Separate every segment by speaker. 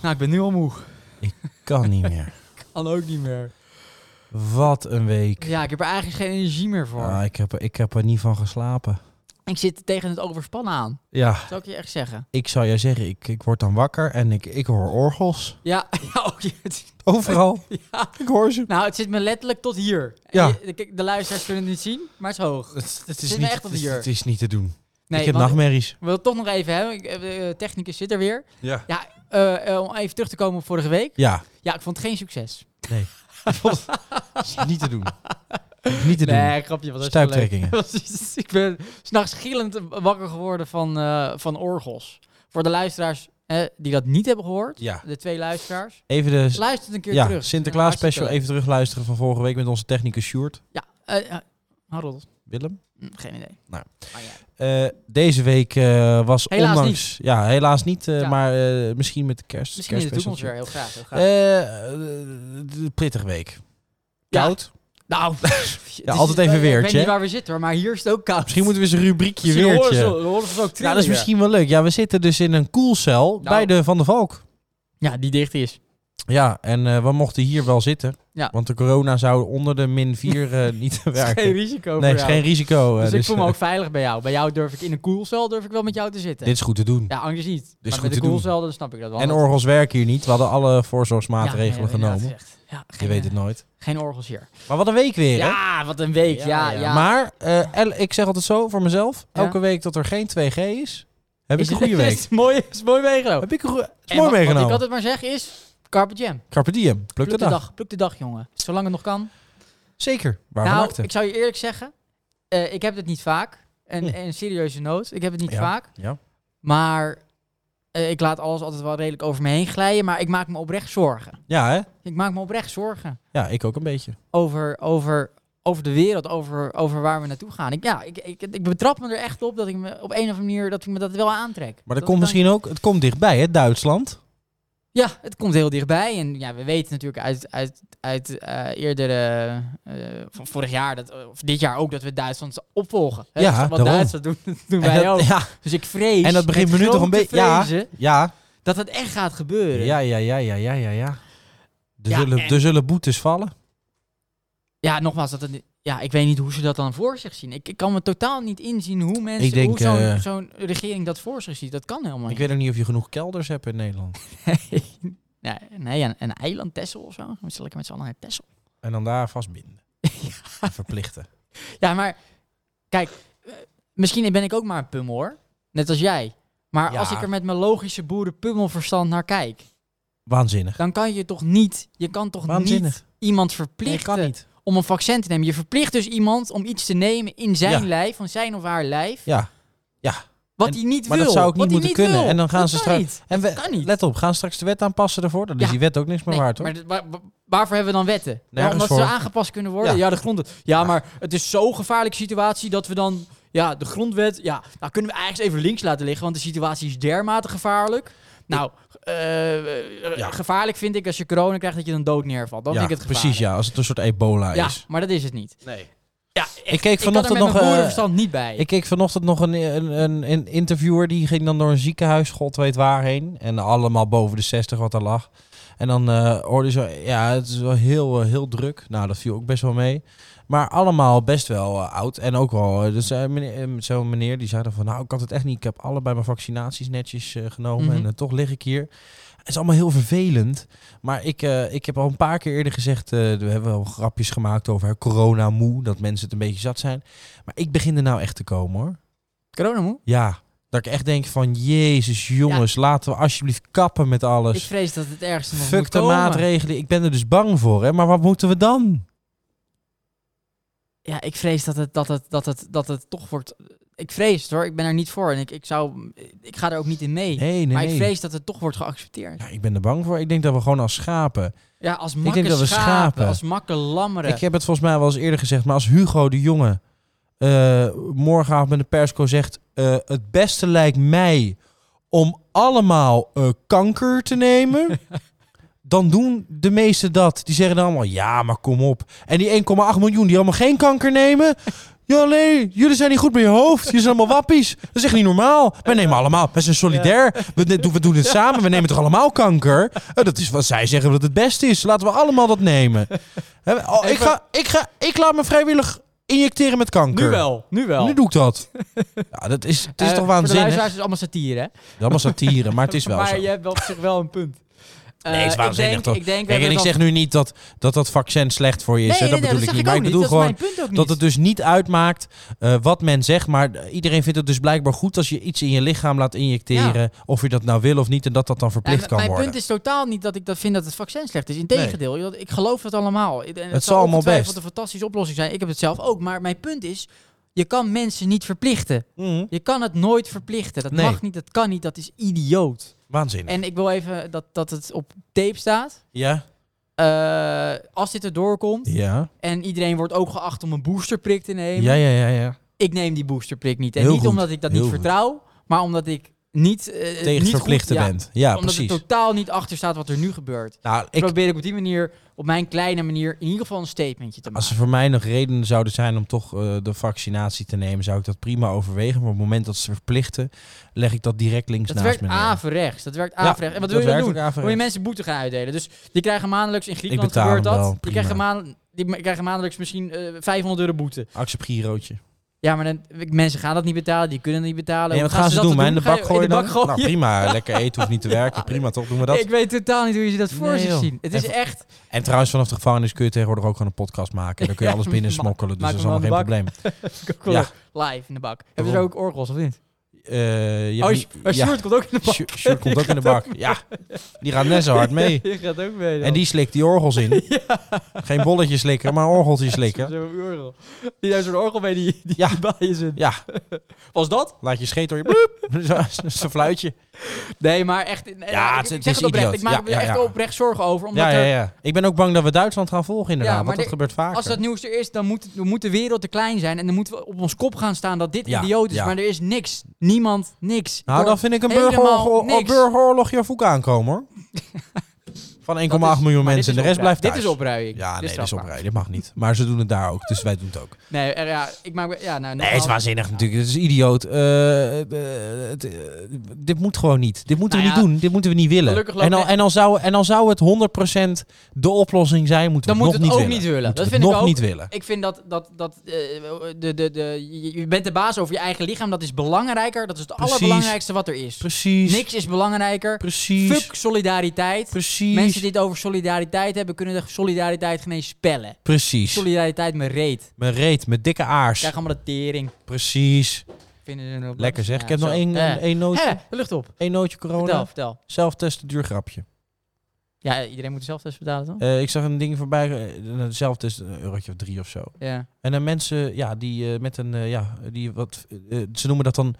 Speaker 1: Nou, ik ben nu al moe.
Speaker 2: Kan niet meer.
Speaker 1: Kan ook niet meer.
Speaker 2: Wat een week.
Speaker 1: Ja, ik heb er eigenlijk geen energie meer voor.
Speaker 2: Ah, ik, heb er, ik heb er niet van geslapen.
Speaker 1: Ik zit tegen het overspannen aan.
Speaker 2: Ja,
Speaker 1: Zou ik je echt zeggen?
Speaker 2: ik zou jou zeggen, ik, ik word dan wakker en ik, ik hoor orgels.
Speaker 1: Ja, ja, ook je-
Speaker 2: Overal.
Speaker 1: ja.
Speaker 2: Ik hoor ze.
Speaker 1: Nou, het zit me letterlijk tot hier.
Speaker 2: Ja.
Speaker 1: En je- De, de luisteraars kunnen het niet zien, maar het is hoog.
Speaker 2: Het, het, is,
Speaker 1: Zit me
Speaker 2: niet,
Speaker 1: echt op
Speaker 2: het,
Speaker 1: de
Speaker 2: is,
Speaker 1: jurk.
Speaker 2: het is niet te doen.
Speaker 1: Nee,
Speaker 2: ik heb
Speaker 1: want-
Speaker 2: nachtmerries.
Speaker 1: We willen het toch nog even hebben. Ik- eh, De technicus zit er weer.
Speaker 2: Ja.
Speaker 1: Eh, eh, om even terug te komen op vorige week.
Speaker 2: Ja,
Speaker 1: Ja, ik vond het geen succes.
Speaker 2: het is niet te doen. Niet te doen.
Speaker 1: Nee, grapje. Was hartstikke leuk.
Speaker 2: Stuiptrekkingen.
Speaker 1: Precies. ik ben s'nachts gillend wakker geworden van, eh, van orgels. Voor de luisteraars eh, die dat niet hebben gehoord.
Speaker 2: Ja.
Speaker 1: De twee luisteraars.
Speaker 2: Even de
Speaker 1: Luister het een keer
Speaker 2: Dus- ja,
Speaker 1: terug. Nou,
Speaker 2: Sinterklaas
Speaker 1: Ja,
Speaker 2: special
Speaker 1: hartstikke
Speaker 2: even terugluisteren van vorige week met onze technicus Sjoerd.
Speaker 1: leuk. Eh, eh, Harold.
Speaker 2: Willem.
Speaker 1: Hm, Geen idee.
Speaker 2: Nou.
Speaker 1: Maar ja.
Speaker 2: Eh, deze week eh, was
Speaker 1: Helaas
Speaker 2: ondanks... Ja, helaas niet. eh,
Speaker 1: Ja.
Speaker 2: Maar eh, misschien met de kerst.
Speaker 1: Misschien in de
Speaker 2: kerstspecial.
Speaker 1: toekomst weer. Heel graag. Heel graag.
Speaker 2: Eh, eh, de Pittige week.
Speaker 1: Ja.
Speaker 2: Koud.
Speaker 1: nou. ja,
Speaker 2: altijd even
Speaker 1: Ik weet
Speaker 2: weertje,
Speaker 1: niet
Speaker 2: hè?
Speaker 1: waar we zitten hoor, maar hier is het ook koud.
Speaker 2: Misschien moeten we eens een rubriekje
Speaker 1: Misschien horen ze-
Speaker 2: weertje.
Speaker 1: horen ze ook
Speaker 2: Ja,
Speaker 1: trillen Nou.
Speaker 2: dat is
Speaker 1: hier.
Speaker 2: misschien wel leuk. Ja, we zitten dus in een koelcel bij de Van der Valk.
Speaker 1: Ja, die dicht is.
Speaker 2: Ja, en eh, we mochten hier wel zitten.
Speaker 1: Ja.
Speaker 2: Want de corona zou onder de min 4 eh, niet
Speaker 1: Het is
Speaker 2: werken.
Speaker 1: geen risico
Speaker 2: nee,
Speaker 1: voor
Speaker 2: het is
Speaker 1: jou.
Speaker 2: geen risico. eh,
Speaker 1: dus, ik
Speaker 2: dus,
Speaker 1: voel me
Speaker 2: eh,
Speaker 1: ook veilig bij jou. Bij jou durf ik in een koelcel durf ik wel met jou te zitten.
Speaker 2: Dit is goed te doen.
Speaker 1: ja, anders niet. maar
Speaker 2: Dus goed
Speaker 1: met
Speaker 2: te
Speaker 1: een
Speaker 2: doen.
Speaker 1: koelcel, dan snap ik dat wel.
Speaker 2: en
Speaker 1: Dat-
Speaker 2: orgels werken hier niet. We hadden alle
Speaker 1: Ja,
Speaker 2: voorzorgsmaatregelen
Speaker 1: nee, inderdaad,
Speaker 2: genomen.
Speaker 1: echt. Ja,
Speaker 2: Je
Speaker 1: geen, eh,
Speaker 2: weet het nooit.
Speaker 1: geen orgels hier.
Speaker 2: Maar wat een week weer, hè?
Speaker 1: Ja, wat een week. Ja, ja.
Speaker 2: Maar eh, el- ik zeg altijd zo voor mezelf.
Speaker 1: Ja.
Speaker 2: Elke week dat er geen 2G is, heb ik
Speaker 1: is
Speaker 2: een goede
Speaker 1: is
Speaker 2: week.
Speaker 1: het mooi, is mooi meegenomen.
Speaker 2: Heb ik een goe- is
Speaker 1: En wat-
Speaker 2: mooi
Speaker 1: Wat ik
Speaker 2: meegenomen.
Speaker 1: altijd maar zeg is, carpe jam. Pluk,
Speaker 2: Carpe diem. Pluk de dag.
Speaker 1: Pluk de dag, jongen. Zolang het nog kan.
Speaker 2: Zeker. Waar we
Speaker 1: nou,
Speaker 2: maakten.
Speaker 1: ik zou je eerlijk zeggen, eh, ik heb het niet vaak. En,
Speaker 2: Hm.
Speaker 1: en serieuze nood, ik heb het niet
Speaker 2: Ja.
Speaker 1: vaak.
Speaker 2: Ja.
Speaker 1: Maar eh, ik laat alles altijd wel redelijk over me heen glijden. Maar ik maak me oprecht zorgen.
Speaker 2: Ja, hè?
Speaker 1: Ik maak me oprecht zorgen
Speaker 2: Ja, ik ook een beetje.
Speaker 1: over, over, over de wereld, over, over waar we naartoe gaan. Ik, ja, ik, ik, ik betrap me er echt op dat ik me op een of andere manier dat ik me dat wel aantrek.
Speaker 2: Maar
Speaker 1: dat
Speaker 2: dat komt
Speaker 1: ik dan-
Speaker 2: misschien ook... Het komt dichtbij, hè? Duitsland.
Speaker 1: Ja, het komt heel dichtbij. En ja, we weten natuurlijk uit, uit, uit eh, eerdere... eh, van vorig jaar, dat, of dit jaar ook, dat we Duitsland opvolgen. Hè?
Speaker 2: Ja,
Speaker 1: Dus wat
Speaker 2: daarom.
Speaker 1: Duitsland doen, dat doen
Speaker 2: En
Speaker 1: wij
Speaker 2: dat-
Speaker 1: ook.
Speaker 2: ja,
Speaker 1: Dus ik vrees...
Speaker 2: En dat begint
Speaker 1: met
Speaker 2: me nu toch een
Speaker 1: grote
Speaker 2: beetje- ja.
Speaker 1: vrezen
Speaker 2: ja,
Speaker 1: Dat het echt gaat gebeuren.
Speaker 2: ja, ja, ja, ja, ja, ja, ja. Er,
Speaker 1: Ja,
Speaker 2: zullen,
Speaker 1: en-
Speaker 2: er zullen boetes vallen.
Speaker 1: Ja, nogmaals, dat het, ja, ik weet niet hoe ze dat dan voor zich zien. Ik, ik kan me totaal niet inzien hoe mensen,
Speaker 2: Ik denk,
Speaker 1: hoe zo'n
Speaker 2: eh,
Speaker 1: zo'n regering dat voor zich ziet. Dat kan helemaal
Speaker 2: Ik
Speaker 1: niet.
Speaker 2: weet ook niet of je genoeg kelders hebt in Nederland.
Speaker 1: nee, nee, een, een eiland Texel of zo. Dan moeten ze lekker met z'n allen naar Texel.
Speaker 2: En dan daar vastbinden. En Verplichten.
Speaker 1: Ja, maar kijk, eh, misschien ben ik ook maar een pummel hoor. Net als jij. Maar
Speaker 2: Ja.
Speaker 1: als ik er met mijn logische boerenpummelverstand naar kijk,
Speaker 2: Waanzinnig.
Speaker 1: dan kan je toch niet, je kan toch niet
Speaker 2: Waanzinnig.
Speaker 1: iemand
Speaker 2: Nee,
Speaker 1: verplichten
Speaker 2: kan niet.
Speaker 1: om een vaccin te nemen. Je verplicht dus iemand om iets te nemen in zijn
Speaker 2: Ja.
Speaker 1: lijf, van zijn of haar lijf,
Speaker 2: Ja.
Speaker 1: wat
Speaker 2: En-
Speaker 1: hij niet
Speaker 2: maar
Speaker 1: wil.
Speaker 2: dat zou ook
Speaker 1: wat
Speaker 2: niet
Speaker 1: hij
Speaker 2: moeten kunnen.
Speaker 1: wil.
Speaker 2: En dan gaan
Speaker 1: Dat
Speaker 2: ze
Speaker 1: kan
Speaker 2: straks-
Speaker 1: niet.
Speaker 2: En
Speaker 1: Dat
Speaker 2: we,
Speaker 1: kan niet.
Speaker 2: let op, gaan straks de wet aanpassen daarvoor. Dan is
Speaker 1: Ja.
Speaker 2: die wet ook niks meer
Speaker 1: Nee,
Speaker 2: waard, hoor.
Speaker 1: Maar, dit- waar- waar- waarvoor hebben we dan wetten? Ja,
Speaker 2: Nergens
Speaker 1: omdat ze
Speaker 2: voor.
Speaker 1: aangepast kunnen worden? Ja,
Speaker 2: Ja.
Speaker 1: de grondwet. Ja, maar het is zo'n gevaarlijke situatie dat we dan... Ja, de grondwet... Ja, nou kunnen we eigenlijk even links laten liggen, want de situatie is dermate gevaarlijk. Nou, eh, eh,
Speaker 2: Ja.
Speaker 1: gevaarlijk vind ik als je corona krijgt dat je dan dood neervalt. Dan
Speaker 2: ja,
Speaker 1: vind ik het
Speaker 2: precies,
Speaker 1: gevaarlijk.
Speaker 2: ja. Als het een soort ebola
Speaker 1: Ja,
Speaker 2: is.
Speaker 1: maar dat is het niet.
Speaker 2: Nee.
Speaker 1: Ja,
Speaker 2: Ik keek
Speaker 1: ik had er
Speaker 2: vanochtend
Speaker 1: met
Speaker 2: nog...
Speaker 1: mijn
Speaker 2: eh,
Speaker 1: boerenverstand niet bij.
Speaker 2: Ik keek vanochtend nog een, een, een, een interviewer die ging dan door een ziekenhuis, god weet waar heen. En allemaal boven de 60 wat er lag. En dan eh, hoorde je zo, ja, het is wel heel, eh, heel druk. Nou, dat viel ook best wel mee. Maar allemaal best wel eh, oud. En ook wel, eh, dus, eh, meneer- eh, zo'n meneer die zei dan van, nou, ik had het echt niet. Ik heb allebei mijn vaccinaties netjes eh, genomen
Speaker 1: Mhm.
Speaker 2: en eh, toch lig ik hier. Het is allemaal heel vervelend. Maar ik, eh, ik heb al een paar keer eerder gezegd, eh, we hebben wel grapjes gemaakt over hè, corona moe, dat mensen het een beetje zat zijn. Maar ik begin er nou echt te komen hoor.
Speaker 1: corona moe?
Speaker 2: Ja, dat ik echt denk van, jezus jongens, laten we alsjeblieft kappen met
Speaker 1: Ik
Speaker 2: alles.
Speaker 1: vrees dat het ergste nog moet
Speaker 2: Fuck de
Speaker 1: komen.
Speaker 2: maatregelen, ik ben er dus bang voor. Hè? Maar wat moeten we dan?
Speaker 1: Ja, ik vrees dat het, dat het, dat het, dat het toch wordt. Ik vrees het hoor, ik ben er niet voor en ik, ik, zou, ik ga er ook niet in mee.
Speaker 2: Nee, nee,
Speaker 1: maar
Speaker 2: nee.
Speaker 1: ik vrees dat het toch wordt geaccepteerd.
Speaker 2: Ja, ik ben er bang voor. Ik denk dat we gewoon als schapen.
Speaker 1: Ja, als
Speaker 2: denk
Speaker 1: makke
Speaker 2: dat we
Speaker 1: schapen,
Speaker 2: schapen-
Speaker 1: als makke lammeren.
Speaker 2: Ik heb het volgens mij wel eens eerder gezegd, maar als Hugo de Jonge eh, morgenavond met de persco zegt: eh, Het beste lijkt mij om allemaal eh, kanker te nemen. Dan doen de meesten dat. Die zeggen dan allemaal, ja, maar kom op. En die 1,8 miljoen die allemaal geen kanker nemen, Ja, nee, jullie zijn niet goed met je hoofd. Jullie zijn allemaal wappies. Dat is echt niet normaal. Wij nemen allemaal, wij zijn solidair. We, ne- doen- we doen het samen, we nemen toch allemaal kanker? Eh, Dat is wat zij zeggen dat het beste is. Laten we allemaal dat nemen. Hè, oh, ik, ga, ik, ga, ik laat me vrijwillig injecteren met kanker.
Speaker 1: Nu wel, nu wel.
Speaker 2: Nu doe ik dat. Ja, dat is, het
Speaker 1: Eh,
Speaker 2: is toch
Speaker 1: Voor de
Speaker 2: waanzinnig?
Speaker 1: luisteraars is het allemaal satire, hè?
Speaker 2: Dat is allemaal satire, maar het is wel
Speaker 1: maar
Speaker 2: zo.
Speaker 1: je hebt wel op zich wel een punt. Eh,
Speaker 2: Nee, het is waanzinnig,
Speaker 1: ik denk,
Speaker 2: toch?
Speaker 1: Ik denk, we
Speaker 2: Kijk, en
Speaker 1: hebben
Speaker 2: ik
Speaker 1: dat-
Speaker 2: zeg nu niet dat dat, dat vaccin slecht voor je is.
Speaker 1: Nee,
Speaker 2: hè, dat
Speaker 1: nee,
Speaker 2: bedoel
Speaker 1: nee,
Speaker 2: ik
Speaker 1: zeg
Speaker 2: niet. Maar ik
Speaker 1: ook
Speaker 2: bedoel
Speaker 1: niet.
Speaker 2: gewoon...
Speaker 1: Dat is mijn punt ook niet.
Speaker 2: Dat het dus niet uitmaakt eh, wat men zegt. Maar eh, iedereen vindt het dus blijkbaar goed als je iets in je lichaam laat injecteren. Of je dat nou wil of niet. En dat dat dan
Speaker 1: Ja,
Speaker 2: verplicht
Speaker 1: m-
Speaker 2: kan
Speaker 1: mijn
Speaker 2: worden.
Speaker 1: punt is totaal niet dat ik dat vind dat het vaccin slecht is. Integendeel, joh, ik geloof het allemaal. En
Speaker 2: Het zal allemaal
Speaker 1: ongetwijfeld
Speaker 2: best.
Speaker 1: een fantastische oplossing zijn. Ik heb het zelf ook. Maar mijn punt is, je kan mensen niet verplichten.
Speaker 2: Mhm.
Speaker 1: Je kan het nooit verplichten. Dat
Speaker 2: Nee.
Speaker 1: mag niet, dat kan niet, dat is idioot.
Speaker 2: Waanzinnig.
Speaker 1: En ik wil even dat, dat het op tape staat.
Speaker 2: Ja?
Speaker 1: Eh, als dit erdoor komt
Speaker 2: Ja.
Speaker 1: en iedereen wordt ook geacht om een boosterprik te nemen.
Speaker 2: Ja, ja, ja, ja.
Speaker 1: Ik neem die boosterprik niet. En
Speaker 2: Heel
Speaker 1: niet
Speaker 2: goed.
Speaker 1: omdat ik dat
Speaker 2: Heel
Speaker 1: niet
Speaker 2: goed.
Speaker 1: vertrouw, maar omdat ik niet... eh,
Speaker 2: Tegen
Speaker 1: niet
Speaker 2: het
Speaker 1: goed-
Speaker 2: verplichten
Speaker 1: ja,
Speaker 2: bent. Ja,
Speaker 1: omdat
Speaker 2: precies.
Speaker 1: er totaal niet achter staat wat er nu gebeurt.
Speaker 2: Nou, ik,
Speaker 1: probeer ik op die manier, op mijn kleine manier, in ieder geval een statementje te
Speaker 2: als
Speaker 1: maken.
Speaker 2: er voor mij nog redenen zouden zijn om toch eh, de vaccinatie te nemen, zou ik dat prima overwegen. Maar op het moment dat ze verplichten, leg ik dat direct links
Speaker 1: Dat
Speaker 2: naast
Speaker 1: werkt
Speaker 2: me neer.
Speaker 1: averechts. Dat werkt
Speaker 2: Ja,
Speaker 1: averechts. en wat
Speaker 2: dat
Speaker 1: wil je dan
Speaker 2: werkt
Speaker 1: doen?
Speaker 2: ook averechts.
Speaker 1: Wil je mensen boete gaan uitdelen? Dus die krijgen maandelijks, in Griekenland
Speaker 2: betaal
Speaker 1: gebeurt
Speaker 2: hem
Speaker 1: dat.
Speaker 2: wel,
Speaker 1: die,
Speaker 2: prima.
Speaker 1: krijgen maand, die ma- krijgen maandelijks misschien eh 500 euro boete.
Speaker 2: Accept Girootje.
Speaker 1: Ja, maar dan, mensen gaan dat niet betalen, die kunnen dat niet betalen.
Speaker 2: Nee,
Speaker 1: Hoe
Speaker 2: wat gaan ze
Speaker 1: dat
Speaker 2: doen? Mij in de
Speaker 1: Ga je
Speaker 2: bak gooien
Speaker 1: de
Speaker 2: dan?
Speaker 1: bak gooien?
Speaker 2: Nou, prima. Lekker eten, hoeft niet te werken. Prima, toch? Doen we dat?
Speaker 1: Ik weet totaal niet hoe je dat voor
Speaker 2: Nee,
Speaker 1: zich
Speaker 2: joh.
Speaker 1: ziet. Het is
Speaker 2: Even-
Speaker 1: echt...
Speaker 2: En trouwens, vanaf de gevangenis kun je tegenwoordig ook gewoon een podcast maken. Dan kun je
Speaker 1: Ja,
Speaker 2: alles binnen
Speaker 1: ma-
Speaker 2: smokkelen, dus
Speaker 1: maak
Speaker 2: dat is
Speaker 1: hem
Speaker 2: allemaal geen
Speaker 1: wel in
Speaker 2: probleem. Ja.
Speaker 1: Live in de bak. Hebben ze
Speaker 2: Waarom?
Speaker 1: er ook orgels of niet?
Speaker 2: Eh, je
Speaker 1: oh,
Speaker 2: hebt
Speaker 1: Sj-
Speaker 2: niet-
Speaker 1: oh,
Speaker 2: ja,
Speaker 1: Sjoerd komt ook in de bak.
Speaker 2: Sjo- Sjoerd komt ook in de bak. Ja, die gaat net zo hard mee.
Speaker 1: Je gaat ook mee.
Speaker 2: En die slikt die orgels in. Geen bolletje slikken, maar orgeltjes slikken.
Speaker 1: Zo'n orgel. Die heeft zo'n orgel mee die, die
Speaker 2: Ja.
Speaker 1: bij je zit.
Speaker 2: Ja,
Speaker 1: Was dat?
Speaker 2: laat je scheet door je bloep. Zo- Zo'n fluitje.
Speaker 1: Nee, maar echt. nee,
Speaker 2: Ja,
Speaker 1: ik,
Speaker 2: het-
Speaker 1: ik
Speaker 2: het
Speaker 1: zeg
Speaker 2: is
Speaker 1: het oprecht. Ik
Speaker 2: idioot.
Speaker 1: maak
Speaker 2: Ja,
Speaker 1: me
Speaker 2: ja,
Speaker 1: echt
Speaker 2: ja.
Speaker 1: oprecht zorgen over. Omdat
Speaker 2: Ja, ja,
Speaker 1: er-
Speaker 2: ja. Ik ben ook bang dat we Duitsland gaan volgen inderdaad,
Speaker 1: Ja, maar
Speaker 2: want dat
Speaker 1: de-
Speaker 2: gebeurt vaker.
Speaker 1: als dat nieuws er is, dan moet, dan moet de wereld te klein zijn. En dan moeten we op ons kop gaan staan dat dit
Speaker 2: Ja,
Speaker 1: idioot is.
Speaker 2: ja.
Speaker 1: Maar er is niks. Niemand, niks.
Speaker 2: nou,
Speaker 1: Door-
Speaker 2: dan vind ik een oh,
Speaker 1: helemaal
Speaker 2: burgeroorlog,
Speaker 1: niks.
Speaker 2: burgeroorlog Javouk aankomen hoor. Van 1,8
Speaker 1: dat is-
Speaker 2: miljoen
Speaker 1: maar dit
Speaker 2: mensen en de
Speaker 1: is opruim.
Speaker 2: rest blijft thuis.
Speaker 1: Dit is opruiing.
Speaker 2: Ja, nee, dat is
Speaker 1: strafbaar.
Speaker 2: oprijden. Dat mag niet. Maar ze doen het daar ook, dus wij doen het ook.
Speaker 1: Nee, er- ja, ik maak. me- Ja, nou,
Speaker 2: Nee, het is
Speaker 1: nogmaals-
Speaker 2: waanzinnig natuurlijk. Het is idioot. Eh, eh, het, eh, dit moet gewoon niet. Dit moeten
Speaker 1: Nou
Speaker 2: we
Speaker 1: ja,
Speaker 2: niet doen. Dit moeten we niet willen.
Speaker 1: gelukkig loopt
Speaker 2: En al,
Speaker 1: het-
Speaker 2: en, al zou, en al zou het 100% de oplossing zijn, moeten
Speaker 1: Dan
Speaker 2: we
Speaker 1: moet
Speaker 2: het
Speaker 1: het
Speaker 2: nog
Speaker 1: ook
Speaker 2: niet willen.
Speaker 1: niet willen. Dat
Speaker 2: Moeten we
Speaker 1: vind
Speaker 2: het
Speaker 1: ik
Speaker 2: nog
Speaker 1: ook.
Speaker 2: niet willen.
Speaker 1: Ik vind dat, dat, dat eh, de, de, de, je- je bent de baas over je eigen lichaam. Dat is belangrijker. Dat is het
Speaker 2: Precies.
Speaker 1: allerbelangrijkste wat er is.
Speaker 2: Precies.
Speaker 1: Niks is belangrijker.
Speaker 2: Precies.
Speaker 1: Fuck solidariteit.
Speaker 2: Precies.
Speaker 1: Mensen die het over solidariteit hebben, kunnen de solidariteit geen eens spellen.
Speaker 2: Precies.
Speaker 1: Solidariteit me reet.
Speaker 2: Mijn reet, mijn dikke aars.
Speaker 1: Krijg allemaal de tering.
Speaker 2: Precies.
Speaker 1: Vinden ze een-
Speaker 2: Lekker zeg.
Speaker 1: Ja,
Speaker 2: ik heb nog
Speaker 1: zo.
Speaker 2: één,
Speaker 1: Eh.
Speaker 2: één, nootje,
Speaker 1: Hé, de lucht op.
Speaker 2: één nootje
Speaker 1: Vertel,
Speaker 2: corona.
Speaker 1: vertel.
Speaker 2: Zelftesten, duur grapje.
Speaker 1: Ja, iedereen moet zelf test betalen, toch?
Speaker 2: Eh, ik zag een ding voorbij. eh, Zelftesten, een eurotje of drie of zo.
Speaker 1: Ja.
Speaker 2: En dan mensen ja, die eh, met een, eh, ja, die wat, eh, ze noemen dat dan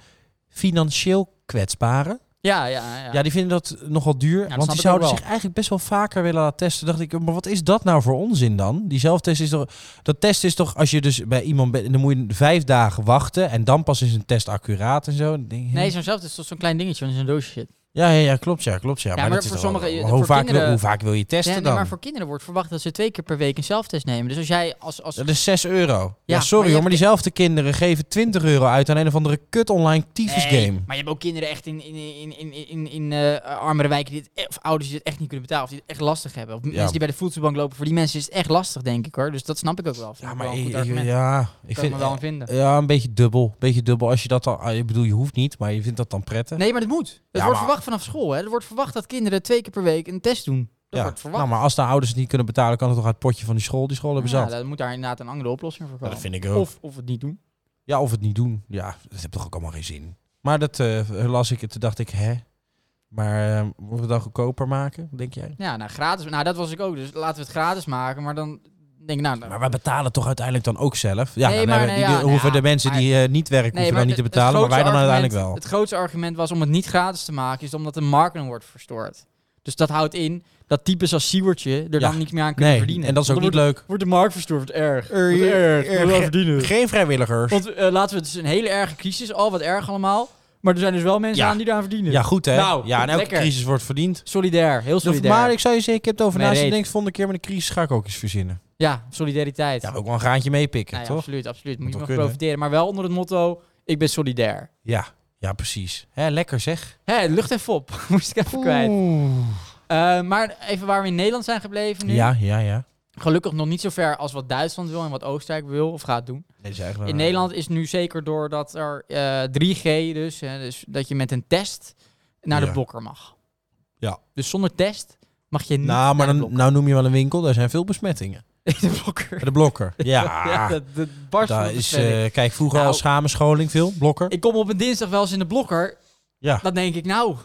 Speaker 2: financieel kwetsbaren.
Speaker 1: Ja, ja, ja.
Speaker 2: Ja, die vinden dat nogal duur.
Speaker 1: dat
Speaker 2: want
Speaker 1: snap ik
Speaker 2: die
Speaker 1: ook
Speaker 2: zouden
Speaker 1: wel.
Speaker 2: zich eigenlijk best wel vaker willen laten testen. Dacht ik, maar wat is dat nou voor onzin dan? Die zelftest is toch, dat test is toch, als je dus bij iemand bent, dan moet je vijf dagen wachten. En dan pas is een test accuraat en zo. En dan denk je,
Speaker 1: Nee, zo'n zelftest is toch zo'n klein dingetje, want het is een doosje shit.
Speaker 2: ja, ja, ja, klopt, ja, klopt, ja.
Speaker 1: maar
Speaker 2: dat
Speaker 1: voor
Speaker 2: is toch wel-
Speaker 1: sommige-
Speaker 2: hoe,
Speaker 1: voor
Speaker 2: vaak wil,
Speaker 1: kinderen-
Speaker 2: hoe vaak wil je testen
Speaker 1: Ja, nee,
Speaker 2: dan?
Speaker 1: maar voor kinderen wordt verwacht dat ze twee keer per week een zelftest nemen. Dus als jij als... als
Speaker 2: Dat is 6 euro. Ja,
Speaker 1: maar je
Speaker 2: sorry hoor,
Speaker 1: hebt-
Speaker 2: maar diezelfde kinderen geven 20 euro uit aan een of andere kut online tyfus
Speaker 1: Nee,
Speaker 2: game.
Speaker 1: Maar je hebt ook kinderen echt in, in, in, in, in, in eh, armere wijken, die het, e- of ouders die het echt niet kunnen betalen, of die het echt lastig hebben. Of mensen die bij de voedselbank lopen, voor die mensen is het echt lastig, denk ik hoor. Dus dat snap ik ook wel. Vind
Speaker 2: Ja,
Speaker 1: ik
Speaker 2: maar
Speaker 1: wel een
Speaker 2: ik,
Speaker 1: goed
Speaker 2: ik-
Speaker 1: argument.
Speaker 2: ja,
Speaker 1: ik kan
Speaker 2: ik vind eh,
Speaker 1: me wel aan vinden.
Speaker 2: ja, een beetje dubbel, beetje dubbel. Als je dat dan, ah, ik bedoel, je hoeft niet, maar je vindt dat dan prettig.
Speaker 1: Nee, maar dat moet. Het wordt
Speaker 2: eh. maar-
Speaker 1: verwacht vanaf school. Hè. Er wordt verwacht dat kinderen twee keer per week een test doen. Dat
Speaker 2: ja.
Speaker 1: wordt verwacht.
Speaker 2: Nou, maar als de ouders het niet kunnen betalen, kan het toch uit het potje van die school. Die school hebben
Speaker 1: ja,
Speaker 2: zat.
Speaker 1: dan moet daar inderdaad een andere oplossing voor
Speaker 2: Ja,
Speaker 1: komen.
Speaker 2: vind ik ook.
Speaker 1: of, of het niet doen.
Speaker 2: Ja, of het niet doen. Ja, dat heeft toch ook allemaal geen zin. Maar dat eh, las ik en toen dacht ik, hè? Maar eh moeten we het dan goedkoper maken, denk jij?
Speaker 1: Ja, nou gratis. Nou, dat was ik ook. Dus laten we het gratis maken. Maar dan denk ik, nou, nou,
Speaker 2: Maar wij betalen toch uiteindelijk dan ook zelf? Ja,
Speaker 1: Nee,
Speaker 2: dan
Speaker 1: maar
Speaker 2: hebben,
Speaker 1: nee,
Speaker 2: die-
Speaker 1: ja,
Speaker 2: de- hoeven
Speaker 1: nou ja,
Speaker 2: de mensen die eh, niet werken, hoeven dan
Speaker 1: het-
Speaker 2: niet te
Speaker 1: het
Speaker 2: betalen. Maar wij
Speaker 1: grootste
Speaker 2: dan uiteindelijk
Speaker 1: argument-
Speaker 2: wel.
Speaker 1: Het grootste argument was om het niet gratis te maken, is omdat de marketing wordt verstoord. Dus dat houdt in dat types als Siewertje er
Speaker 2: Ja.
Speaker 1: dan niet meer aan kunnen
Speaker 2: Nee,
Speaker 1: verdienen.
Speaker 2: en dat is ook
Speaker 1: Want
Speaker 2: niet
Speaker 1: dan
Speaker 2: leuk.
Speaker 1: Wordt wordt de markt verstoord? Wat erg. Wat
Speaker 2: Eh,
Speaker 1: erg.
Speaker 2: eh,
Speaker 1: Wat wel
Speaker 2: ge-
Speaker 1: verdienen.
Speaker 2: Geen vrijwilligers.
Speaker 1: Want eh, laten we het is een hele erge crisis, al wat erg allemaal. Maar er zijn dus wel mensen
Speaker 2: Ja.
Speaker 1: aan die eraan verdienen.
Speaker 2: Ja, goed hè?
Speaker 1: Nou,
Speaker 2: ja, en elke
Speaker 1: lekker.
Speaker 2: crisis wordt verdiend.
Speaker 1: Solidair, heel
Speaker 2: Dus-
Speaker 1: solidair.
Speaker 2: maar ik zou je zeggen, ik heb het over
Speaker 1: Mijn
Speaker 2: naast. Ik
Speaker 1: reet.
Speaker 2: denk, volgende keer met een crisis ga ik ook eens verzinnen.
Speaker 1: Ja, solidariteit.
Speaker 2: Ja, ook wel een graantje meepikken,
Speaker 1: Nou ja,
Speaker 2: toch?
Speaker 1: Absoluut, absoluut. Moet,
Speaker 2: Moet
Speaker 1: je
Speaker 2: wel
Speaker 1: nog
Speaker 2: kunnen.
Speaker 1: profiteren. Maar wel onder het motto, ik ben solidair.
Speaker 2: Ja, ja, precies. Hè, lekker zeg.
Speaker 1: Hé, lucht en fop. Moest ik even kwijt. Eh, maar even waar we in Nederland zijn gebleven nu.
Speaker 2: Ja, ja, ja.
Speaker 1: Gelukkig nog niet zo ver als wat Duitsland wil en wat Oostenrijk wil of gaat doen.
Speaker 2: Nee, is eigenlijk
Speaker 1: In
Speaker 2: wel-
Speaker 1: Nederland is nu zeker doordat er eh, 3G dus, hè, dus, dat je met een test naar
Speaker 2: Ja.
Speaker 1: de blokker mag.
Speaker 2: Ja.
Speaker 1: Dus zonder test mag je niet
Speaker 2: Nou, maar
Speaker 1: naar de
Speaker 2: dan, nou noem je wel een winkel, daar zijn veel besmettingen.
Speaker 1: blokker. de blokker.
Speaker 2: De blokker. Ja,
Speaker 1: Ja,
Speaker 2: dat,
Speaker 1: dat, dat barst van de
Speaker 2: Ah. is.
Speaker 1: bestelling.
Speaker 2: eh, kijk, vroeger
Speaker 1: Nou.
Speaker 2: al schamenscholing, veel blokker.
Speaker 1: Ik kom op een dinsdag wel eens in de blokker.
Speaker 2: Ja.
Speaker 1: Dan denk ik, nou,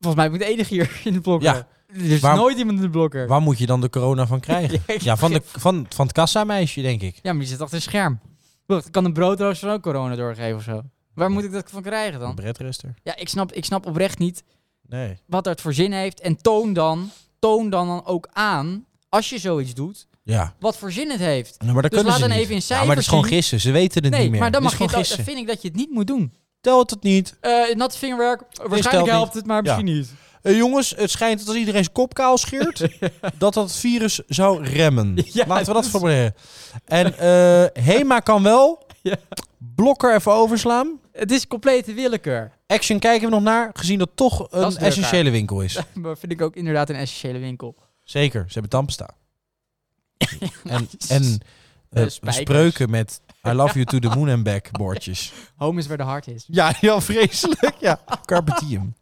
Speaker 1: volgens mij ben ik de enige hier in de blokker.
Speaker 2: Ja.
Speaker 1: Er is
Speaker 2: Waar-
Speaker 1: nooit iemand in de blokker.
Speaker 2: Waar moet je dan de corona van krijgen?
Speaker 1: ik-
Speaker 2: Ja, van, de, van, van het kassameisje, denk ik.
Speaker 1: Ja, maar die zit achter een scherm. Wacht, kan een broodrooster ook corona doorgeven of zo? Waar moet ik dat van krijgen
Speaker 2: Een
Speaker 1: dan?
Speaker 2: bredrester.
Speaker 1: Ja, ik snap, ik snap oprecht niet
Speaker 2: Nee.
Speaker 1: wat dat voor zin heeft. En toon dan, toon dan, dan ook aan, als je zoiets doet,
Speaker 2: Ja,
Speaker 1: wat voor zin het heeft.
Speaker 2: Nou, maar dat
Speaker 1: Dus
Speaker 2: kunnen
Speaker 1: laat
Speaker 2: ze
Speaker 1: dan
Speaker 2: niet.
Speaker 1: even in
Speaker 2: Ja, maar dat is
Speaker 1: cijfers
Speaker 2: gewoon
Speaker 1: zien.
Speaker 2: gissen. Ze weten het
Speaker 1: Nee,
Speaker 2: niet meer.
Speaker 1: maar dan
Speaker 2: Dat
Speaker 1: mag
Speaker 2: is
Speaker 1: je het,
Speaker 2: gewoon
Speaker 1: ook- dan
Speaker 2: gissen.
Speaker 1: vind ik dat je het niet moet doen.
Speaker 2: Telt het niet.
Speaker 1: Eh natte vingerwerk,
Speaker 2: stelt
Speaker 1: waarschijnlijk
Speaker 2: niet.
Speaker 1: helpt het, maar misschien niet.
Speaker 2: Eh, jongens, het schijnt dat als iedereen zijn kop kaal scheert, dat dat virus zou remmen.
Speaker 1: Ja,
Speaker 2: Laten we dat
Speaker 1: dus-
Speaker 2: proberen. En eh, Hema kan wel.
Speaker 1: Ja.
Speaker 2: Blokker even overslaan.
Speaker 1: Het is complete willekeur.
Speaker 2: Action kijken we nog naar, gezien dat toch een
Speaker 1: is de
Speaker 2: essentiële winkel is.
Speaker 1: Maar vind ik ook inderdaad een essentiële winkel.
Speaker 2: Zeker, ze hebben tandpasta. en en eh,
Speaker 1: Eh, spijkers.
Speaker 2: spreuken met I love you to the moon and back bordjes.
Speaker 1: Home is waar de hart is.
Speaker 2: Ja, heel vreselijk. Ja. Carpe diem.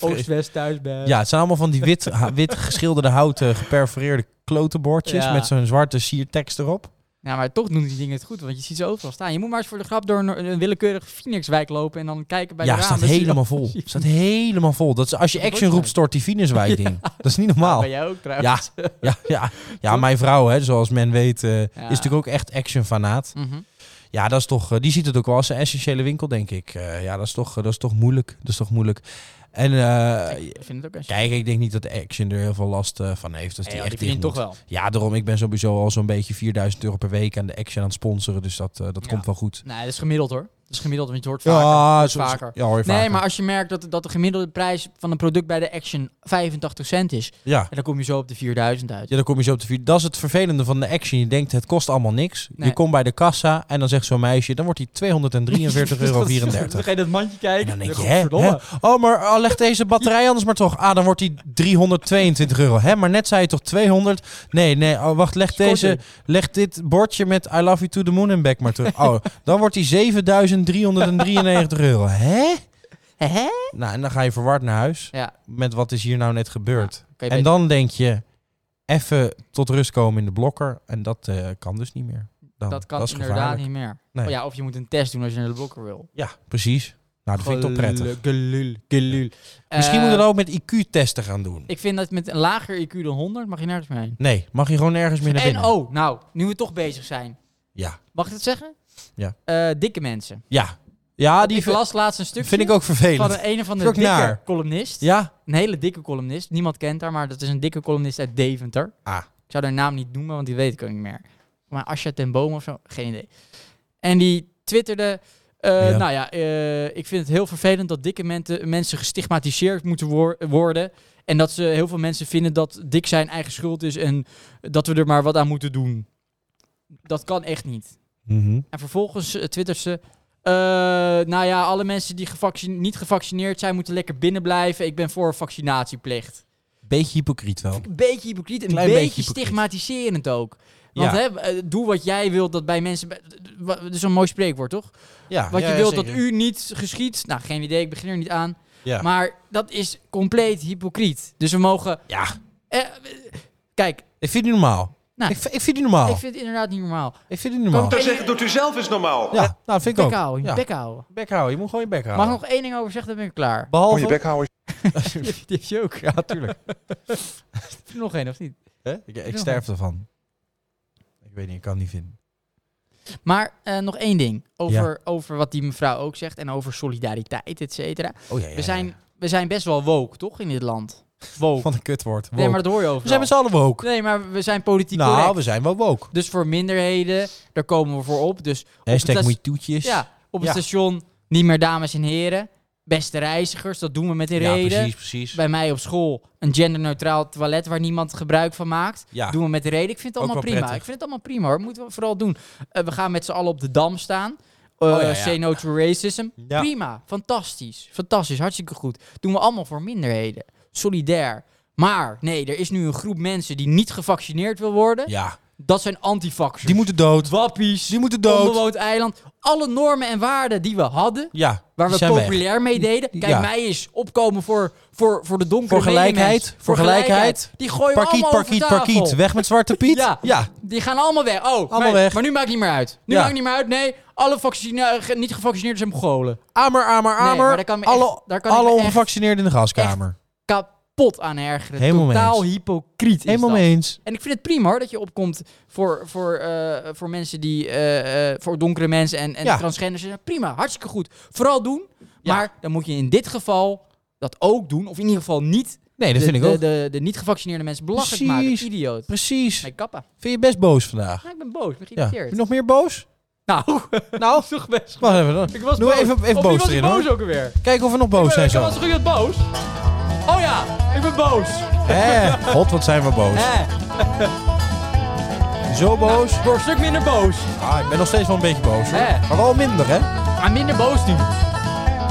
Speaker 1: Oost, west, thuis, ben.
Speaker 2: Ja, het zijn allemaal van die wit, ha- wit geschilderde houten geperforeerde klotenbordjes
Speaker 1: Ja.
Speaker 2: met zo'n zwarte siertekst erop.
Speaker 1: Ja, maar toch doen die dingen het goed, want je ziet ze overal staan. Je moet maar eens voor de grap door een, een willekeurig Phoenixwijk lopen en dan kijken bij
Speaker 2: ja,
Speaker 1: de ramen.
Speaker 2: staat
Speaker 1: dat ze-
Speaker 2: helemaal vol.
Speaker 1: zien.
Speaker 2: Staat helemaal vol. Dat is, als je
Speaker 1: Dat
Speaker 2: action
Speaker 1: wordt
Speaker 2: roept, stort die Venuswijk ding. Dat is niet
Speaker 1: Ja,
Speaker 2: normaal.
Speaker 1: ben jij ook trouwens. Ja.
Speaker 2: Ja, ja. ja mijn vrouw, hè, zoals men weet, eh, is natuurlijk ook echt action-fanaat.
Speaker 1: Mhm.
Speaker 2: Ja, dat is toch, eh, die ziet het ook wel als een essentiële winkel, denk ik. Eh, ja, dat is, toch, dat is toch moeilijk. Dat is toch moeilijk. En eh,
Speaker 1: Ik vind het ook een
Speaker 2: kijk, ik denk niet dat action er heel veel last eh, van heeft. Dat
Speaker 1: Ja,
Speaker 2: die
Speaker 1: ja,
Speaker 2: echt
Speaker 1: die
Speaker 2: dicht
Speaker 1: verdient toch
Speaker 2: moet.
Speaker 1: wel.
Speaker 2: Ja, daarom, ik ben sowieso al zo'n beetje 4000 euro per week aan de action aan het sponsoren. Dus dat, eh, dat
Speaker 1: Ja.
Speaker 2: komt wel goed.
Speaker 1: Nee, dat is gemiddeld hoor. Dat is gemiddeld, want je hoort vaker. Je hoort
Speaker 2: zo- zo-
Speaker 1: vaker.
Speaker 2: Ja, hoor je
Speaker 1: Nee,
Speaker 2: vaker.
Speaker 1: maar als je merkt dat, dat de gemiddelde prijs van een product bij de Action 85 cent is,
Speaker 2: Ja.
Speaker 1: en dan kom je zo op de 4000 uit.
Speaker 2: Ja, dan kom je zo op de vier. Dat is het vervelende van de action. Je denkt, het kost allemaal niks.
Speaker 1: Nee.
Speaker 2: Je komt bij de kassa en dan zegt zo'n meisje, dan wordt die 243,34 euro.
Speaker 1: Dan ga je dat mandje kijken.
Speaker 2: En dan denk je,
Speaker 1: Ja,
Speaker 2: hè,
Speaker 1: godverdomme.
Speaker 2: hè? Oh, maar oh, leg deze batterij anders maar toch. Ah, dan wordt die 322 euro. Hè, maar net zei je toch 200? Nee, nee, oh, wacht, leg, deze, leg dit bordje met I love you to the moon and back maar terug. Oh, dan wordt die 7393 euro. Hè?
Speaker 1: Hè?
Speaker 2: Nou, en dan ga je verward naar huis
Speaker 1: Ja,
Speaker 2: met wat is hier nou net gebeurd.
Speaker 1: kan je beter-
Speaker 2: En dan denk je, even tot rust komen in de blokker. En dat eh, kan dus niet meer. Dan.
Speaker 1: dat kan
Speaker 2: is
Speaker 1: inderdaad
Speaker 2: gevaarlijk.
Speaker 1: niet meer.
Speaker 2: Nee.
Speaker 1: Oh ja, of je moet een test doen als je naar de blokker wil.
Speaker 2: Ja, precies. Nou, dat vind ik toch prettig.
Speaker 1: Gelul, gelul, gelul.
Speaker 2: Misschien
Speaker 1: Eh,
Speaker 2: moeten we dat ook met IQ-testen gaan doen.
Speaker 1: Ik vind dat met een lager IQ dan 100 mag je nergens meer heen.
Speaker 2: Nee, mag je gewoon nergens meer naar
Speaker 1: En
Speaker 2: binnen.
Speaker 1: oh, nou, nu we toch bezig zijn.
Speaker 2: Ja,
Speaker 1: Mag ik dat zeggen?
Speaker 2: Ja.
Speaker 1: Eh, dikke mensen.
Speaker 2: ja. Ja, Ah, die
Speaker 1: ik
Speaker 2: vind,
Speaker 1: las laatst een stukje
Speaker 2: vind ik ook
Speaker 1: van
Speaker 2: vervelend.
Speaker 1: een, een of andere
Speaker 2: Vind ik
Speaker 1: dikke
Speaker 2: ook naar.
Speaker 1: columnist.
Speaker 2: Ja?
Speaker 1: Een hele dikke columnist. Niemand kent haar, maar dat is een dikke columnist uit Deventer.
Speaker 2: Ah.
Speaker 1: Ik zou haar naam niet noemen, want die weet ik ook niet meer. Maar Asja ten Boom of zo, geen idee. En die twitterde... eh,
Speaker 2: Ja.
Speaker 1: Nou ja, eh, ik vind het heel vervelend dat dikke mente- mensen gestigmatiseerd moeten woor- worden. En dat ze heel veel mensen vinden dat dik zijn eigen schuld is en dat we er maar wat aan moeten doen. Dat kan echt niet.
Speaker 2: Mhm.
Speaker 1: En vervolgens eh, twittert ze... eh, nou ja, alle mensen die gevaccine- niet gevaccineerd zijn... moeten lekker binnen blijven. Ik ben voor een vaccinatieplicht.
Speaker 2: Beetje hypocriet wel.
Speaker 1: Een beetje hypocriet. Een
Speaker 2: Klein
Speaker 1: beetje,
Speaker 2: beetje hypocriet.
Speaker 1: stigmatiserend ook. Want
Speaker 2: ja.
Speaker 1: hè, eh, doe wat jij wilt dat bij mensen... bij- wa- Dat is een mooi spreekwoord, toch?
Speaker 2: ja,
Speaker 1: Wat
Speaker 2: ja,
Speaker 1: je
Speaker 2: ja,
Speaker 1: wilt dat
Speaker 2: zeker.
Speaker 1: u niet geschiet. Nou, geen idee. Ik begin er niet aan.
Speaker 2: Ja.
Speaker 1: Maar dat is compleet hypocriet. Dus we mogen...
Speaker 2: ja,
Speaker 1: eh, eh, kijk,
Speaker 2: ik vind die normaal.
Speaker 1: Nou.
Speaker 2: ik, v- ik vind die normaal.
Speaker 1: ik vind het inderdaad niet normaal.
Speaker 2: Ik vind die normaal.
Speaker 1: Kan
Speaker 3: zou zeggen, doet u zelf eens normaal.
Speaker 2: Ja, nou, dat vind ik
Speaker 1: Bek
Speaker 2: ook.
Speaker 1: houden, je
Speaker 2: Ja.
Speaker 1: bek houden.
Speaker 2: Bek houden, je moet gewoon je bek
Speaker 1: Mag
Speaker 2: houden.
Speaker 1: ik nog één ding over zeggen, dan ben ik klaar.
Speaker 3: Kon je
Speaker 2: Behalve...
Speaker 3: bek houden.
Speaker 1: Die heb je ook.
Speaker 2: Ja, tuurlijk.
Speaker 1: Nog één, of niet?
Speaker 2: Hè? Ik, ik sterf ervan. Ik weet niet, ik kan het niet vinden.
Speaker 1: Maar eh, nog één ding over, over wat die mevrouw ook zegt en over solidariteit, et cetera.
Speaker 2: Oh ja, ja,
Speaker 1: We,
Speaker 2: ja.
Speaker 1: zijn, we zijn best wel woke, toch, in dit land? Woke.
Speaker 2: Van een kutwoord.
Speaker 1: Nee, maar
Speaker 2: Woke.
Speaker 1: dat hoor je
Speaker 2: We
Speaker 1: over.
Speaker 2: zijn met z'n allen woke.
Speaker 1: Nee, maar we zijn politiek
Speaker 2: Nou,
Speaker 1: correct.
Speaker 2: we zijn wel woke.
Speaker 1: Dus voor minderheden, daar komen we voor op. Dus
Speaker 2: Hashtag
Speaker 1: dat is-
Speaker 2: MeToo'tjes.
Speaker 1: ja, op het
Speaker 2: Ja.
Speaker 1: station niet meer dames en heren. beste reizigers, dat doen we met een
Speaker 2: ja,
Speaker 1: reden.
Speaker 2: precies, precies.
Speaker 1: Bij mij op school een genderneutraal toilet waar niemand gebruik van maakt.
Speaker 2: Ja,
Speaker 1: Doen we met de reden. Ik vind het
Speaker 2: Ook
Speaker 1: allemaal
Speaker 2: wel
Speaker 1: prima.
Speaker 2: prettig.
Speaker 1: Ik vind het allemaal prima hoor. Moeten we vooral doen. Eh, we gaan met z'n allen op de dam staan. Eh
Speaker 2: Oh, ja, ja.
Speaker 1: Say no to racism.
Speaker 2: Ja.
Speaker 1: Prima. Fantastisch. Fantastisch. Hartstikke goed. Doen we allemaal voor minderheden. Solidair. Maar nee, er is nu een groep mensen die niet gevaccineerd wil worden.
Speaker 2: ja.
Speaker 1: Dat zijn antifaxers.
Speaker 2: Die moeten dood.
Speaker 1: wappies.
Speaker 2: Die moeten dood.
Speaker 1: Onbewoond eiland. Alle normen en waarden die we hadden,
Speaker 2: Ja,
Speaker 1: waar
Speaker 2: die
Speaker 1: we
Speaker 2: zijn weg.
Speaker 1: populair mee deden. Kijk,
Speaker 2: Ja.
Speaker 1: mij is opkomen voor, voor, voor de donkere
Speaker 2: Voor gelijkheid,
Speaker 1: medemens.
Speaker 2: voor gelijkheid.
Speaker 1: Die gooien
Speaker 2: Parkiet,
Speaker 1: allemaal over
Speaker 2: parkiet,
Speaker 1: tafel.
Speaker 2: parkiet. Weg met Zwarte Piet.
Speaker 1: Ja.
Speaker 2: ja.
Speaker 1: Die gaan allemaal weg. Oh, allemaal maar,
Speaker 2: weg.
Speaker 1: maar nu maakt het niet meer uit. Nu
Speaker 2: Ja.
Speaker 1: maakt het niet meer uit. Nee, alle vaccine, ge- niet gevaccineerden zijn Mongolen.
Speaker 2: Amer, amer,
Speaker 1: Nee,
Speaker 2: amer.
Speaker 1: maar daar kan me echt-
Speaker 2: alle
Speaker 1: daar kan ik
Speaker 2: alle
Speaker 1: me echt
Speaker 2: ongevaccineerden in de gaskamer.
Speaker 1: Kapot aan ergeren.
Speaker 2: Helemaal mee
Speaker 1: Totaal
Speaker 2: eens.
Speaker 1: hypocriet is
Speaker 2: Helemaal
Speaker 1: dat.
Speaker 2: mee eens.
Speaker 1: En ik vind het prima hoor, dat je opkomt voor, voor, eh, voor mensen die, eh, eh, voor donkere mensen en, en
Speaker 2: Ja.
Speaker 1: transgenders. Prima, hartstikke goed. Vooral doen.
Speaker 2: Ja.
Speaker 1: Maar dan moet je in dit geval dat ook doen. Of in ieder geval niet
Speaker 2: Nee, dat
Speaker 1: de,
Speaker 2: vind ik
Speaker 1: de,
Speaker 2: ook.
Speaker 1: de, de niet gevaccineerde mensen belachelijk
Speaker 2: Precies.
Speaker 1: maken. Idioot.
Speaker 2: Precies.
Speaker 1: Nee, kappa.
Speaker 2: Vind je best boos vandaag?
Speaker 1: Ja, ik ben boos, ik ben
Speaker 2: Ja.
Speaker 1: geïrriteerd.
Speaker 2: Heb je nog meer boos?
Speaker 1: Nou, nou, toch best.
Speaker 2: Wacht even dan.
Speaker 1: Ik was
Speaker 2: Doe
Speaker 1: boos.
Speaker 2: even- even
Speaker 1: Of
Speaker 2: boos
Speaker 1: wie was ik
Speaker 2: erin, hoor.
Speaker 1: boos ook alweer?
Speaker 2: Kijk of we nog boos
Speaker 1: ik ben,
Speaker 2: zijn
Speaker 1: ik
Speaker 2: zo.
Speaker 1: was toch iemand boos? Oh ja, ik ben boos.
Speaker 2: Hé, god, wat zijn we boos.
Speaker 1: Hè?
Speaker 2: Zo boos.
Speaker 1: Ik word een stuk minder boos.
Speaker 2: Ah, ik ben nog steeds wel een beetje boos hoor.
Speaker 1: Hè?
Speaker 2: Maar wel Ah, minder hè.
Speaker 1: Maar minder boos nu.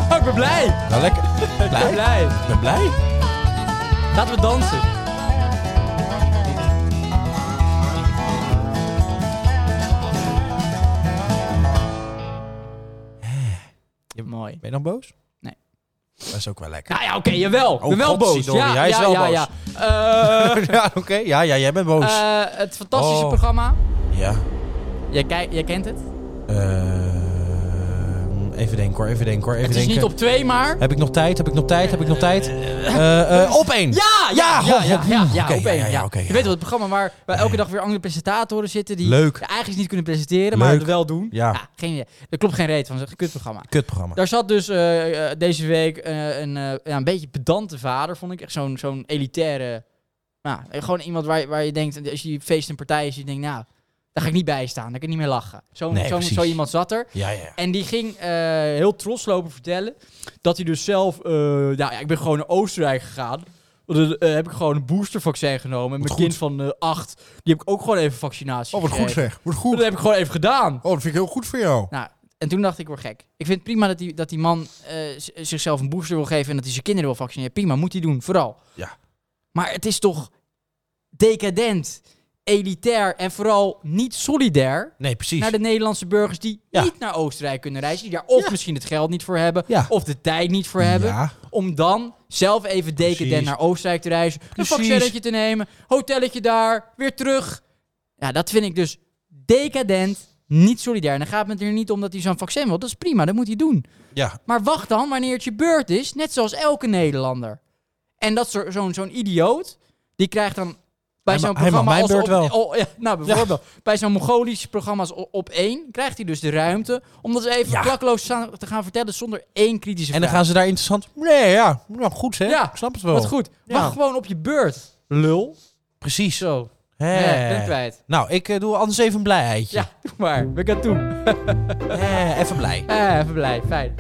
Speaker 1: Oh, ik ben blij. Ik
Speaker 2: Nou lekker.
Speaker 1: ben
Speaker 2: Blij?
Speaker 1: blij.
Speaker 2: Ik ben blij.
Speaker 1: Laten we dansen. Eh, Mooi.
Speaker 2: Ben je nog boos?
Speaker 1: Nee.
Speaker 2: Dat is ook wel lekker.
Speaker 1: Nou ja, oké, jawel. Ik ben wel boos.
Speaker 2: godzijdank,
Speaker 1: Ja,
Speaker 2: Oh, hij is
Speaker 1: ja,
Speaker 2: wel
Speaker 1: ja,
Speaker 2: boos.
Speaker 1: ja. Eh,
Speaker 2: ja, oké. Ja, ja, jij bent boos.
Speaker 1: eh, het fantastische
Speaker 2: Oh.
Speaker 1: programma.
Speaker 2: ja.
Speaker 1: Jij, kijk- jij kent het.
Speaker 2: Ehm, even denken hoor, even denken hoor, even
Speaker 1: Het is
Speaker 2: denken.
Speaker 1: niet op twee, maar...
Speaker 2: Heb ik nog tijd? Heb ik nog tijd? Heb ik nog tijd? Eh, eh, op één!
Speaker 1: Ja, ja,
Speaker 2: Ja,
Speaker 1: ja,
Speaker 2: goh,
Speaker 1: ja,
Speaker 2: goh,
Speaker 1: ja,
Speaker 2: mm,
Speaker 1: ja,
Speaker 2: oké,
Speaker 1: op één,
Speaker 2: ja, ja,
Speaker 1: ja.
Speaker 2: oké, ja.
Speaker 1: Je weet wel, het programma waar, waar elke dag weer andere presentatoren zitten die
Speaker 2: Leuk.
Speaker 1: eigenlijk iets niet kunnen presenteren,
Speaker 2: Leuk.
Speaker 1: maar het wel doen.
Speaker 2: Ja.
Speaker 1: geen idee. Er klopt geen reet van, het is echt een kutprogramma.
Speaker 2: Kutprogramma.
Speaker 1: Daar zat dus eh, eh, deze week eh, een, eh, ja, een beetje pedante vader, vond ik. Echt zo'n zo'n elitaire... Nou, eh, gewoon iemand waar, je- waar je denkt, als je feest en partij is, je denkt, nou, daar ga ik niet bij staan. Daar kan ik niet meer lachen. Zo'n
Speaker 2: Nee,
Speaker 1: zo'n-
Speaker 2: precies.
Speaker 1: zo iemand zat er.
Speaker 2: Ja, ja.
Speaker 1: En die ging eh, heel trots lopen vertellen dat hij dus zelf... eh, ja, ja, ik ben gewoon naar Oostenrijk gegaan. Want dan, eh, heb ik gewoon een boostervaccin genomen. En mijn
Speaker 2: goed. Oh,
Speaker 1: kind van eh, acht, die heb ik ook gewoon even vaccinatie gegeven.
Speaker 2: zeg. Wordt
Speaker 1: Dat heb ik gewoon even gedaan.
Speaker 2: Oh, dat vind ik heel goed voor jou.
Speaker 1: Nou, en toen dacht ik, word gek. Ik vind het prima dat die, dat die man eh, z- zichzelf een booster wil geven en dat hij zijn kinderen wil vaccineren. Prima, moet hij doen, vooral.
Speaker 2: Ja.
Speaker 1: Maar het is toch decadent, elitair en vooral niet solidair
Speaker 2: Nee, precies.
Speaker 1: naar de Nederlandse burgers die
Speaker 2: Ja.
Speaker 1: niet naar Oostenrijk kunnen reizen. Die daar of
Speaker 2: Ja.
Speaker 1: misschien het geld niet voor hebben,
Speaker 2: Ja.
Speaker 1: of de tijd niet voor hebben.
Speaker 2: Ja.
Speaker 1: Om dan zelf even decadent
Speaker 2: Precies.
Speaker 1: naar Oostenrijk te reizen, een
Speaker 2: Precies.
Speaker 1: vaccinetje te nemen, hotelletje daar, weer terug. Ja, dat vind ik dus decadent, niet solidair. En dan gaat het er niet om dat hij zo'n vaccin wil. Dat is prima, dat moet hij doen.
Speaker 2: Ja.
Speaker 1: Maar wacht dan wanneer het je beurt is, net zoals elke Nederlander. En dat zo- zo'n zo'n idioot, die krijgt dan bij
Speaker 2: Hij ma-
Speaker 1: zo'n
Speaker 2: hij mag
Speaker 1: programma
Speaker 2: mijn
Speaker 1: als
Speaker 2: beurt
Speaker 1: op,
Speaker 2: wel.
Speaker 1: oh, ja, nou, bijvoorbeeld bij zo'n Mongolisch programma's o- op één krijgt hij dus de ruimte om dat eens even
Speaker 2: Ja.
Speaker 1: klakloos sa- te gaan vertellen zonder één kritische
Speaker 2: En dan
Speaker 1: vraag.
Speaker 2: gaan ze daar interessant... Nee, ja. Nou, goed hè.
Speaker 1: Ja.
Speaker 2: Ik snap het wel.
Speaker 1: Wat goed.
Speaker 2: Ja.
Speaker 1: Wacht gewoon op je beurt. Lul.
Speaker 2: Precies.
Speaker 1: Zo.
Speaker 2: Hè.
Speaker 1: Ja, ik ben kwijt.
Speaker 2: Nou, ik eh, doe anders even een blij eitje.
Speaker 1: Ja, doe maar. We gaan toe.
Speaker 2: Hè, even blij.
Speaker 1: Eh, even blij. Fijn.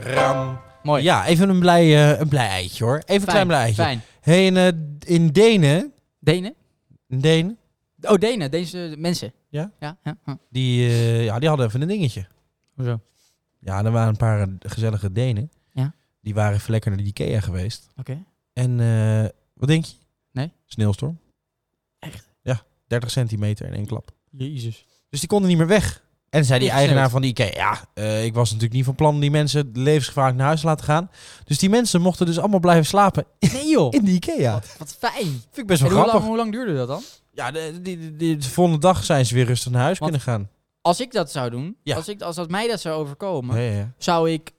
Speaker 2: Ram.
Speaker 1: Mooi.
Speaker 2: Ja, even een blij, eh, een blij eitje hoor. Even een klein
Speaker 1: fijn.
Speaker 2: blij eitje.
Speaker 1: Fijn.
Speaker 2: Hey, in, eh, in Denen...
Speaker 1: Denen?
Speaker 2: In Denen?
Speaker 1: Oh, Denen. Deze mensen.
Speaker 2: Ja?
Speaker 1: Ja. ja. Huh.
Speaker 2: Die, eh, ja, die hadden even een dingetje.
Speaker 1: Hoezo?
Speaker 2: Ja, er waren een paar eh, gezellige Denen.
Speaker 1: Ja.
Speaker 2: Die waren even lekker naar de Ikea geweest.
Speaker 1: Oké.
Speaker 2: En eh, wat denk je?
Speaker 1: Nee.
Speaker 2: Sneeuwstorm.
Speaker 1: Echt?
Speaker 2: Ja, 30 centimeter in één klap.
Speaker 1: Jezus.
Speaker 2: Dus die konden niet meer weg. En zei die
Speaker 1: Ingesneeuwd.
Speaker 2: eigenaar van de Ikea, ja, eh, ik was natuurlijk niet van plan die mensen levensgevaarlijk naar huis te laten gaan. Dus die mensen mochten dus allemaal blijven slapen
Speaker 1: Nee joh.
Speaker 2: in de Ikea.
Speaker 1: Wat, wat fijn.
Speaker 2: Vind ik best wel
Speaker 1: En hoe, lang,
Speaker 2: grappig.
Speaker 1: hoe lang duurde dat dan?
Speaker 2: Ja, de, die- die- die- de volgende dag zijn ze weer rustig naar huis
Speaker 1: Want-
Speaker 2: kunnen gaan.
Speaker 1: Als ik dat zou doen,
Speaker 2: Ja.
Speaker 1: als, ik, als dat mij dat zou overkomen,
Speaker 2: Ja, ja, ja.
Speaker 1: zou ik,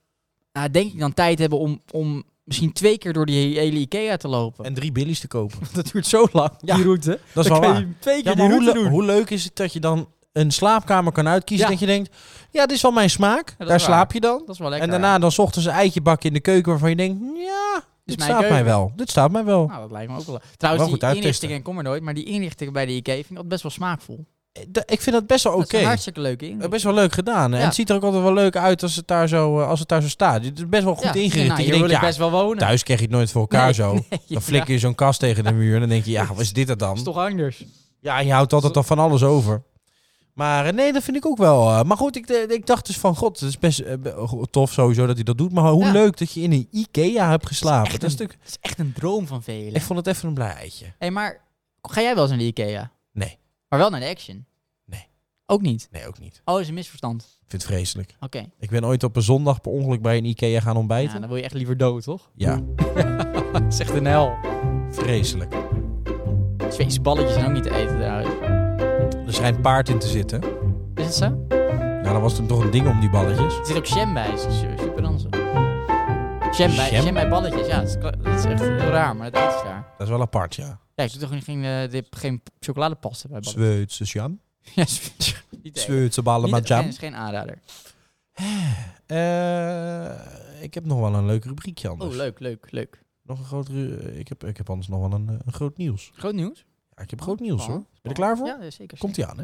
Speaker 1: nou, denk ik dan tijd hebben om, om misschien twee keer door die hele Ikea te lopen.
Speaker 2: En drie billies te kopen.
Speaker 1: Want dat duurt zo lang,
Speaker 2: Ja,
Speaker 1: die route.
Speaker 2: Dat is
Speaker 1: Dan
Speaker 2: wel
Speaker 1: kan
Speaker 2: waar.
Speaker 1: je twee keer
Speaker 2: Ja,
Speaker 1: die
Speaker 2: maar hoe,
Speaker 1: route
Speaker 2: le-
Speaker 1: doen.
Speaker 2: hoe leuk is het dat je dan een slaapkamer kan uitkiezen?
Speaker 1: Ja.
Speaker 2: Dat je denkt, ja, dit is wel mijn smaak.
Speaker 1: dat
Speaker 2: Daar
Speaker 1: is waar.
Speaker 2: slaap je dan.
Speaker 1: Dat is wel lekker.
Speaker 2: en daarna dan 's ochtends een eitje bakken in de keuken waarvan je denkt, ja,
Speaker 1: is
Speaker 2: Dit
Speaker 1: mijn
Speaker 2: staat mij
Speaker 1: keuken.
Speaker 2: wel. Dit staat mij wel.
Speaker 1: Nou, dat lijkt me ook wel. Trouwens,
Speaker 2: Wel goed
Speaker 1: die
Speaker 2: uittesten.
Speaker 1: inrichting, en kom er nooit, maar die inrichting bij de IKEA vind ik altijd best wel smaakvol.
Speaker 2: Eh, da- Ik vind dat best wel
Speaker 1: Dat
Speaker 2: oké.
Speaker 1: is een hartstikke leuke
Speaker 2: Eh,
Speaker 1: inrichting.
Speaker 2: Best wel leuk gedaan. hè.
Speaker 1: Ja.
Speaker 2: En het ziet er ook altijd wel leuk uit als het daar zo, eh, als het daar zo staat. Het is best wel goed
Speaker 1: Ja,
Speaker 2: ingericht.
Speaker 1: nou,
Speaker 2: Dat je
Speaker 1: hier wil
Speaker 2: denkt,
Speaker 1: ik
Speaker 2: ja,
Speaker 1: best wel wonen.
Speaker 2: thuis krijg je het nooit voor elkaar
Speaker 1: Nee,
Speaker 2: zo.
Speaker 1: Ja,
Speaker 2: Dan flikker je zo'n kast tegen de muur en dan denk je, ja, wat is dit er
Speaker 1: dat is
Speaker 2: dan?
Speaker 1: toch anders.
Speaker 2: Ja, en je houdt altijd dan van alles over. Maar eh, nee, dat vind ik ook wel. eh, maar goed, ik, eh, ik dacht dus van, god, het is best eh, be- go- tof sowieso dat hij dat doet. Maar hoe
Speaker 1: Ja.
Speaker 2: leuk dat je in een Ikea hebt geslapen.
Speaker 1: echt
Speaker 2: Dat is
Speaker 1: een-
Speaker 2: natuurlijk,
Speaker 1: Dat is echt een droom van velen.
Speaker 2: ik vond het even een blij eitje.
Speaker 1: hey, maar ga jij wel eens naar de IKEA?
Speaker 2: Nee.
Speaker 1: Maar wel naar de Action?
Speaker 2: Nee.
Speaker 1: Ook niet?
Speaker 2: Nee, ook niet.
Speaker 1: Oh, is een misverstand.
Speaker 2: Ik vind het vreselijk.
Speaker 1: Oké.
Speaker 2: Ik ben ooit op een zondag per ongeluk bij een Ikea gaan
Speaker 1: Ja,
Speaker 2: ontbijten.
Speaker 1: dan wil je echt liever dood, toch?
Speaker 2: Ja,
Speaker 1: Dat is echt een hel.
Speaker 2: vreselijk.
Speaker 1: Zweedse balletjes zijn ook niet te eten trouwens.
Speaker 2: Er schijnt paard in te zitten.
Speaker 1: Is het zo?
Speaker 2: Nou, dan was toen toch een ding om die balletjes.
Speaker 1: Er zit ook jam bij, is super dansen. Jam bij,
Speaker 2: Jam?
Speaker 1: jam bij balletjes, ja. Dat is, dat is echt heel raar, maar dat is raar.
Speaker 2: Dat is wel apart, ja.
Speaker 1: Ja, ik doe toch geen, geen, eh, dit- geen chocoladepasta bij balletjes.
Speaker 2: Zweedse jam.
Speaker 1: Ja, Zweedse- niet eten.
Speaker 2: Zweedse ballen
Speaker 1: Niet-
Speaker 2: met jam.
Speaker 1: nee, is geen aanrader.
Speaker 2: Eh, ik heb nog wel een leuk rubriekje anders.
Speaker 1: Oh, leuk, leuk, leuk.
Speaker 2: Nog een groot ru- eh, ik, heb, ik heb anders nog wel een, eh, een groot nieuws.
Speaker 1: Groot nieuws.
Speaker 2: Ja, ik heb groot nieuws hoor.
Speaker 1: Spannend,
Speaker 2: Ben je er klaar voor?
Speaker 1: Oh, nou. Ja, zeker.
Speaker 2: Komt ie aan, hè?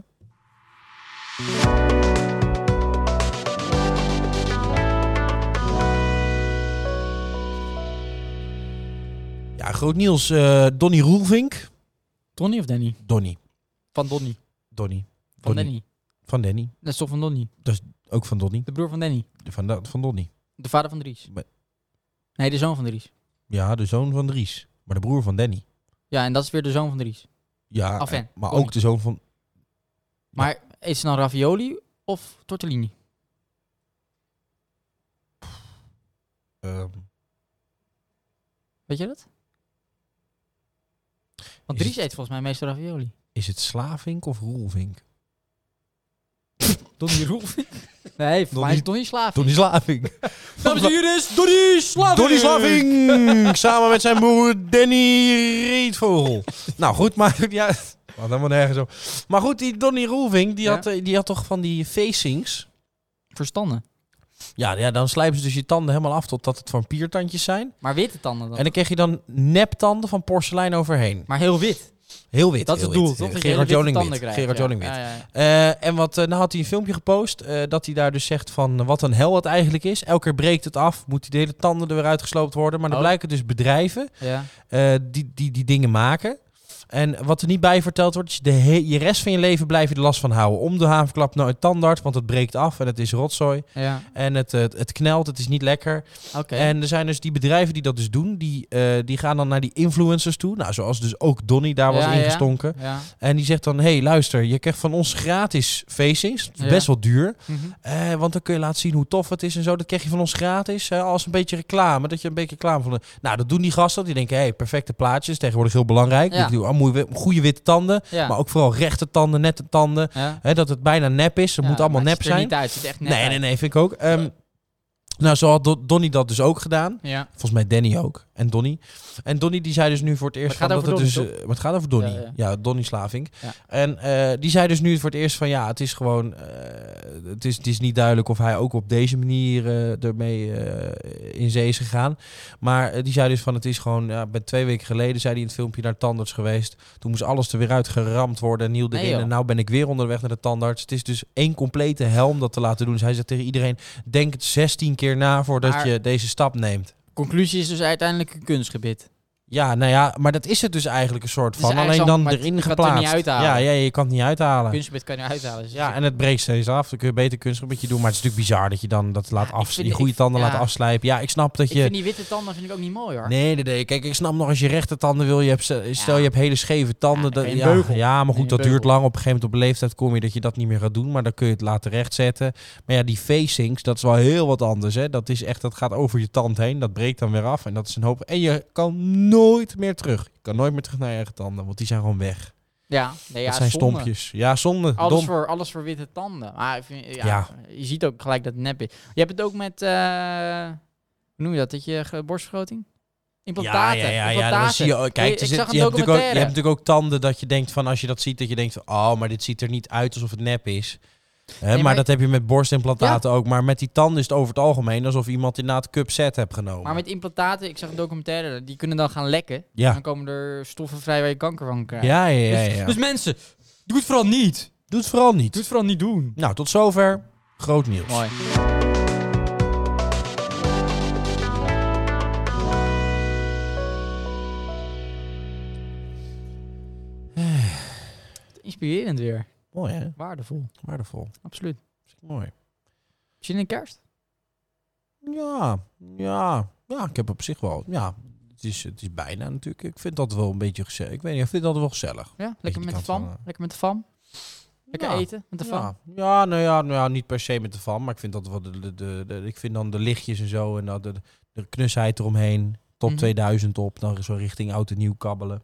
Speaker 2: Ja, groot nieuws. eh Donny Roelvink.
Speaker 1: Donny of Danny?
Speaker 2: Donny.
Speaker 1: Van Donny.
Speaker 2: Donny.
Speaker 1: Van
Speaker 2: Donny.
Speaker 1: Danny.
Speaker 2: Van Danny.
Speaker 1: Dat is toch van Donny?
Speaker 2: Ook van Donny.
Speaker 1: De broer van Danny.
Speaker 2: Van, da- van Donny.
Speaker 1: De vader van Dries.
Speaker 2: Maar-
Speaker 1: Nee, de zoon van Dries.
Speaker 2: Ja, de zoon van Dries. Maar de broer van Danny.
Speaker 1: Ja, en dat is weer de zoon van Dries.
Speaker 2: Ja,
Speaker 1: Enfin,
Speaker 2: eh, maar
Speaker 1: Donny.
Speaker 2: ook de zoon van...
Speaker 1: Maar is het dan ravioli of tortellini?
Speaker 2: ehm,
Speaker 1: Weet je dat? Want
Speaker 2: Is
Speaker 1: Dries
Speaker 2: het-
Speaker 1: eet volgens mij meestal ravioli.
Speaker 2: is het Slavink of Roelvink?
Speaker 1: Donnie Roelf. Nee, voor
Speaker 2: Donnie-
Speaker 1: mij is Donnie Slaaf.
Speaker 2: Donny Slavink.
Speaker 1: Dames en heren, is Donnie Slaaf.
Speaker 2: Donny Slaving! Samen met zijn broer Danny Rietvogel. nou goed, maar ja, het gaat helemaal nergens op. Maar goed, die Donny Roelvink, die,
Speaker 1: Ja.
Speaker 2: had, eh, die had toch van die facings.
Speaker 1: Verstanden.
Speaker 2: Ja, ja, dan slijpen ze dus je tanden helemaal af totdat het vampiertandjes zijn.
Speaker 1: Maar witte tanden dan.
Speaker 2: En dan krijg je dan neptanden van porselein overheen.
Speaker 1: Maar heel wit.
Speaker 2: Heel wit.
Speaker 1: dat is
Speaker 2: heel
Speaker 1: het doel,
Speaker 2: wit.
Speaker 1: toch? Dat je hele
Speaker 2: Gerard
Speaker 1: witte
Speaker 2: Joling
Speaker 1: tanden
Speaker 2: wit.
Speaker 1: krijgt,
Speaker 2: Gerard
Speaker 1: ja.
Speaker 2: Joling wit.
Speaker 1: Ja, ja, ja.
Speaker 2: Eh, en wat, eh, nou had hij een filmpje gepost eh, dat hij daar dus zegt van eh, wat een hel het eigenlijk is. Elke keer breekt het af, moet die de hele tanden er weer uitgesloopt worden. Maar dan
Speaker 1: Oh.
Speaker 2: blijken dus bedrijven
Speaker 1: Ja.
Speaker 2: eh, die, die die dingen maken. En wat er niet bij verteld wordt, is de he- je rest van je leven blijf je er last van houden. Om de havenklap naar het tandarts, want het breekt af en het is rotzooi.
Speaker 1: Ja,
Speaker 2: En het, eh, het, knelt, het is niet lekker.
Speaker 1: oké.
Speaker 2: En er zijn dus die bedrijven die dat dus doen, die, eh, die gaan dan naar die influencers toe. Nou, zoals dus ook Donny daar was
Speaker 1: Ja, ja.
Speaker 2: ingestonken.
Speaker 1: Ja.
Speaker 2: En die zegt dan, hé hey, luister, je krijgt van ons gratis facings. Het is
Speaker 1: Ja.
Speaker 2: Best wel duur.
Speaker 1: Mhm.
Speaker 2: Eh, want dan kun je laten zien hoe tof het is en zo. Dat krijg je van ons gratis eh, als een beetje reclame. Dat je een beetje reclame van... de- Nou, dat doen die gasten. Die denken, hé, hey, perfecte plaatjes. Tegenwoordig heel belangrijk.
Speaker 1: Ja.
Speaker 2: Ik doe, ah, moe- we- goede witte tanden.
Speaker 1: Ja.
Speaker 2: Maar ook vooral rechte tanden, nette tanden.
Speaker 1: ja.
Speaker 2: Hè, dat het bijna nep is. Het moet allemaal nep
Speaker 1: Het
Speaker 2: zijn.
Speaker 1: ziet er niet uit, het ziet echt nep
Speaker 2: nee,
Speaker 1: uit.
Speaker 2: nee, nee, vind ik ook. Ehm, Nou, zo had Do- Donnie dat dus ook gedaan.
Speaker 1: Ja.
Speaker 2: Volgens mij Danny ook. En Donnie. En Donnie die zei dus nu voor het eerst...
Speaker 1: Maar het gaat
Speaker 2: van
Speaker 1: over
Speaker 2: dat het
Speaker 1: Donnie,
Speaker 2: dus, eh, maar het gaat over Donnie.
Speaker 1: Ja,
Speaker 2: Ja,
Speaker 1: ja.
Speaker 2: Donnie Slavink.
Speaker 1: Ja.
Speaker 2: En eh, die zei dus nu voor het eerst van... Ja, het is gewoon... eh, het, is, het is niet duidelijk of hij ook op deze manier eh, ermee eh, in zee is gegaan. Maar eh, die zei dus van... Het is gewoon... Ja, ik ben twee weken geleden zei hij in het filmpje naar de tandarts geweest. Toen moest alles er weer uit geramd worden. En hield
Speaker 1: Nee,
Speaker 2: erin.
Speaker 1: joh.
Speaker 2: en nou ben ik weer onderweg naar de tandarts. Het is dus één complete hel om dat te laten doen. Dus hij zegt tegen iedereen... Denk het 16 keer na voordat
Speaker 1: Maar-
Speaker 2: je deze stap neemt.
Speaker 1: Conclusie is dus uiteindelijk een kunstgebit.
Speaker 2: Ja, nou ja, maar dat is het dus eigenlijk een
Speaker 1: Het
Speaker 2: soort
Speaker 1: is
Speaker 2: van. Alleen
Speaker 1: eigenlijk zo,
Speaker 2: dan
Speaker 1: maar
Speaker 2: erin
Speaker 1: je kan het er
Speaker 2: geplaatst.
Speaker 1: niet uithalen.
Speaker 2: Ja, ja, je kan het niet uithalen.
Speaker 1: Kunstgebit kan je eruit halen. Dus
Speaker 2: ja, en het breekt steeds af. Dan kun je beter kunstgebitje doen. Maar het is natuurlijk bizar dat je dan dat laat
Speaker 1: ik
Speaker 2: af,
Speaker 1: vind-
Speaker 2: die goede
Speaker 1: ik-
Speaker 2: tanden
Speaker 1: ja.
Speaker 2: laat afslijpen. Ja, ik snap dat
Speaker 1: ik
Speaker 2: je...
Speaker 1: vind die witte tanden vind ik ook niet mooi hoor.
Speaker 2: Nee, nee, nee. Kijk, ik snap nog als je rechte tanden wil. Je hebt, ze- stel,
Speaker 1: Ja.
Speaker 2: je hebt hele scheve tanden.
Speaker 1: Ja,
Speaker 2: dat-
Speaker 1: geen
Speaker 2: ja,
Speaker 1: beugel.
Speaker 2: ja, maar
Speaker 1: Geen
Speaker 2: goed, dat
Speaker 1: beugel.
Speaker 2: duurt lang. Op een gegeven moment op een leeftijd kom je dat je dat niet meer gaat doen. Maar dan kun je het laten rechtzetten. Maar ja, die facings, dat is wel heel wat anders. Hè. Dat is echt, dat gaat over je tand heen. Dat breekt dan weer af. En dat is een hoop. En je kan nooit meer terug. Je kan nooit meer terug naar je eigen tanden. Want die zijn gewoon weg.
Speaker 1: Ja, nee, ja
Speaker 2: dat zijn
Speaker 1: zonde.
Speaker 2: stompjes. Ja, zonde.
Speaker 1: Alles
Speaker 2: Dom.
Speaker 1: voor, alles voor witte tanden. Maar ik vind, ja,
Speaker 2: Ja.
Speaker 1: Je ziet ook gelijk dat het nep is. Je hebt het ook met, eh, hoe noem je dat, dat je ge- borstvergroting?
Speaker 2: Ja,
Speaker 1: Implantaten.
Speaker 2: ja, ja, ja.
Speaker 1: implantaten.
Speaker 2: Dan zie je, ook-
Speaker 1: Ik-
Speaker 2: kijk, er
Speaker 1: ik
Speaker 2: zit-
Speaker 1: zag een
Speaker 2: je, hebt natuurlijk ook, je
Speaker 1: documentaire.
Speaker 2: hebt natuurlijk ook tanden dat je denkt van als je dat ziet, dat je denkt van oh, maar dit ziet er niet uit alsof het nep is. Hè,
Speaker 3: Nee,
Speaker 2: maar,
Speaker 3: maar-
Speaker 2: dat heb je met borstimplantaten ook. Maar met die tanden is het over het algemeen alsof iemand inderdaad cup set hebt genomen.
Speaker 1: Maar met implantaten, ik zag een documentaire, die kunnen dan gaan lekken.
Speaker 2: ja.
Speaker 1: Dan komen er stoffen vrij waar je kanker van krijgt.
Speaker 2: Ja, ja, ja,
Speaker 1: Dus,
Speaker 2: ja.
Speaker 1: dus mensen, doe het vooral niet.
Speaker 2: Doe het vooral niet.
Speaker 1: Doe het vooral niet doen.
Speaker 2: Nou, tot zover. Groot nieuws.
Speaker 1: Mooi. Inspirerend weer.
Speaker 2: Mooi, hè?
Speaker 1: Eh. Waardevol.
Speaker 2: Waardevol.
Speaker 1: Absoluut.
Speaker 2: Mooi.
Speaker 1: Zin in kerst?
Speaker 2: Ja, ja. Ja, ik heb op zich wel... Ja, het is, het is bijna natuurlijk. Ik vind dat wel een beetje gezellig. Ik weet niet, ik vind dat wel gezellig.
Speaker 1: Ja,
Speaker 2: Beetje
Speaker 1: lekker met
Speaker 2: die
Speaker 1: de
Speaker 2: kant
Speaker 1: fam.
Speaker 2: van, eh.
Speaker 1: Lekker met de fam. Lekker
Speaker 2: Ja.
Speaker 1: eten met de fam.
Speaker 2: Ja, ja, nou ja, nou ja, niet per se met de van, maar ik vind dat wel de, de, de, de- ik vind dan de lichtjes en zo en dat de, de knusheid eromheen. Top
Speaker 1: Mhm.
Speaker 2: 2000 op, dan zo richting oud en nieuw kabbelen.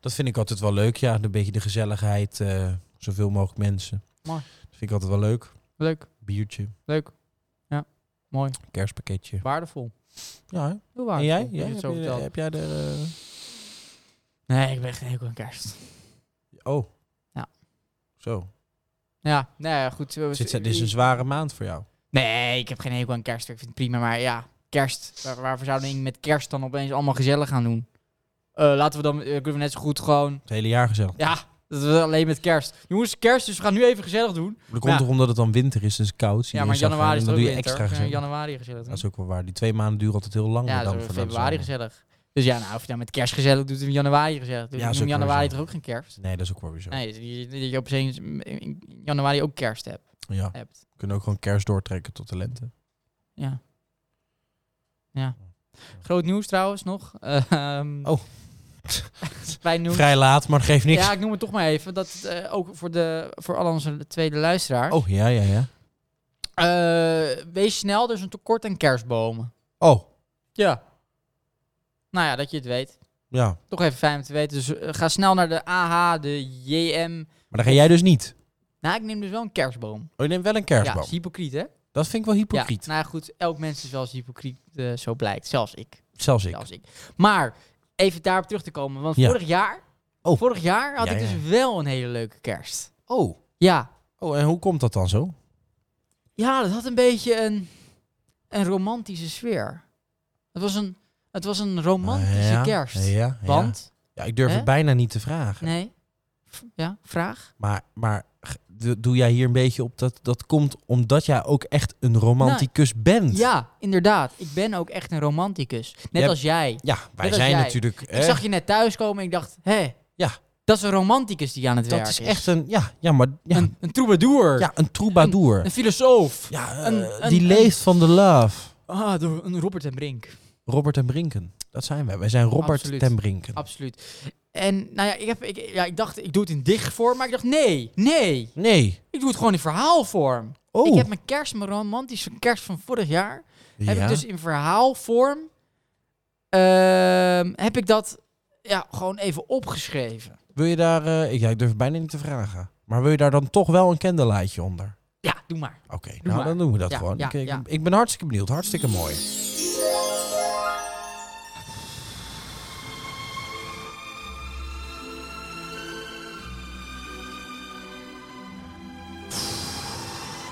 Speaker 2: Dat vind ik altijd wel leuk, ja. Een beetje de gezelligheid, eh, zoveel mogelijk mensen.
Speaker 1: Mooi.
Speaker 2: Dat vind ik altijd wel leuk.
Speaker 1: Leuk,
Speaker 2: Biertje,
Speaker 1: leuk. Ja, mooi.
Speaker 2: kerstpakketje.
Speaker 1: Waardevol.
Speaker 2: Ja, hè?
Speaker 1: Heel
Speaker 2: en
Speaker 1: waardevol.
Speaker 2: jij?
Speaker 1: dat
Speaker 2: jij
Speaker 1: je
Speaker 2: heb,
Speaker 1: het zo
Speaker 2: je-
Speaker 1: vertelt.
Speaker 2: heb jij de...
Speaker 1: Nee, ik ben echt een hekel aan kerst.
Speaker 2: eh, oh.
Speaker 1: Ja.
Speaker 2: Zo.
Speaker 1: Ja, nou ja, goed. We-
Speaker 2: Zit, dit is een zware maand voor jou.
Speaker 1: Nee, ik heb geen hekel aan kerst. Ik vind het prima, maar ja, kerst. Waar, waarvoor zouden we met kerst dan opeens allemaal gezellig gaan doen? Eh, laten we dan, eh, kunnen we net zo goed gewoon,
Speaker 2: Het hele jaar gezellig.
Speaker 1: ja, dat we alleen met kerst. Jongens, kerst, dus we gaan nu even gezellig doen.
Speaker 2: Dat komt
Speaker 1: Ja.
Speaker 2: toch omdat het dan winter is, dus koud. zie
Speaker 1: Ja,
Speaker 2: je
Speaker 1: maar
Speaker 2: en zo
Speaker 1: januari
Speaker 2: gaan,
Speaker 1: is
Speaker 2: en
Speaker 1: het ook
Speaker 2: dan doe je
Speaker 1: winter.
Speaker 2: extra
Speaker 1: We gaan
Speaker 2: gezellig.
Speaker 1: januari gezellig doen.
Speaker 2: Dat is ook wel waar. Die twee maanden duren altijd heel lang.
Speaker 1: Hm. Ja,
Speaker 2: dan
Speaker 1: dat is
Speaker 2: voor
Speaker 1: in
Speaker 2: dat
Speaker 1: februari
Speaker 2: soort
Speaker 1: gezellig. Dus ja, nou, of je nou met kerst gezellig doet, of in januari gezellig doet.
Speaker 2: Ja,
Speaker 1: Ja,
Speaker 2: is
Speaker 1: noem
Speaker 2: ook
Speaker 1: januari
Speaker 2: weer zo.
Speaker 1: toch ook geen kerst?
Speaker 2: dingen. Nee, dat is ook wel weer zo.
Speaker 1: Nee, dus dat je, dat je opeens in januari ook kerst hebt.
Speaker 2: Ja,
Speaker 1: hebt.
Speaker 2: we kunnen ook gewoon kerst doortrekken tot de lente.
Speaker 1: Ja. Ja. Groot nieuws trouwens nog. Eh, ehm,
Speaker 2: Oh.
Speaker 1: Klein nieuws.
Speaker 2: Vrij laat, maar geeft niks.
Speaker 1: Ja, ik noem het toch maar even. Dat eh, ook voor, de, voor al onze tweede luisteraar. Eh,
Speaker 2: Oh, ja, ja, ja.
Speaker 1: wees snel, er is een tekort aan kerstbomen.
Speaker 2: Oh,
Speaker 1: Ja. Nou ja, dat je het weet.
Speaker 2: ja.
Speaker 1: Toch even fijn om te weten. Dus eh, ga snel naar de AH, de JM.
Speaker 2: Maar dan ga jij dus niet.
Speaker 1: Nou, ik neem dus wel een kerstboom.
Speaker 2: Oh, je neemt wel een
Speaker 1: Ja,
Speaker 2: kerstboom.
Speaker 1: is hypocriet, hè?
Speaker 2: dat vind ik wel hypocriet.
Speaker 1: Ja, nou ja, goed. Elk mens is wel eens hypocriet, eh, zo blijkt. Zelfs ik.
Speaker 2: Zelfs ik.
Speaker 1: nou, Zelfs ik. Maar even daarop terug te komen. Want
Speaker 2: Ja.
Speaker 1: vorig jaar,
Speaker 2: Oh.
Speaker 1: vorig jaar had
Speaker 2: Ja,
Speaker 1: ik
Speaker 2: ja.
Speaker 1: dus wel een hele leuke kerst.
Speaker 2: Oh.
Speaker 1: Ja.
Speaker 2: oh, en hoe komt dat dan zo?
Speaker 1: Ja, dat had een beetje een, een romantische sfeer. Het was een, het was een romantische
Speaker 2: Ah, ja,
Speaker 1: kerst.
Speaker 2: Ja, ja.
Speaker 1: Want,
Speaker 2: Ja, ik durf
Speaker 1: Hè?
Speaker 2: het bijna niet te vragen.
Speaker 1: nee. F- Ja, vraag.
Speaker 2: Maar, maar g- do- doe jij hier een beetje op dat dat komt omdat jij ook echt een romanticus bent?
Speaker 1: Ja, inderdaad. Ik ben ook echt een romanticus. Net
Speaker 2: Jij-
Speaker 1: als jij.
Speaker 2: Hm. Ja, wij
Speaker 1: Net als
Speaker 2: zijn
Speaker 1: jij.
Speaker 2: natuurlijk...
Speaker 1: Ik
Speaker 2: hè,
Speaker 1: zag je net thuiskomen en ik dacht, hé,
Speaker 2: Ja.
Speaker 1: dat is een romanticus die aan het werk
Speaker 2: dat is echt een... Ja, ja maar... Ja,
Speaker 1: Een, een troubadour.
Speaker 2: ja, een troubadour.
Speaker 1: Een filosoof.
Speaker 2: Ja, eh,
Speaker 1: Een- een-
Speaker 2: die
Speaker 1: een-
Speaker 2: leeft van de love.
Speaker 1: Ah, door een Robert en Brink.
Speaker 2: Robert en Brinken. Dat zijn wij. Wij zijn Robert
Speaker 1: Absoluut.
Speaker 2: ten Brinken.
Speaker 1: Absoluut. En nou ja ik, heb, ik, ja, ik dacht, ik doe het in dichtvorm, maar ik dacht, nee, nee.
Speaker 2: nee.
Speaker 1: Ik doe het gewoon in verhaalvorm.
Speaker 2: Oh.
Speaker 1: Ik heb mijn kerst, mijn romantische kerst van vorig jaar, heb
Speaker 2: Ja.
Speaker 1: ik dus in verhaalvorm, ehm, heb ik dat ja, gewoon even opgeschreven.
Speaker 2: Wil je daar... eh, ik- ja, ik durf het bijna niet te vragen. Maar wil je daar dan toch wel een candlelightje onder?
Speaker 1: Ja, doe maar.
Speaker 2: Oké, nou
Speaker 1: maar.
Speaker 2: dan doen we dat
Speaker 1: Ja,
Speaker 2: gewoon.
Speaker 1: ja,
Speaker 2: ik, ik,
Speaker 1: ja.
Speaker 2: ik ben hartstikke benieuwd. Hartstikke mooi.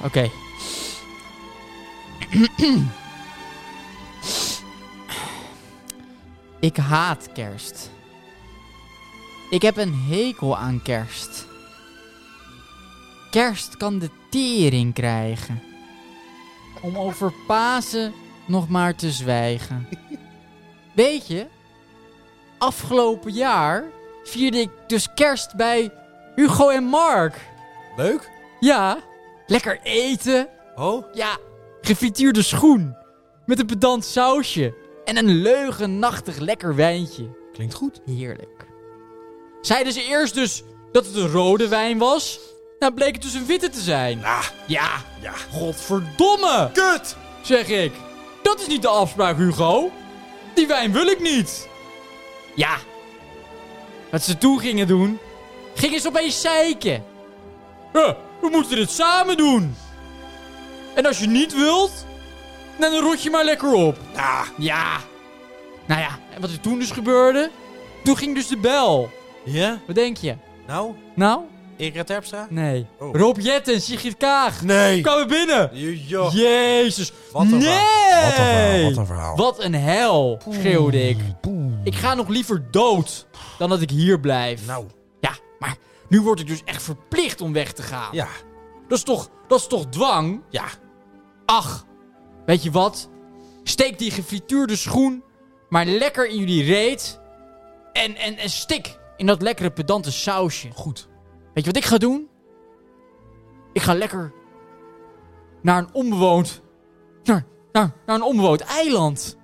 Speaker 1: Oké. ik haat kerst. Ik heb een hekel aan kerst. Kerst kan de tering krijgen. Om over Pasen nog maar te zwijgen. Weet je, afgelopen jaar vierde ik dus kerst bij Hugo en Mark.
Speaker 2: Leuk?
Speaker 1: Ja, lekker eten.
Speaker 2: Oh?
Speaker 1: Ja, gefrituurde schoen. Met een pedant sausje. En een leugenachtig lekker wijntje.
Speaker 2: Klinkt goed.
Speaker 1: Heerlijk. Zeiden ze eerst dus dat het een rode wijn was. Nou bleek het dus een witte te zijn.
Speaker 2: Ah,
Speaker 1: Ja,
Speaker 2: ja.
Speaker 1: godverdomme,
Speaker 2: Kut!
Speaker 1: zeg ik. Dat is niet de afspraak, Hugo. Die wijn wil ik niet. Ja. Wat ze toen gingen doen, gingen ze opeens zeiken. Huh, we moeten dit samen doen. En als je niet wilt, dan rot je maar lekker op.
Speaker 2: Ah,
Speaker 1: Ja. Nou ja, en wat er toen dus gebeurde, toen ging dus de bel.
Speaker 2: ja?
Speaker 1: Wat denk je?
Speaker 2: Nou?
Speaker 1: Nou,
Speaker 2: Erika Terpstra?
Speaker 1: Nee.
Speaker 2: Oh.
Speaker 1: Rob Jetten, Sigrid Kaag.
Speaker 2: Nee.
Speaker 1: Komen binnen.
Speaker 2: Jo.
Speaker 1: Jezus.
Speaker 2: Wat een
Speaker 1: nee.
Speaker 2: verhaal. Wat een verhaal. Wat een verhaal.
Speaker 1: Wat een hel, schreeuwde ik.
Speaker 2: Poeh.
Speaker 1: Ik ga nog liever dood dan dat ik hier blijf.
Speaker 2: Nou,
Speaker 1: Ja, maar nu word ik dus echt verplicht om weg te gaan.
Speaker 2: ja.
Speaker 1: Dat, is toch, dat is toch dwang?
Speaker 2: Ja.
Speaker 1: Ach, weet je wat? Steek die gefrituurde schoen maar lekker in jullie reet. En, en, en stik in dat lekkere pedante sausje.
Speaker 2: Goed.
Speaker 1: Weet je wat ik ga doen? Ik ga lekker naar een onbewoond... Naar, naar, naar een onbewoond eiland.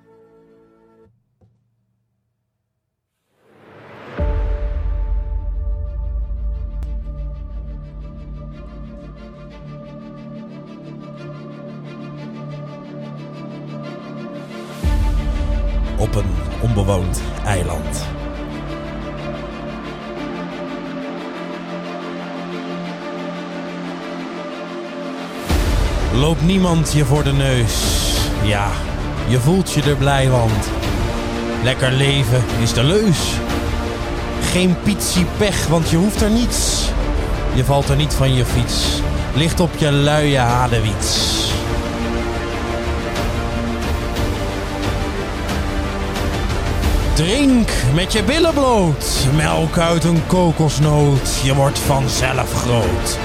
Speaker 2: Op een onbewoond eiland. Loopt niemand je voor de neus. Ja, je voelt je er blij van. Lekker leven is de leus. Geen pitsie pech, want je hoeft er niets. Je valt er niet van je fiets. Ligt op je luie hadewiets. Drink met je billen bloot. Melk uit een kokosnoot. Je wordt vanzelf groot.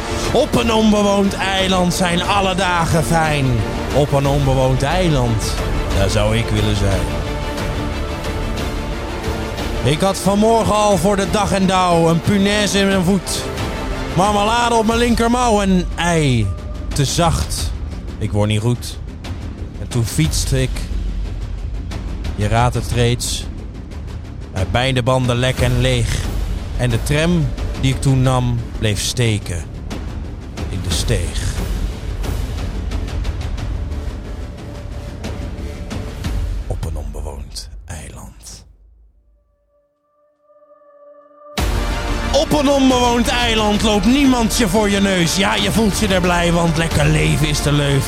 Speaker 2: Op een onbewoond eiland zijn alle dagen fijn. Op een onbewoond eiland, daar zou ik willen zijn. Ik had vanmorgen al voor de dag en dauw een punaise in mijn voet. Marmelade op mijn linkermouw en ei. Te zacht. Ik word niet goed. En toen fietste ik. Je raadt het reeds. Met beide banden lek en leeg. En de tram die ik toen nam, bleef steken. In de steeg. Op een onbewoond eiland. Op een onbewoond eiland loopt niemand je voor je neus. Ja, je voelt je er blij, want lekker leven is de leug.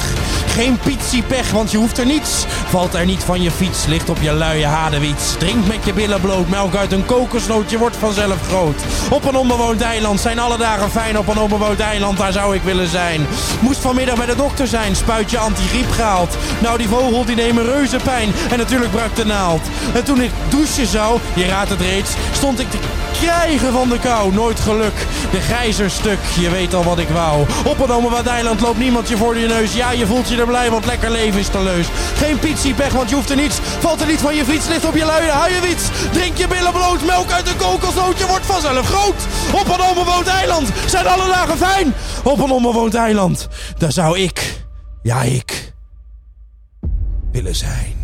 Speaker 2: Geen pitsie pech, want je hoeft er niets. Valt er niet van je fiets, ligt op je luie hadewiets. Drink met je billen bloot, melk uit een kokosnoot, je wordt vanzelf groot. Op een onbewoond eiland zijn alle dagen fijn. Op een onbewoond eiland, daar zou ik willen zijn. Moest vanmiddag bij de dokter zijn, spuitje antigriep gehaald. Nou, die vogel die neemt me reuze pijn. En natuurlijk brak de naald. En toen ik douchen zou, je raadt het reeds, stond ik te krijgen van de kou. Nooit geluk. De gijzer stuk. Je weet al wat ik wou. Op een onbewaard eiland loopt niemand je voor je neus. Ja, je voelt je er blij, want lekker leven is te leus. Geen pitsie pech, want je hoeft er niets. Valt er niet van je fiets, ligt op je luie huienwiets. Drink je billen bloot, melk uit een kokosnoot. Je wordt vanzelf groot. Op een onbewoond eiland zijn alle dagen fijn. Op een onbewoond eiland, daar zou ik, ja ik, willen zijn.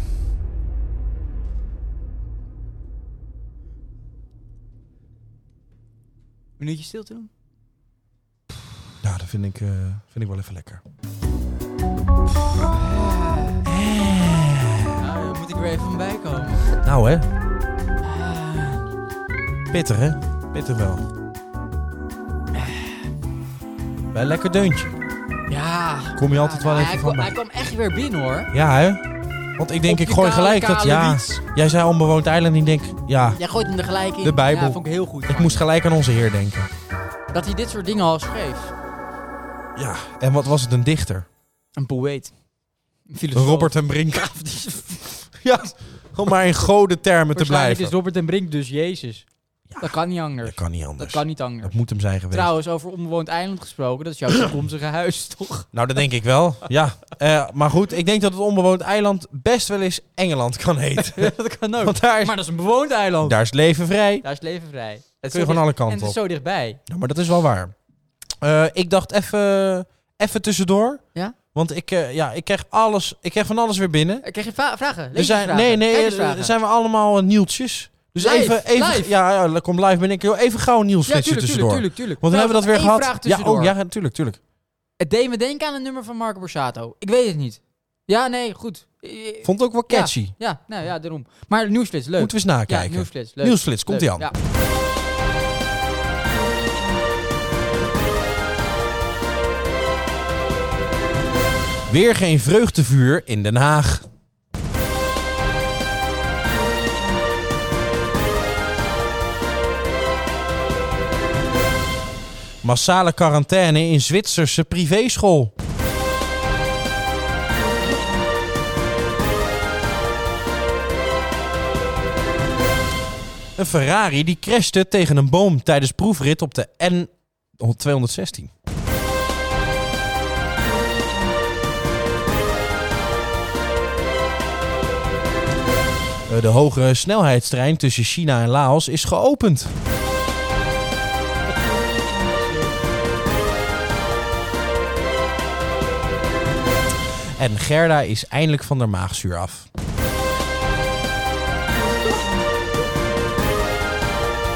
Speaker 1: Minuutje stil doen.
Speaker 2: Nou, dat vind ik, vind ik wel even lekker.
Speaker 1: Nou, daar moet ik er even van bij komen.
Speaker 2: Nou hè. Pittig hè? Pittig wel. Bij een lekker deuntje.
Speaker 1: Ja.
Speaker 2: Kom je altijd wel
Speaker 1: nou,
Speaker 2: even
Speaker 1: hij,
Speaker 2: van
Speaker 1: kwam,
Speaker 2: bij.
Speaker 1: hij kwam echt weer binnen hoor.
Speaker 2: Ja hè? Want ik denk,
Speaker 1: Op
Speaker 2: ik
Speaker 1: die
Speaker 2: gooi
Speaker 1: kale,
Speaker 2: gelijk dat
Speaker 1: kale
Speaker 2: ja.
Speaker 1: wiets.
Speaker 2: Jij zei onbewoond eiland en ik denk, ja,
Speaker 1: Jij gooit hem er gelijk in.
Speaker 2: De Bijbel.
Speaker 1: Ja, vond ik heel goed.
Speaker 2: ik moest gelijk aan onze Heer denken.
Speaker 1: Dat hij dit soort dingen al schreef.
Speaker 2: Ja. En wat was het, een dichter?
Speaker 1: Een poëet. Een filosoof.
Speaker 2: Robert en Brink.
Speaker 1: Ja, die-
Speaker 2: Ja, om maar in goden termen te
Speaker 1: Waarschijnlijk is
Speaker 2: blijven.
Speaker 1: Robert en Brink dus Jezus.
Speaker 2: Ja.
Speaker 1: Dat kan niet anders.
Speaker 2: Dat kan niet
Speaker 1: Dat
Speaker 2: anders.
Speaker 1: kan niet anders.
Speaker 2: Dat moet hem zijn geweest.
Speaker 1: Trouwens, over onbewoond eiland gesproken, dat is jouw toekomstige huis, toch?
Speaker 2: Nou, dat denk ik wel. Ja. Eh, maar goed, ik denk dat het onbewoond eiland best wel eens Engeland kan heten.
Speaker 1: dat kan ook.
Speaker 2: Want daar is
Speaker 1: Maar dat is een bewoond eiland. Daar,
Speaker 2: Daar is leven vrij.
Speaker 1: is leven vrij. Het is
Speaker 2: Kun je
Speaker 1: zo
Speaker 2: van alle
Speaker 1: dicht- en het is
Speaker 2: kanten op.
Speaker 1: zo dichtbij.
Speaker 2: Ja, maar dat is wel waar. Eh, ik dacht even even tussendoor.
Speaker 1: Ja?
Speaker 2: Want ik, eh, ja, ik, krijg alles, ik krijg van alles weer binnen.
Speaker 1: Ik Eh, krijg je va- vragen?
Speaker 2: Er zijn, nee, nee, er zijn we allemaal eh, nieltjes. Dus
Speaker 1: Live,
Speaker 2: even, even
Speaker 1: live.
Speaker 2: Ja, ja, kom live binnen. Ik wil Even gauw een
Speaker 1: ja,
Speaker 2: nieuwsflitsje
Speaker 1: tuurlijk,
Speaker 2: tussendoor.
Speaker 1: tuurlijk, tuurlijk, tuurlijk.
Speaker 2: Want dan hebben we dat weer
Speaker 1: Trouwens,
Speaker 2: gehad.
Speaker 1: één
Speaker 2: Ja,
Speaker 1: vraag
Speaker 2: oh,
Speaker 1: tussendoor.
Speaker 2: ja, tuurlijk, tuurlijk.
Speaker 1: Het deed me denken aan een nummer van Marco Borsato. Ik weet het niet. Ja, nee, goed. Eh,
Speaker 2: Vond het ook wel
Speaker 1: Ja.
Speaker 2: catchy.
Speaker 1: Ja, nou ja, daarom. Maar de nieuwsflits, leuk.
Speaker 2: Moeten we eens
Speaker 1: ja,
Speaker 2: nakijken.
Speaker 1: nieuwsflits, leuk.
Speaker 2: Nieuwsflits, komt die
Speaker 1: Leuk,
Speaker 2: aan.
Speaker 1: Ja.
Speaker 2: Weer geen vreugdevuur in Den Haag. Massale quarantaine in Zwitserse privéschool. Een Ferrari die crashte tegen een boom tijdens proefrit op de N216. Eh, De hogere snelheidstrein tussen China en Laos is geopend. En Gerda is eindelijk van haar maagzuur af.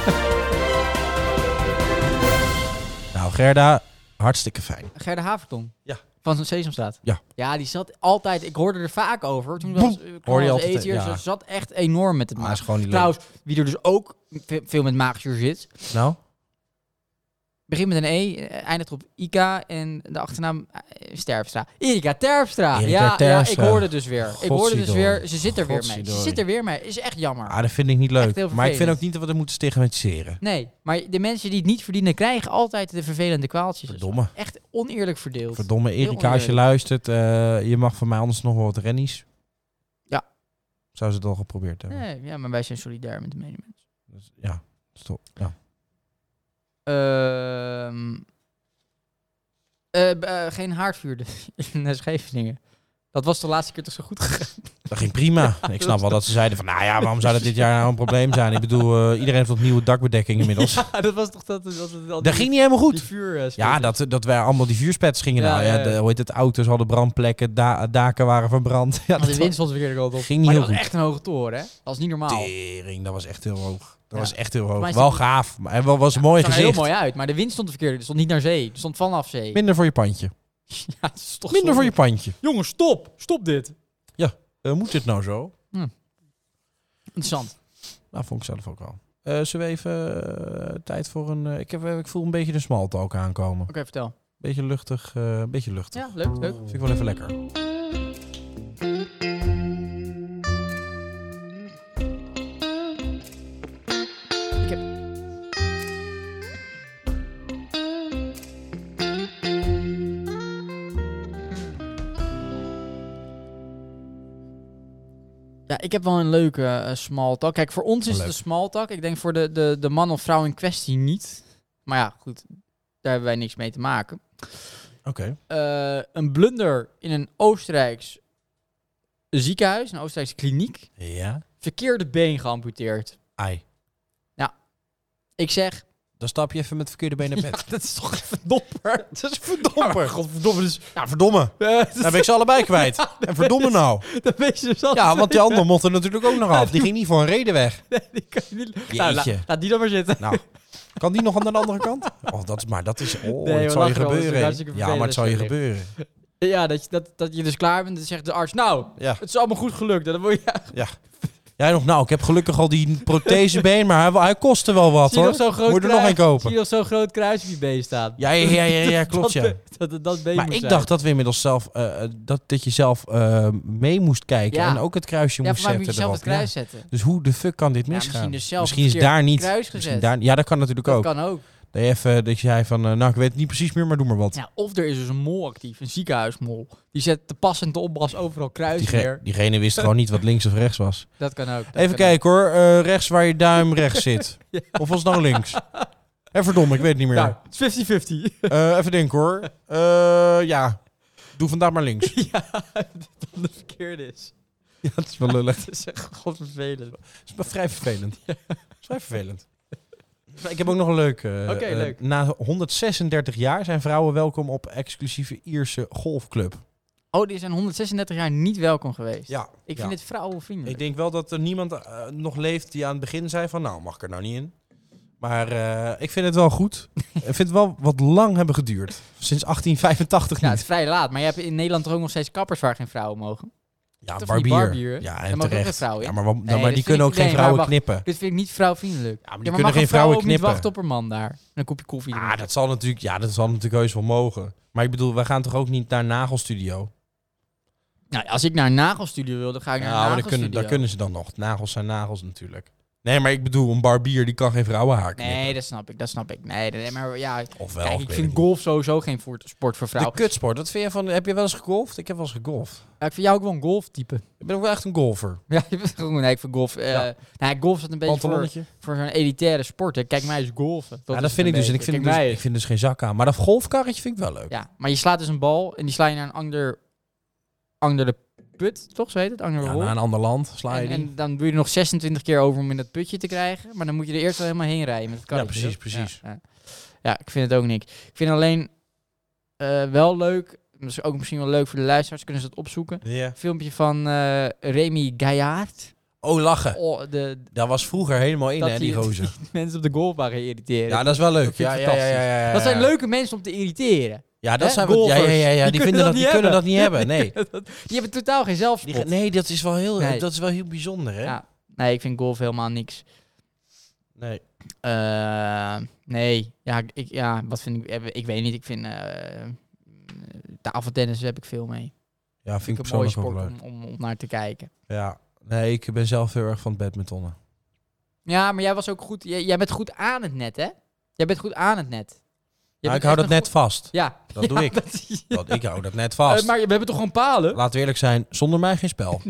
Speaker 2: Nou, Gerda, hartstikke fijn.
Speaker 1: Gerda Haverton.
Speaker 2: Ja.
Speaker 1: Van zijn Sesamstraat.
Speaker 2: Ja.
Speaker 1: Ja, die zat altijd... Ik hoorde er vaak over. Toen
Speaker 2: Boem.
Speaker 1: was,
Speaker 2: Hoorde
Speaker 1: hoorde
Speaker 2: je
Speaker 1: je
Speaker 2: altijd,
Speaker 1: Eten,
Speaker 2: ja.
Speaker 1: Ze zat echt enorm met het
Speaker 2: Maar Ah, is
Speaker 1: maagzuur.
Speaker 2: gewoon niet leuk.
Speaker 1: Trouwens, wie er dus ook ve- veel met maagzuur zit...
Speaker 2: Nou,
Speaker 1: Begint met een E, eh, eindigt op Ika en de achternaam eh, Terpstra. Erika Terpstra.
Speaker 2: Erika
Speaker 1: ja, ja,
Speaker 2: Terpstra.
Speaker 1: ik hoorde dus weer. Ik hoorde dus
Speaker 2: Godzijdank.
Speaker 1: weer, ze zit er weer mee. Ze
Speaker 2: Godzijdank.
Speaker 1: zit er weer mee. Is echt jammer.
Speaker 2: ah, dat vind ik niet
Speaker 1: Echt heel
Speaker 2: leuk. Maar ik vind
Speaker 1: vervelend.
Speaker 2: ook niet dat we het moeten stigmatiseren.
Speaker 1: Nee, maar de mensen die het niet verdienen krijgen altijd de vervelende kwaaltjes.
Speaker 2: Verdomme.
Speaker 1: Echt oneerlijk verdeeld.
Speaker 2: Verdomme, Erika, als je
Speaker 1: oneerlijk.
Speaker 2: luistert, eh, je mag van mij anders nog wel wat rennies.
Speaker 1: Ja.
Speaker 2: Zou ze het al geprobeerd hebben?
Speaker 1: Nee, ja, maar wij zijn solidair met de medemens.
Speaker 2: Dus, ja, stop. Ja.
Speaker 1: Ehm eh, b- eh, geen haardvuur dus in eh, Scheveningen. Dat was de laatste keer toch zo goed gegaan.
Speaker 2: Dat ging prima. ik snap wel dat ze zeiden van, nou ja, waarom zou dat dit jaar nou een probleem zijn? Ik bedoel, eh, iedereen heeft opnieuw dakbedekking inmiddels.
Speaker 1: Ja, dat was toch dat... Dat, dat, dat
Speaker 2: Dat ging niet helemaal goed.
Speaker 1: Die vuur... eh,
Speaker 2: Ja, dat, dat wij allemaal die vuurspets gingen.
Speaker 1: Ja,
Speaker 2: nou, ja,
Speaker 1: ja, ja.
Speaker 2: de- hoe heet het? Auto's hadden brandplekken, da- daken waren verbrand. Ja,
Speaker 1: Want
Speaker 2: dat
Speaker 1: de wind stond verkeerde kant op.
Speaker 2: ging niet
Speaker 1: maar
Speaker 2: heel
Speaker 1: dat was
Speaker 2: goed.
Speaker 1: echt een hoge toren, hè? Dat was niet normaal. Het
Speaker 2: Tering, dat was echt heel hoog. Dat
Speaker 1: Ja.
Speaker 2: was echt heel hoog.
Speaker 1: mij is
Speaker 2: Wel
Speaker 1: die-
Speaker 2: gaaf. Maar en wel was een mooi
Speaker 1: zag er heel
Speaker 2: gezicht.
Speaker 1: mooi uit, maar de wind stond de verkeerde. dus Het stond niet naar zee. Het stond vanaf zee.
Speaker 2: Minder voor je pandje.
Speaker 1: Ja, het is toch
Speaker 2: Minder voor je
Speaker 1: zonde.
Speaker 2: pandje.
Speaker 1: Jongens, stop! Stop dit!
Speaker 2: Eh, moet dit nou zo?
Speaker 1: Interessant.
Speaker 2: Nou, vond ik zelf ook wel. Eh zullen we even eh, tijd voor een... eh, ik, heb, eh, ik voel een beetje de smalltalk aankomen.
Speaker 1: Oké, vertel.
Speaker 2: Beetje luchtig, eh beetje luchtig.
Speaker 1: Ja, leuk, leuk.
Speaker 2: Vind ik wel even lekker.
Speaker 1: Ja, ik heb wel een leuke eh, small talk. Kijk, voor ons is
Speaker 2: Oh,
Speaker 1: het
Speaker 2: Leuk.
Speaker 1: een small talk. Ik denk voor de, de, de man of vrouw in kwestie niet. Maar ja, goed. Daar hebben wij niks mee te maken.
Speaker 2: Oké.
Speaker 1: Eh, een blunder in een Oostenrijks ziekenhuis, een Oostenrijkse kliniek.
Speaker 2: Ja.
Speaker 1: Verkeerde been geamputeerd.
Speaker 2: Ai.
Speaker 1: Ik zeg,
Speaker 2: Dan stap je even met het verkeerde been naar bed.
Speaker 1: Ja, dat is toch een verdomper?
Speaker 2: Dat is
Speaker 1: Ja, maar
Speaker 2: verdomper.
Speaker 1: godverdomme, dus...
Speaker 2: Ja, verdomme. Dan ben ik ze allebei kwijt. En verdomme nou.
Speaker 1: Dan weet je dus al-
Speaker 2: Ja, want die ander mocht er natuurlijk ook nog af. Die ging niet voor een reden weg.
Speaker 1: Nee, die kan je niet... Nou, la-
Speaker 2: Jeetje.
Speaker 1: laat die dan maar zitten.
Speaker 2: Nou, kan die nog aan de andere kant? Oh, dat is maar, dat is... Oh,
Speaker 1: Nee,
Speaker 2: het
Speaker 1: we
Speaker 2: zal je
Speaker 1: lachen wel. Het is
Speaker 2: gebeuren.
Speaker 1: hartstikke
Speaker 2: Ja, maar
Speaker 1: vervelend
Speaker 2: het zal je
Speaker 1: als je
Speaker 2: gebeuren.
Speaker 1: Ja, dat je, dat, dat je dus klaar bent. Dan zegt de arts, nou,
Speaker 2: Ja.
Speaker 1: het is allemaal goed gelukt. Dan word je,
Speaker 2: Jij nog, nou, ik heb gelukkig al die prothesebeen, maar hij, hij kostte wel wat,
Speaker 1: zie je
Speaker 2: hoor.
Speaker 1: nog zo'n groot
Speaker 2: Moet je er nog
Speaker 1: kruis-
Speaker 2: een kopen.
Speaker 1: Zie je nog zo'n groot kruis op je been staan?
Speaker 2: Ja, ja, ja, ja, ja,
Speaker 1: dat,
Speaker 2: klopt, ja.
Speaker 1: be- Dat, dat, dat been
Speaker 2: Maar
Speaker 1: moest
Speaker 2: ik
Speaker 1: zijn.
Speaker 2: dacht dat we inmiddels zelf, eh, eh, dat, dat je zelf eh, mee moest kijken
Speaker 1: Ja.
Speaker 2: en ook het kruisje
Speaker 1: Ja,
Speaker 2: moest
Speaker 1: voor mij moet je
Speaker 2: zetten.
Speaker 1: zelf het
Speaker 2: erop. Ja.
Speaker 1: kruis zetten.
Speaker 2: Dus hoe de fuck kan dit
Speaker 1: Ja,
Speaker 2: misgaan?
Speaker 1: misschien dus zelf
Speaker 2: Misschien is
Speaker 1: verkeerd
Speaker 2: daar niet.
Speaker 1: Kruis
Speaker 2: Misschien
Speaker 1: gezet.
Speaker 2: daar, ja, dat kan natuurlijk
Speaker 1: dat
Speaker 2: ook.
Speaker 1: kan ook.
Speaker 2: Dat je even dat je zei van, eh, nou, ik weet het niet precies meer, maar doe maar wat.
Speaker 1: Ja, of er is dus een mol actief, een ziekenhuismol. Die zet te pas en te opbras overal kruis
Speaker 2: Diege-
Speaker 1: neer.
Speaker 2: diegene wist gewoon niet wat links of rechts was.
Speaker 1: Dat kan ook. dat
Speaker 2: even
Speaker 1: kan ook.
Speaker 2: kijken hoor, eh, rechts waar je duim rechts zit. Of was het nou links? En verdomme, ik weet het niet meer.
Speaker 1: Nou, het is 50-50.
Speaker 2: Eh, even denken hoor. Eh, ja, doe vandaag maar links.
Speaker 1: ja, dat het de verkeerde is.
Speaker 2: ja, dat is wel lullig.
Speaker 1: Het is echt godvervelend.
Speaker 2: Het is wel vrij vervelend. Het is vrij vervelend. Maar Ik heb ook nog een leuk. eh,
Speaker 1: Oké,
Speaker 2: eh,
Speaker 1: leuk.
Speaker 2: Na 136 jaar zijn vrouwen welkom op exclusieve Ierse golfclub.
Speaker 1: Oh, die zijn 136 jaar niet welkom geweest.
Speaker 2: Ja,
Speaker 1: Ik
Speaker 2: ja.
Speaker 1: vind dit vrouwenvriendelijk.
Speaker 2: Ik denk wel dat er niemand eh, nog leeft die aan het begin zei van, nou mag ik er nou niet in. Maar eh, ik vind het wel goed. ik vind het wel wat lang hebben geduurd. Sinds 1885
Speaker 1: Ja, Nou, het is
Speaker 2: niet.
Speaker 1: vrij laat. Maar je hebt in Nederland toch ook nog steeds kappers waar geen vrouwen mogen.
Speaker 2: Ja,
Speaker 1: toch
Speaker 2: barbier.
Speaker 1: niet barbier?
Speaker 2: Ja,
Speaker 1: Dan
Speaker 2: en
Speaker 1: mogen ook geen
Speaker 2: terecht.
Speaker 1: vrouwen in.
Speaker 2: Ja, maar, wa-
Speaker 1: Nee,
Speaker 2: maar
Speaker 1: dat
Speaker 2: die
Speaker 1: vind
Speaker 2: kunnen
Speaker 1: ik-
Speaker 2: ook geen
Speaker 1: nee, maar
Speaker 2: vrouwen
Speaker 1: wacht.
Speaker 2: knippen.
Speaker 1: Dit vind ik niet vrouwvriendelijk.
Speaker 2: Ja,
Speaker 1: Ja,
Speaker 2: maar die
Speaker 1: maar
Speaker 2: kunnen
Speaker 1: mag
Speaker 2: geen
Speaker 1: een vrouw
Speaker 2: vrouwen
Speaker 1: ook niet
Speaker 2: knippen.
Speaker 1: wachten op haar man daar? En een kopje koffie.
Speaker 2: Ah, dat zal natuurlijk, ja, dat zal natuurlijk heus wel mogen. Maar ik bedoel, wij gaan toch ook niet naar een nagelstudio?
Speaker 1: Nou, als ik naar een nagelstudio wil, dan ga ik naar
Speaker 2: Ja,
Speaker 1: een
Speaker 2: maar dat
Speaker 1: nagelstudio.
Speaker 2: kunnen, dat kunnen ze dan nog. Nagels zijn nagels natuurlijk. Nee, maar ik bedoel, een barbier die kan geen vrouwenhaar knippen.
Speaker 1: Nee, dat snap ik, dat snap ik. Nee, nee, maar ja, kijk,
Speaker 2: Of wel,
Speaker 1: ik
Speaker 2: weet
Speaker 1: vind
Speaker 2: niet.
Speaker 1: golf sowieso geen voort- sport voor
Speaker 2: De
Speaker 1: vrouwen.
Speaker 2: kutsport, wat vind je van... Heb je wel eens gegolfd? Ik heb wel eens gegolfd.
Speaker 1: Ja, ik vind jou ook wel een golftype.
Speaker 2: Ik ben ook wel echt een golfer.
Speaker 1: Ja, je bent gewoon, nee, ik vind golf... eh
Speaker 2: Ja.
Speaker 1: Nou, golf is een beetje voor,
Speaker 2: Pantalonnetje.
Speaker 1: voor zo'n elitaire sport. Hè. Kijk mij eens golfen.
Speaker 2: Dat, ja,
Speaker 1: is
Speaker 2: dat
Speaker 1: het
Speaker 2: vind
Speaker 1: een
Speaker 2: ik dus. En
Speaker 1: beetje.
Speaker 2: ik vind,
Speaker 1: Kijk
Speaker 2: dus,
Speaker 1: mij
Speaker 2: ik
Speaker 1: eens.
Speaker 2: vind dus geen zak aan. Maar dat golfkarretje vind ik wel leuk.
Speaker 1: Ja, maar je slaat dus een bal en die sla je naar een ander... Ander de put, toch? Zo heet het? Ander
Speaker 2: Ja, nou,
Speaker 1: hole.
Speaker 2: naar een ander land sla je
Speaker 1: En,
Speaker 2: die.
Speaker 1: en dan doe je er nog 26 keer over om in dat putje te krijgen. Maar dan moet je er eerst wel helemaal heen rijden. Met het
Speaker 2: Ja,
Speaker 1: karretje,
Speaker 2: precies,
Speaker 1: toch?
Speaker 2: precies.
Speaker 1: Ja, ja. Ja, ik vind het ook niks. Ik vind alleen eh, wel leuk. Dat is ook misschien wel leuk voor de luisteraars. Kunnen ze dat opzoeken.
Speaker 2: Ja.
Speaker 1: Een filmpje van eh, Remy Gaillard.
Speaker 2: Oh, lachen.
Speaker 1: Oh, de, de
Speaker 2: Dat was vroeger helemaal in,
Speaker 1: Dat
Speaker 2: hè, die
Speaker 1: die-
Speaker 2: gozer.
Speaker 1: mensen op de golfbaan gaan irriteren.
Speaker 2: Ja, dat is wel leuk.
Speaker 1: Dat vind
Speaker 2: Ja,
Speaker 1: ik
Speaker 2: ja, ja, ja,
Speaker 1: fantastisch.
Speaker 2: ja, ja.
Speaker 1: dat zijn leuke mensen om te irriteren.
Speaker 2: Ja, dat
Speaker 1: hè,
Speaker 2: zijn wel- ja, ja,
Speaker 1: golfers.
Speaker 2: ja, ja. Die, vinden dat, die kunnen dat niet hebben. Nee.
Speaker 1: Die hebben totaal geen zelfspot.
Speaker 2: Die- nee, dat is wel heel,
Speaker 1: Nee.
Speaker 2: dat is wel heel bijzonder, hè?
Speaker 1: Ja. Nee, ik vind golf helemaal niks.
Speaker 2: Nee.
Speaker 1: Eh, nee, ja, ik- ik, ja, wat vind ik? eh, Ik weet niet. Ik vind eh tafeltennis heb ik veel mee.
Speaker 2: Ja, vind ik
Speaker 1: een mooie
Speaker 2: persoonlijk ook
Speaker 1: sport
Speaker 2: leuk.
Speaker 1: om, om, om naar te kijken.
Speaker 2: Ja. Nee, ik ben zelf heel erg van het badmintonnen.
Speaker 1: Ja, maar jij was ook goed. Jij, jij bent goed aan het net, hè? Jij bent goed aan het net. Jij
Speaker 2: Nou,
Speaker 1: bent
Speaker 2: ik hou dat
Speaker 1: echt
Speaker 2: net vast.
Speaker 1: een goe- Ja,
Speaker 2: Dat doe
Speaker 1: Ja,
Speaker 2: ik.
Speaker 1: dat-
Speaker 2: Dat, ik hou dat net
Speaker 1: Eh,
Speaker 2: vast.
Speaker 1: maar we hebben toch gewoon palen?
Speaker 2: Laten we eerlijk zijn, zonder mij geen spel.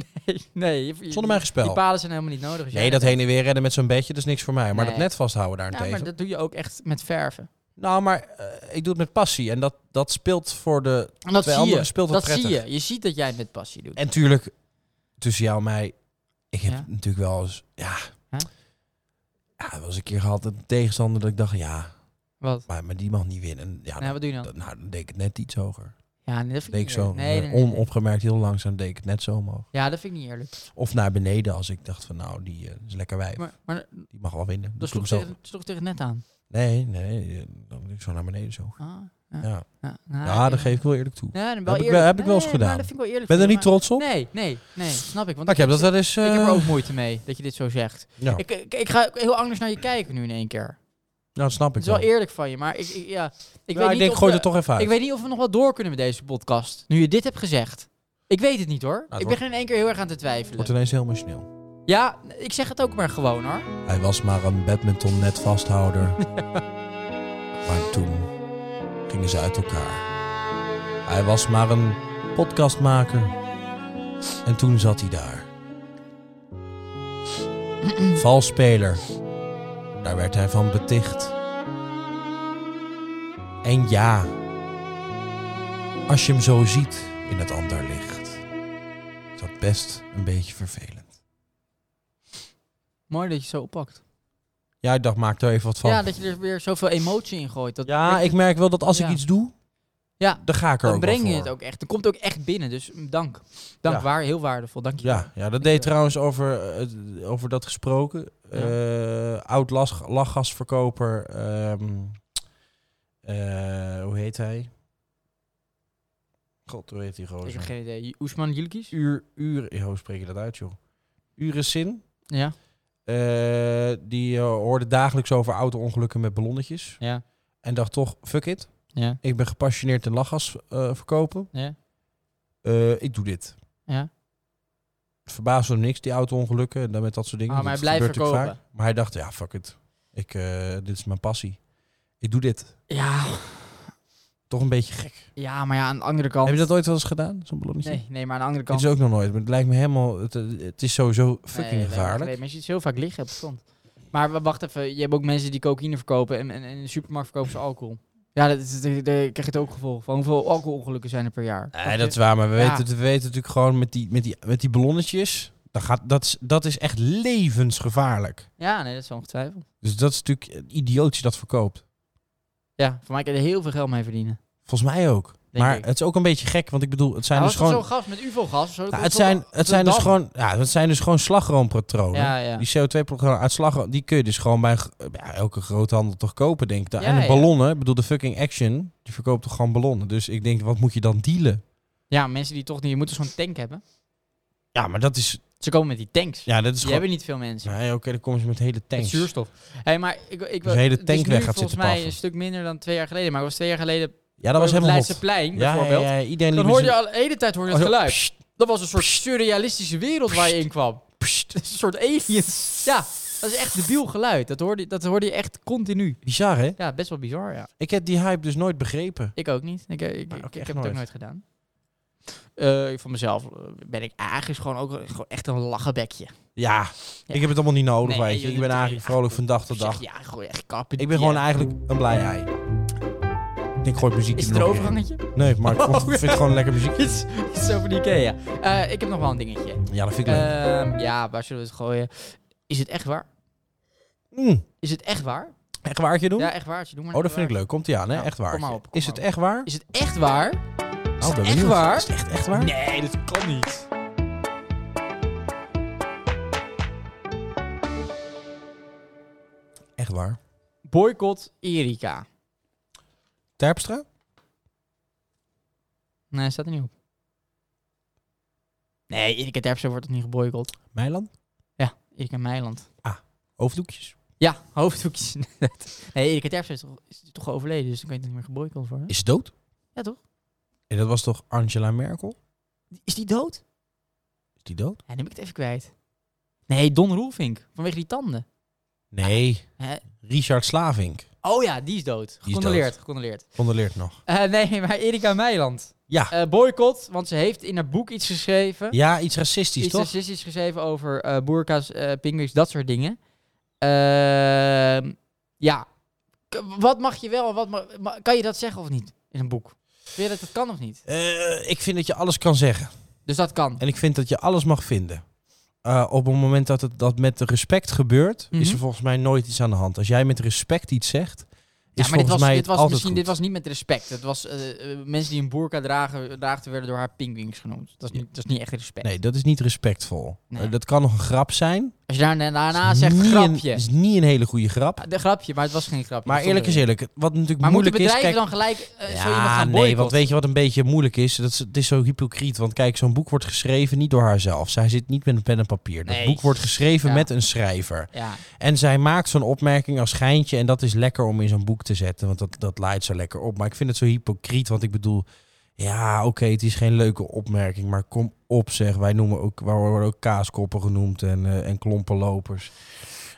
Speaker 1: nee, je- je-
Speaker 2: Zonder mij geen spel.
Speaker 1: Die palen zijn helemaal niet nodig. als jij
Speaker 2: Nee, dat heen en weer redden met zo'n bedje, dat is niks voor mij. Maar dat
Speaker 1: Nee.
Speaker 2: net vasthouden
Speaker 1: Ja,
Speaker 2: daarentegen.
Speaker 1: maar dat doe je ook echt met verven.
Speaker 2: Nou, maar eh, ik doe het met passie. En dat, dat speelt voor de...
Speaker 1: En dat
Speaker 2: Twee
Speaker 1: zie je.
Speaker 2: anderen speelt het
Speaker 1: dat zie
Speaker 2: prettig.
Speaker 1: je. Je ziet dat jij het met passie doet.
Speaker 2: En tuurlijk, tussen jou en mij... Ik heb
Speaker 1: Ja?
Speaker 2: natuurlijk wel eens... Ja,
Speaker 1: Huh?
Speaker 2: ja er was een keer gehad een tegenstander dat ik dacht... Ja,
Speaker 1: Wat?
Speaker 2: maar, maar die mag niet winnen. En Ja,
Speaker 1: nou,
Speaker 2: dan,
Speaker 1: wat doe je dan?
Speaker 2: dan- nou, dan deed ik het net iets hoger.
Speaker 1: ja, nee, dat vind
Speaker 2: Deed ik
Speaker 1: niet eerlijk.
Speaker 2: zo
Speaker 1: Nee, nee,
Speaker 2: eh,
Speaker 1: nee, nee.
Speaker 2: onopgemerkt heel langzaam deed ik het net zo omhoog.
Speaker 1: Ja, dat vind ik niet eerlijk.
Speaker 2: Of naar beneden als ik dacht van nou, die eh, is lekker wijf.
Speaker 1: Maar, maar
Speaker 2: Die mag wel winnen.
Speaker 1: dat
Speaker 2: doe
Speaker 1: sloeg
Speaker 2: ik hem zo.
Speaker 1: tegen, sloeg tegen het net aan.
Speaker 2: Nee, nee, eh, dan doe ik zo naar beneden zo.
Speaker 1: Ah,
Speaker 2: Ja,
Speaker 1: ja, nou,
Speaker 2: ja dat geef ik wel eerlijk toe.
Speaker 1: Nee, dan
Speaker 2: Heb
Speaker 1: wel
Speaker 2: ik wel-
Speaker 1: eerlijk.
Speaker 2: heb ik wel eens
Speaker 1: Nee,
Speaker 2: gedaan.
Speaker 1: maar dat vind ik wel eerlijk.
Speaker 2: Ben je
Speaker 1: van
Speaker 2: er
Speaker 1: je,
Speaker 2: niet trots op?
Speaker 1: maar- Nee, nee, nee, snap ik. Want
Speaker 2: Maar ik heb dat wel eens...
Speaker 1: ik heb er
Speaker 2: eh, Oh.
Speaker 1: ook moeite mee dat je dit zo zegt.
Speaker 2: ja.
Speaker 1: Ik, ik, ik ga ook heel anders naar je kijken nu in één keer.
Speaker 2: Nou, dat snap
Speaker 1: Het
Speaker 2: ik
Speaker 1: is wel
Speaker 2: wel.
Speaker 1: eerlijk van je, maar ik, ik, ja, ik
Speaker 2: Ja,
Speaker 1: weet
Speaker 2: ik
Speaker 1: niet
Speaker 2: denk,
Speaker 1: of
Speaker 2: gooi
Speaker 1: we,
Speaker 2: het toch even uit.
Speaker 1: Ik weet niet of we nog wel door kunnen met deze podcast. Nu je dit hebt gezegd. Ik weet het niet hoor.
Speaker 2: Nou, het
Speaker 1: ik
Speaker 2: wordt-
Speaker 1: begin in één keer heel erg aan te
Speaker 2: Het
Speaker 1: twijfelen.
Speaker 2: wordt ineens heel emotioneel.
Speaker 1: Ja, ik zeg het ook maar gewoon hoor.
Speaker 2: Hij was maar een badminton net vasthouder. maar toen gingen ze uit elkaar. Hij was maar een podcastmaker. En toen zat hij daar. Valspeler. Daar werd hij van beticht. En ja, als je hem zo ziet in het ander licht, is dat best een beetje vervelend.
Speaker 1: Mooi dat je het zo oppakt.
Speaker 2: Ja, ik dacht, maak er even wat van.
Speaker 1: Ja,
Speaker 2: Ja,
Speaker 1: dat je er weer zoveel emotie in gooit. Dat
Speaker 2: ik merk wel dat als ik
Speaker 1: Ja.
Speaker 2: iets doe,
Speaker 1: Ja,
Speaker 2: dan ga ik er
Speaker 1: dan
Speaker 2: ook
Speaker 1: breng
Speaker 2: wel
Speaker 1: je
Speaker 2: voor.
Speaker 1: het ook echt. Dan komt het ook echt binnen. Dus mm, dank. Dank
Speaker 2: Ja.
Speaker 1: waar, heel waardevol. Dank je. wel.
Speaker 2: Ja, ja, dat deed trouwens over, eh, over dat gesproken.
Speaker 1: Ja.
Speaker 2: Eh, oud las- lachgasverkoper. ehm, eh, hoe heet hij? God, hoe heet die
Speaker 1: Ik heb
Speaker 2: gozer?
Speaker 1: geen idee. Oesman Julkies?
Speaker 2: Uur, uren, hoe spreek je dat uit, joh? Urenzin.
Speaker 1: Ja.
Speaker 2: eh die eh, hoorde dagelijks over auto-ongelukken met ballonnetjes.
Speaker 1: Ja.
Speaker 2: En dacht toch, fuck it.
Speaker 1: Ja.
Speaker 2: Ik ben gepassioneerd in lachgas eh, verkopen.
Speaker 1: Ja.
Speaker 2: Eh, ik doe dit.
Speaker 1: Ja.
Speaker 2: Het verbaasde hem niks, die auto-ongelukken. En dan met dat soort dingen.
Speaker 1: Ah, maar
Speaker 2: Dat
Speaker 1: hij blijft
Speaker 2: gebeurt natuurlijk
Speaker 1: verkopen.
Speaker 2: vaak. Maar hij dacht, ja, fuck it. Ik, eh, dit is mijn passie. Ik doe dit.
Speaker 1: Ja.
Speaker 2: Toch een beetje gek.
Speaker 1: Ja, maar ja, aan de andere kant.
Speaker 2: Heb je dat ooit wel eens gedaan, zo'n ballonnetje?
Speaker 1: Nee, nee, maar aan de andere
Speaker 2: Dit
Speaker 1: kant.
Speaker 2: is ook nog nooit. Maar het lijkt me helemaal... Het, eh, het is sowieso fucking
Speaker 1: Nee,
Speaker 2: gevaarlijk.
Speaker 1: Nee, maar je ziet het heel vaak liggen op de grond. Maar w- wacht even, je hebt ook mensen die cocaïne verkopen en, en, en in de supermarkt verkopen ze alcohol. Ja, dat, is- daar daar krijg je het ook gevolg van. Hoeveel alcoholongelukken zijn er per jaar? Snap
Speaker 2: Nee,
Speaker 1: je?
Speaker 2: dat is waar, maar we,
Speaker 1: Ja.
Speaker 2: weten, we weten natuurlijk gewoon met die, met die, met die ballonnetjes. Dat, gaat, dat, is, dat is echt levensgevaarlijk.
Speaker 1: Ja, nee, dat is wel ongetwijfeld.
Speaker 2: Dus dat is natuurlijk een idioot die dat verkoopt.
Speaker 1: Ja, voor mij kan je er heel veel geld mee verdienen.
Speaker 2: Volgens mij ook.
Speaker 1: Denk
Speaker 2: maar
Speaker 1: ik.
Speaker 2: het is ook een beetje gek, want ik bedoel, het zijn
Speaker 1: Ja,
Speaker 2: dus
Speaker 1: was dat
Speaker 2: gewoon.
Speaker 1: zo'n gas met UVO-gas? of zo?
Speaker 2: Nou,
Speaker 1: Dat
Speaker 2: het,
Speaker 1: komt
Speaker 2: zijn,
Speaker 1: toch
Speaker 2: het, zijn dus
Speaker 1: Rotterdam?
Speaker 2: gewoon, ja, het zijn dus gewoon slagroompatronen.
Speaker 1: Ja, ja.
Speaker 2: Die CO2-patronen uit slagroom, die kun je dus gewoon bij eh, ja, elke groothandel toch kopen, denk ik.
Speaker 1: Ja,
Speaker 2: en de
Speaker 1: ja.
Speaker 2: ballonnen, ik bedoel, de fucking Action, die verkoopt toch gewoon ballonnen. Dus ik denk, wat moet je dan dealen?
Speaker 1: Ja, mensen die toch niet... Je moet dus zo'n tank hebben.
Speaker 2: Ja, maar dat is,
Speaker 1: Ze komen met die tanks.
Speaker 2: ja, dat is
Speaker 1: die
Speaker 2: gewoon...
Speaker 1: hebben niet veel mensen.
Speaker 2: Nee, oké, dan komen ze met hele
Speaker 1: Met
Speaker 2: tanks.
Speaker 1: zuurstof. Hey, maar ik, ik,
Speaker 2: Dus de hele
Speaker 1: het
Speaker 2: tank
Speaker 1: is nu
Speaker 2: weg gaat
Speaker 1: volgens
Speaker 2: zitten
Speaker 1: mij
Speaker 2: paffen.
Speaker 1: een stuk minder dan twee jaar geleden. Maar het was twee jaar geleden
Speaker 2: Ja,
Speaker 1: op
Speaker 2: dat was
Speaker 1: het
Speaker 2: helemaal hot.
Speaker 1: Leidseplein
Speaker 2: Ja,
Speaker 1: bijvoorbeeld.
Speaker 2: Ja, ja, iedereen
Speaker 1: Dan
Speaker 2: liep
Speaker 1: hoorde
Speaker 2: in
Speaker 1: je
Speaker 2: zijn-
Speaker 1: al de hele tijd hoorde je
Speaker 2: Oh,
Speaker 1: het
Speaker 2: zo,
Speaker 1: geluid.
Speaker 2: pssst,
Speaker 1: Dat was een soort surrealistische wereld waar je in kwam.
Speaker 2: pssst.
Speaker 1: Een soort aliens. Ja, Dat is echt debiel geluid. Dat hoorde, dat hoorde je echt continu.
Speaker 2: Bizar, hè?
Speaker 1: Ja, best wel bizar, ja.
Speaker 2: Ik heb die hype dus nooit begrepen.
Speaker 1: Ik ook niet. Ik, ik, ik,
Speaker 2: Maar ook
Speaker 1: ik heb
Speaker 2: echt
Speaker 1: het ook
Speaker 2: nooit.
Speaker 1: nooit gedaan. Eh van mezelf eh, ben ik eigenlijk gewoon ook eh, gewoon echt een lachenbekje.
Speaker 2: Ja, ik heb het allemaal niet nodig,
Speaker 1: Nee,
Speaker 2: weet je.
Speaker 1: joh,
Speaker 2: Ik ben
Speaker 1: dat-
Speaker 2: eigenlijk vrolijk van dag tot
Speaker 1: Zeg,
Speaker 2: dag.
Speaker 1: Ja, gewoon echt kappen.
Speaker 2: Ik ben gewoon eigenlijk een blij ei. Ik gooi muziek
Speaker 1: Is het een overgangetje?
Speaker 2: Nee, maar ik
Speaker 1: Oh,
Speaker 2: vind het gewoon lekker muziek.
Speaker 1: Iets zo van Ikea. Eh, ik heb nog wel een dingetje.
Speaker 2: Ja, dat vind ik leuk.
Speaker 1: Ehm, ja, waar zullen we het gooien? Is het echt waar?
Speaker 2: Mm.
Speaker 1: Is het echt waar?
Speaker 2: Echt waartje doen?
Speaker 1: Eh, Ja, echt waar. Doe maar
Speaker 2: oh, dat vind ik leuk. Komt ie aan, hè?
Speaker 1: Nou,
Speaker 2: echt
Speaker 1: kom
Speaker 2: waar.
Speaker 1: maar op, kom
Speaker 2: Is
Speaker 1: maar
Speaker 2: het
Speaker 1: op.
Speaker 2: echt waar?
Speaker 1: Is het echt waar? Is
Speaker 2: Oh,
Speaker 1: het
Speaker 2: ben
Speaker 1: echt
Speaker 2: benieuwd.
Speaker 1: waar?
Speaker 2: Is het echt, echt waar?
Speaker 1: Nee, dat kan niet.
Speaker 2: Echt waar.
Speaker 1: Boycott Erika.
Speaker 2: Terpstra?
Speaker 1: Nee, staat er niet op. Nee, Erika Terpstra wordt toch niet geboycott?
Speaker 2: Meiland?
Speaker 1: Ja, Erika Meiland.
Speaker 2: Hoofddoekjes?
Speaker 1: Ja, hoofddoekjes. inderdaad. nee, Erika Terpstra is toch, is toch overleden, dus dan kan je het niet meer geboycott worden.
Speaker 2: Is ze dood?
Speaker 1: Ja, toch?
Speaker 2: En dat was toch Angela Merkel?
Speaker 1: Is die dood?
Speaker 2: Is die dood?
Speaker 1: Ja, dan ben ik het even kwijt. Nee, Don Roelvink. Vanwege die tanden.
Speaker 2: Nee.
Speaker 1: Hè?
Speaker 2: Richard Slavink.
Speaker 1: Oh ja, die is dood.
Speaker 2: dood.
Speaker 1: Gecondoleerd, gecondoleerd.
Speaker 2: Condoleert nog.
Speaker 1: Eh, nee, maar Erika Meiland.
Speaker 2: Ja.
Speaker 1: Eh, boycott, want ze heeft in haar boek iets geschreven.
Speaker 2: Ja, iets racistisch,
Speaker 1: iets
Speaker 2: toch?
Speaker 1: racistisch geschreven over eh boerka's, eh pinguïns, dat soort dingen. Ehm, ja. K- wat mag je wel en wat ma- ma- Kan je dat zeggen of niet in een boek? Vind je dat dat kan of niet?
Speaker 2: Eh, ik vind dat je alles kan zeggen.
Speaker 1: Dus dat kan.
Speaker 2: En ik vind dat je alles mag vinden. Eh, op het moment dat het dat met respect gebeurt,
Speaker 1: Mhm.
Speaker 2: is er volgens mij nooit iets aan de hand. Als jij met respect iets zegt, is
Speaker 1: Ja, maar
Speaker 2: volgens
Speaker 1: dit was,
Speaker 2: mij
Speaker 1: dit was
Speaker 2: altijd
Speaker 1: misschien
Speaker 2: goed.
Speaker 1: dit was niet met respect. Het was eh, eh, mensen die een boerka dragen, draagden werden door haar pinguïns genoemd. Dat is, niet, dat is niet echt respect.
Speaker 2: Nee, dat is niet respectvol.
Speaker 1: Nee.
Speaker 2: Eh, dat kan nog een grap zijn.
Speaker 1: Als je daar daarna
Speaker 2: Is
Speaker 1: zegt
Speaker 2: niet
Speaker 1: grapje.
Speaker 2: Een, is niet een hele goede grap.
Speaker 1: Ah, De grapje, maar het was geen grapje.
Speaker 2: Maar
Speaker 1: Dat
Speaker 2: eerlijk is
Speaker 1: stond erin.
Speaker 2: eerlijk, wat natuurlijk
Speaker 1: Maar moeten
Speaker 2: moeilijk is...
Speaker 1: bedrijven dan
Speaker 2: Kijk,
Speaker 1: gelijk eh, zo iemand
Speaker 2: ja,
Speaker 1: gaan
Speaker 2: nee, want
Speaker 1: boycotten?
Speaker 2: weet je wat een beetje moeilijk is? Dat is het is zo hypocriet, want kijk, zo'n boek wordt geschreven niet door haarzelf. Zij zit niet met een pen en papier. Dat
Speaker 1: Nee.
Speaker 2: boek wordt geschreven
Speaker 1: Ja.
Speaker 2: met een schrijver.
Speaker 1: Ja,
Speaker 2: En zij maakt zo'n opmerking als schijntje. En dat is lekker om in zo'n boek te zetten. Want dat, dat leidt zo lekker op. Maar ik vind het zo hypocriet. Want ik bedoel, ja, oké, het is geen leuke opmerking. Maar kom op, zeg. Wij noemen ook, wij worden ook kaaskoppen genoemd en, eh, en klompenlopers.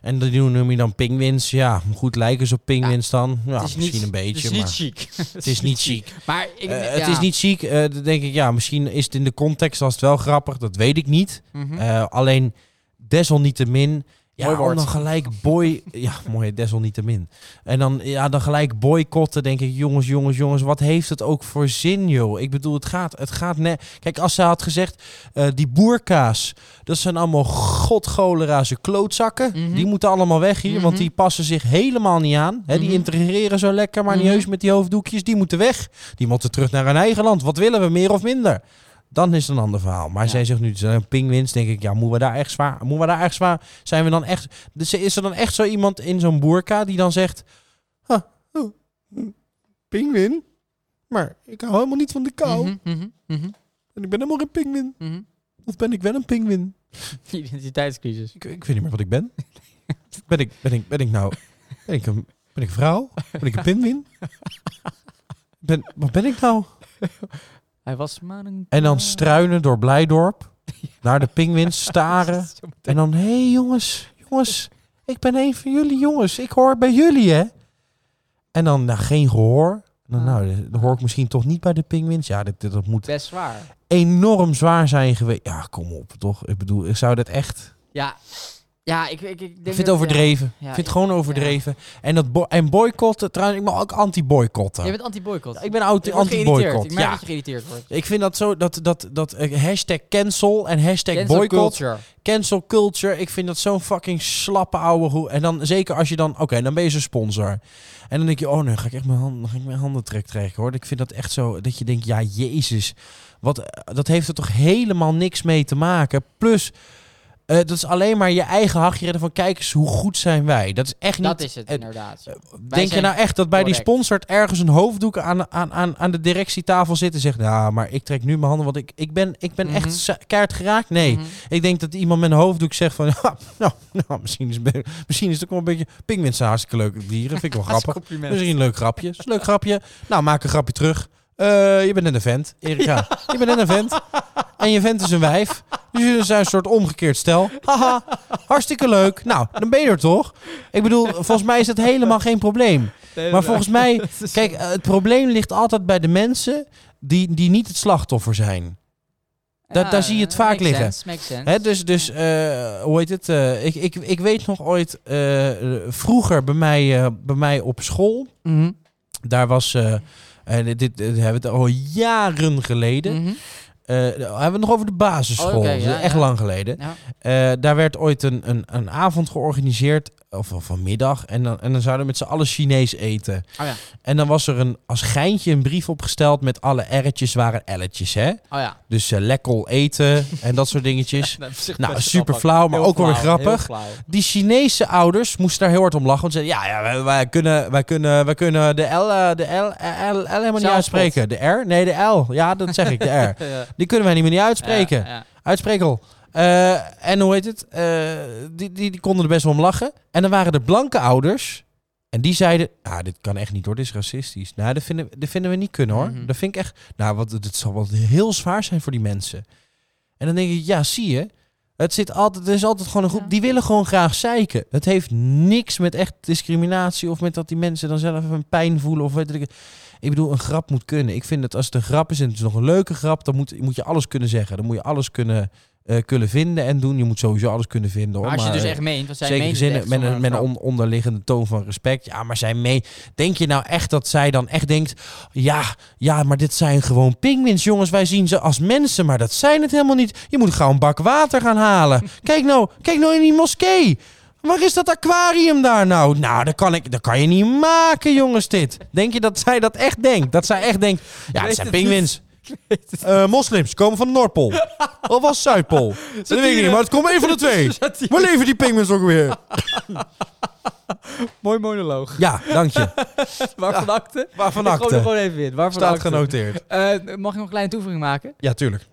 Speaker 2: En die noem je dan pingwins. Ja, goed lijken ze op pingwins dan. Ja,
Speaker 1: het is
Speaker 2: misschien
Speaker 1: niet,
Speaker 2: een beetje.
Speaker 1: Het is niet
Speaker 2: maar
Speaker 1: chic.
Speaker 2: het is niet chic.
Speaker 1: Maar ik,
Speaker 2: Eh,
Speaker 1: ja.
Speaker 2: Het is niet chic. eh, dan denk ik, ja, misschien is het in de context was het wel grappig. Dat weet ik niet.
Speaker 1: Mhm.
Speaker 2: Eh, alleen desalniettemin. Ja,
Speaker 1: Mooi woord.
Speaker 2: dan gelijk boy. ja, mooi, desalniettemin. En dan, ja, dan gelijk boycotten, denk ik, jongens, jongens, jongens, wat heeft het ook voor zin, joh? Ik bedoel, het gaat, het gaat net. Kijk, als ze had gezegd, eh, die boerka's, dat zijn allemaal godcholera's klootzakken.
Speaker 1: Mhm.
Speaker 2: Die moeten allemaal weg hier, want
Speaker 1: Mhm.
Speaker 2: die passen zich helemaal niet aan. Hè, die
Speaker 1: Mhm.
Speaker 2: integreren zo lekker, maar
Speaker 1: Mhm.
Speaker 2: niet heus met die hoofddoekjes. Die moeten weg. Die moeten terug naar hun eigen land. Wat willen we, meer of minder? Dan is het een ander verhaal. Maar
Speaker 1: Ja.
Speaker 2: zij zegt nu, het zijn pinguïns. Denk ik, ja, moeten we daar echt zwaar? Moeten we daar echt zwaar? Zijn we dan echt? Dus is er dan echt zo iemand in zo'n boerka die dan zegt, huh, oh, hm, pinguïn? Maar ik hou helemaal niet van de kou.
Speaker 1: Mhm, mhm, mhm,
Speaker 2: En ik ben helemaal geen pinguïn.
Speaker 1: mhm.
Speaker 2: Of ben ik wel een pinguïn?
Speaker 1: Identiteitscrisis.
Speaker 2: Ik, ik weet niet meer wat ik ben. Ben ik, ben ik, ben ik nou... Ben ik een, ben ik een vrouw? Ben ik een pinguïn? Ben, wat ben ik nou?
Speaker 1: Hij was maar een...
Speaker 2: En dan struinen door Blijdorp. Naar de pinguïns staren. En dan, hé hey jongens, jongens. Ik ben een van jullie jongens. Ik hoor bij jullie, hè? En dan, nou, geen gehoor. Nou,
Speaker 1: Ah.
Speaker 2: nou, dan hoor ik misschien toch niet bij de pinguïns. Ja, dit, dit, dat moet
Speaker 1: Best zwaar.
Speaker 2: enorm zwaar zijn geweest. Ja, kom op, toch? Ik bedoel, ik zou dat echt...
Speaker 1: Ja, ja ik, ik, ik denk
Speaker 2: Ik vind het
Speaker 1: dat-
Speaker 2: overdreven.
Speaker 1: ja,
Speaker 2: ik vind het gewoon overdreven. En, dat bo- en boycotten, trouwens, ik ben ook
Speaker 1: Ja.
Speaker 2: anti-boycotten.
Speaker 1: Jij bent anti-boycott.
Speaker 2: ik ben oud-
Speaker 1: Je wordt geïrriteerd.
Speaker 2: anti-boycott.
Speaker 1: Ik merk
Speaker 2: Ja.
Speaker 1: dat je geïrriteerd wordt.
Speaker 2: Ik vind dat zo, dat, dat, dat eh, hashtag cancel en hashtag
Speaker 1: Cancel
Speaker 2: boycott,
Speaker 1: culture.
Speaker 2: cancel culture, ik vind dat zo'n fucking slappe ouwe hoe. En dan zeker als je dan, oké, dan ben je zo'n sponsor. En dan denk je, oh nee, ga ik echt mijn handen, dan ga ik mijn handen trek trekken hoor. Ik vind dat echt zo, dat je denkt, ja jezus, wat, eh, dat heeft er toch helemaal niks mee te maken. Plus, eh, dat is alleen maar je eigen hachje redden van, kijk eens hoe goed zijn wij. Dat is echt niet
Speaker 1: Dat is het,
Speaker 2: eh,
Speaker 1: inderdaad.
Speaker 2: Denk je
Speaker 1: zijn
Speaker 2: nou echt dat bij die
Speaker 1: correct.
Speaker 2: sponsort ergens een hoofddoek aan, aan, aan, aan de directietafel zit en zegt... Nou, maar ik trek nu mijn handen, want ik, ik ben, ik ben
Speaker 1: Mhm.
Speaker 2: echt za- keihard geraakt? Nee.
Speaker 1: Mhm.
Speaker 2: Ik denk dat iemand met een hoofddoek zegt van... "Ha, nou, nou misschien, is, het be- misschien is het ook wel een beetje... Pinguïns zijn hartstikke leuke dieren, vind ik
Speaker 1: Dat
Speaker 2: wel
Speaker 1: is een
Speaker 2: grappig.
Speaker 1: compliment.
Speaker 2: Misschien een leuk grapje. Is een leuk grapje. Nou, maak een grapje terug. Eh, je bent net een vent, Erika. Je bent net een vent. En je vent is een wijf. Dus jullie zijn een soort omgekeerd stel. Haha, hartstikke leuk. Nou, dan ben je er toch? Ik bedoel, volgens mij is dat helemaal geen probleem. Maar volgens mij, kijk, eh, het probleem ligt altijd bij de mensen die, die niet het slachtoffer zijn. da- daar zie je het vaak liggen. Hè, dus, dus eh, hoe heet het? eh, ik, ik, ik weet nog ooit, eh, vroeger bij mij, eh, bij mij op school, daar was, eh, en dit, dit hebben we het al jaren geleden, Eh, hebben we het nog over de basisschool.
Speaker 1: Mhm. Oh, oké,
Speaker 2: Dat is
Speaker 1: ja,
Speaker 2: echt
Speaker 1: ja.
Speaker 2: lang geleden.
Speaker 1: Ja.
Speaker 2: Eh, daar werd ooit een, een, een avond georganiseerd. Of een vanmiddag. En dan, en dan zouden we met z'n allen Chinees eten.
Speaker 1: Oh ja.
Speaker 2: En dan was er een, als geintje een brief opgesteld met alle R'tjes waren L'tjes. Hè?
Speaker 1: Oh ja.
Speaker 2: Dus eh, lekkel eten en dat soort dingetjes. nou, super flauw, maar
Speaker 1: Heel
Speaker 2: ook wel weer
Speaker 1: flauw, heel
Speaker 2: grappig.
Speaker 1: flauw.
Speaker 2: Die Chinese ouders moesten daar heel hard om lachen. Want ze zeiden, ja, ja wij, wij kunnen, wij, kunnen, wij kunnen de L, eh, de L, eh, L, L helemaal niet
Speaker 1: Zelfspot.
Speaker 2: uitspreken. De R? Nee, de L. Ja, dat zeg ik, de R.
Speaker 1: Ja.
Speaker 2: Die kunnen wij niet meer niet uitspreken.
Speaker 1: Ja, ja.
Speaker 2: Uitsprekel. Eh, en hoe heet het? Eh, die, die, die konden er best wel om lachen. En dan waren er blanke ouders. En die zeiden, ah, dit kan echt niet hoor, dit is racistisch. Nou, dat vinden, dat vinden we niet kunnen hoor.
Speaker 1: Mhm.
Speaker 2: Dat vind ik echt, nou, wat, dit zal wel heel zwaar zijn voor die mensen. En dan denk ik, ja, zie je. Het zit altijd, er is altijd gewoon een groep,
Speaker 1: Ja.
Speaker 2: die willen gewoon graag zeiken. Het heeft niks met echt discriminatie of met dat die mensen dan zelf een pijn voelen of weet ik. het. Ik bedoel, een grap moet kunnen. Ik vind dat als het een grap is en het is nog een leuke grap, dan moet, moet je alles kunnen zeggen. Dan moet je alles kunnen, eh, kunnen vinden en doen. Je moet sowieso alles kunnen vinden. Hoor.
Speaker 1: Maar als je
Speaker 2: maar,
Speaker 1: dus
Speaker 2: eh,
Speaker 1: echt meent, wat zij
Speaker 2: Zeker
Speaker 1: meent
Speaker 2: gezinnen met een, met een on- onderliggende toon van respect. Ja, maar zij mee. Denk je nou echt dat zij dan echt denkt. Ja, ja, maar dit zijn gewoon pinguïns, jongens. Wij zien ze als mensen, maar dat zijn het helemaal niet. Je moet gewoon een bak water gaan halen. Kijk nou, kijk nou in die moskee. Waar is dat aquarium daar nou? Nou, dat kan, ik, dat kan je niet maken, jongens, dit. Denk je dat zij dat echt denkt? Dat zij echt denkt, ja,
Speaker 1: weet
Speaker 2: dat zijn
Speaker 1: het niet.
Speaker 2: pinguïns. Eh, moslims komen van de Noordpool. of was Zuidpool? Dat weet ik niet, maar het komt één van de twee. Waar leven die pinguïns ook weer?
Speaker 1: Mooi monoloog.
Speaker 2: Ja, dank je.
Speaker 1: Waarvan acte?
Speaker 2: Waarvan
Speaker 1: Ik gooi er
Speaker 2: acte.
Speaker 1: gewoon even in. Waarvan
Speaker 2: Staat
Speaker 1: acte?
Speaker 2: genoteerd.
Speaker 1: Eh, mag ik nog een kleine toevoeging maken?
Speaker 2: Ja, tuurlijk.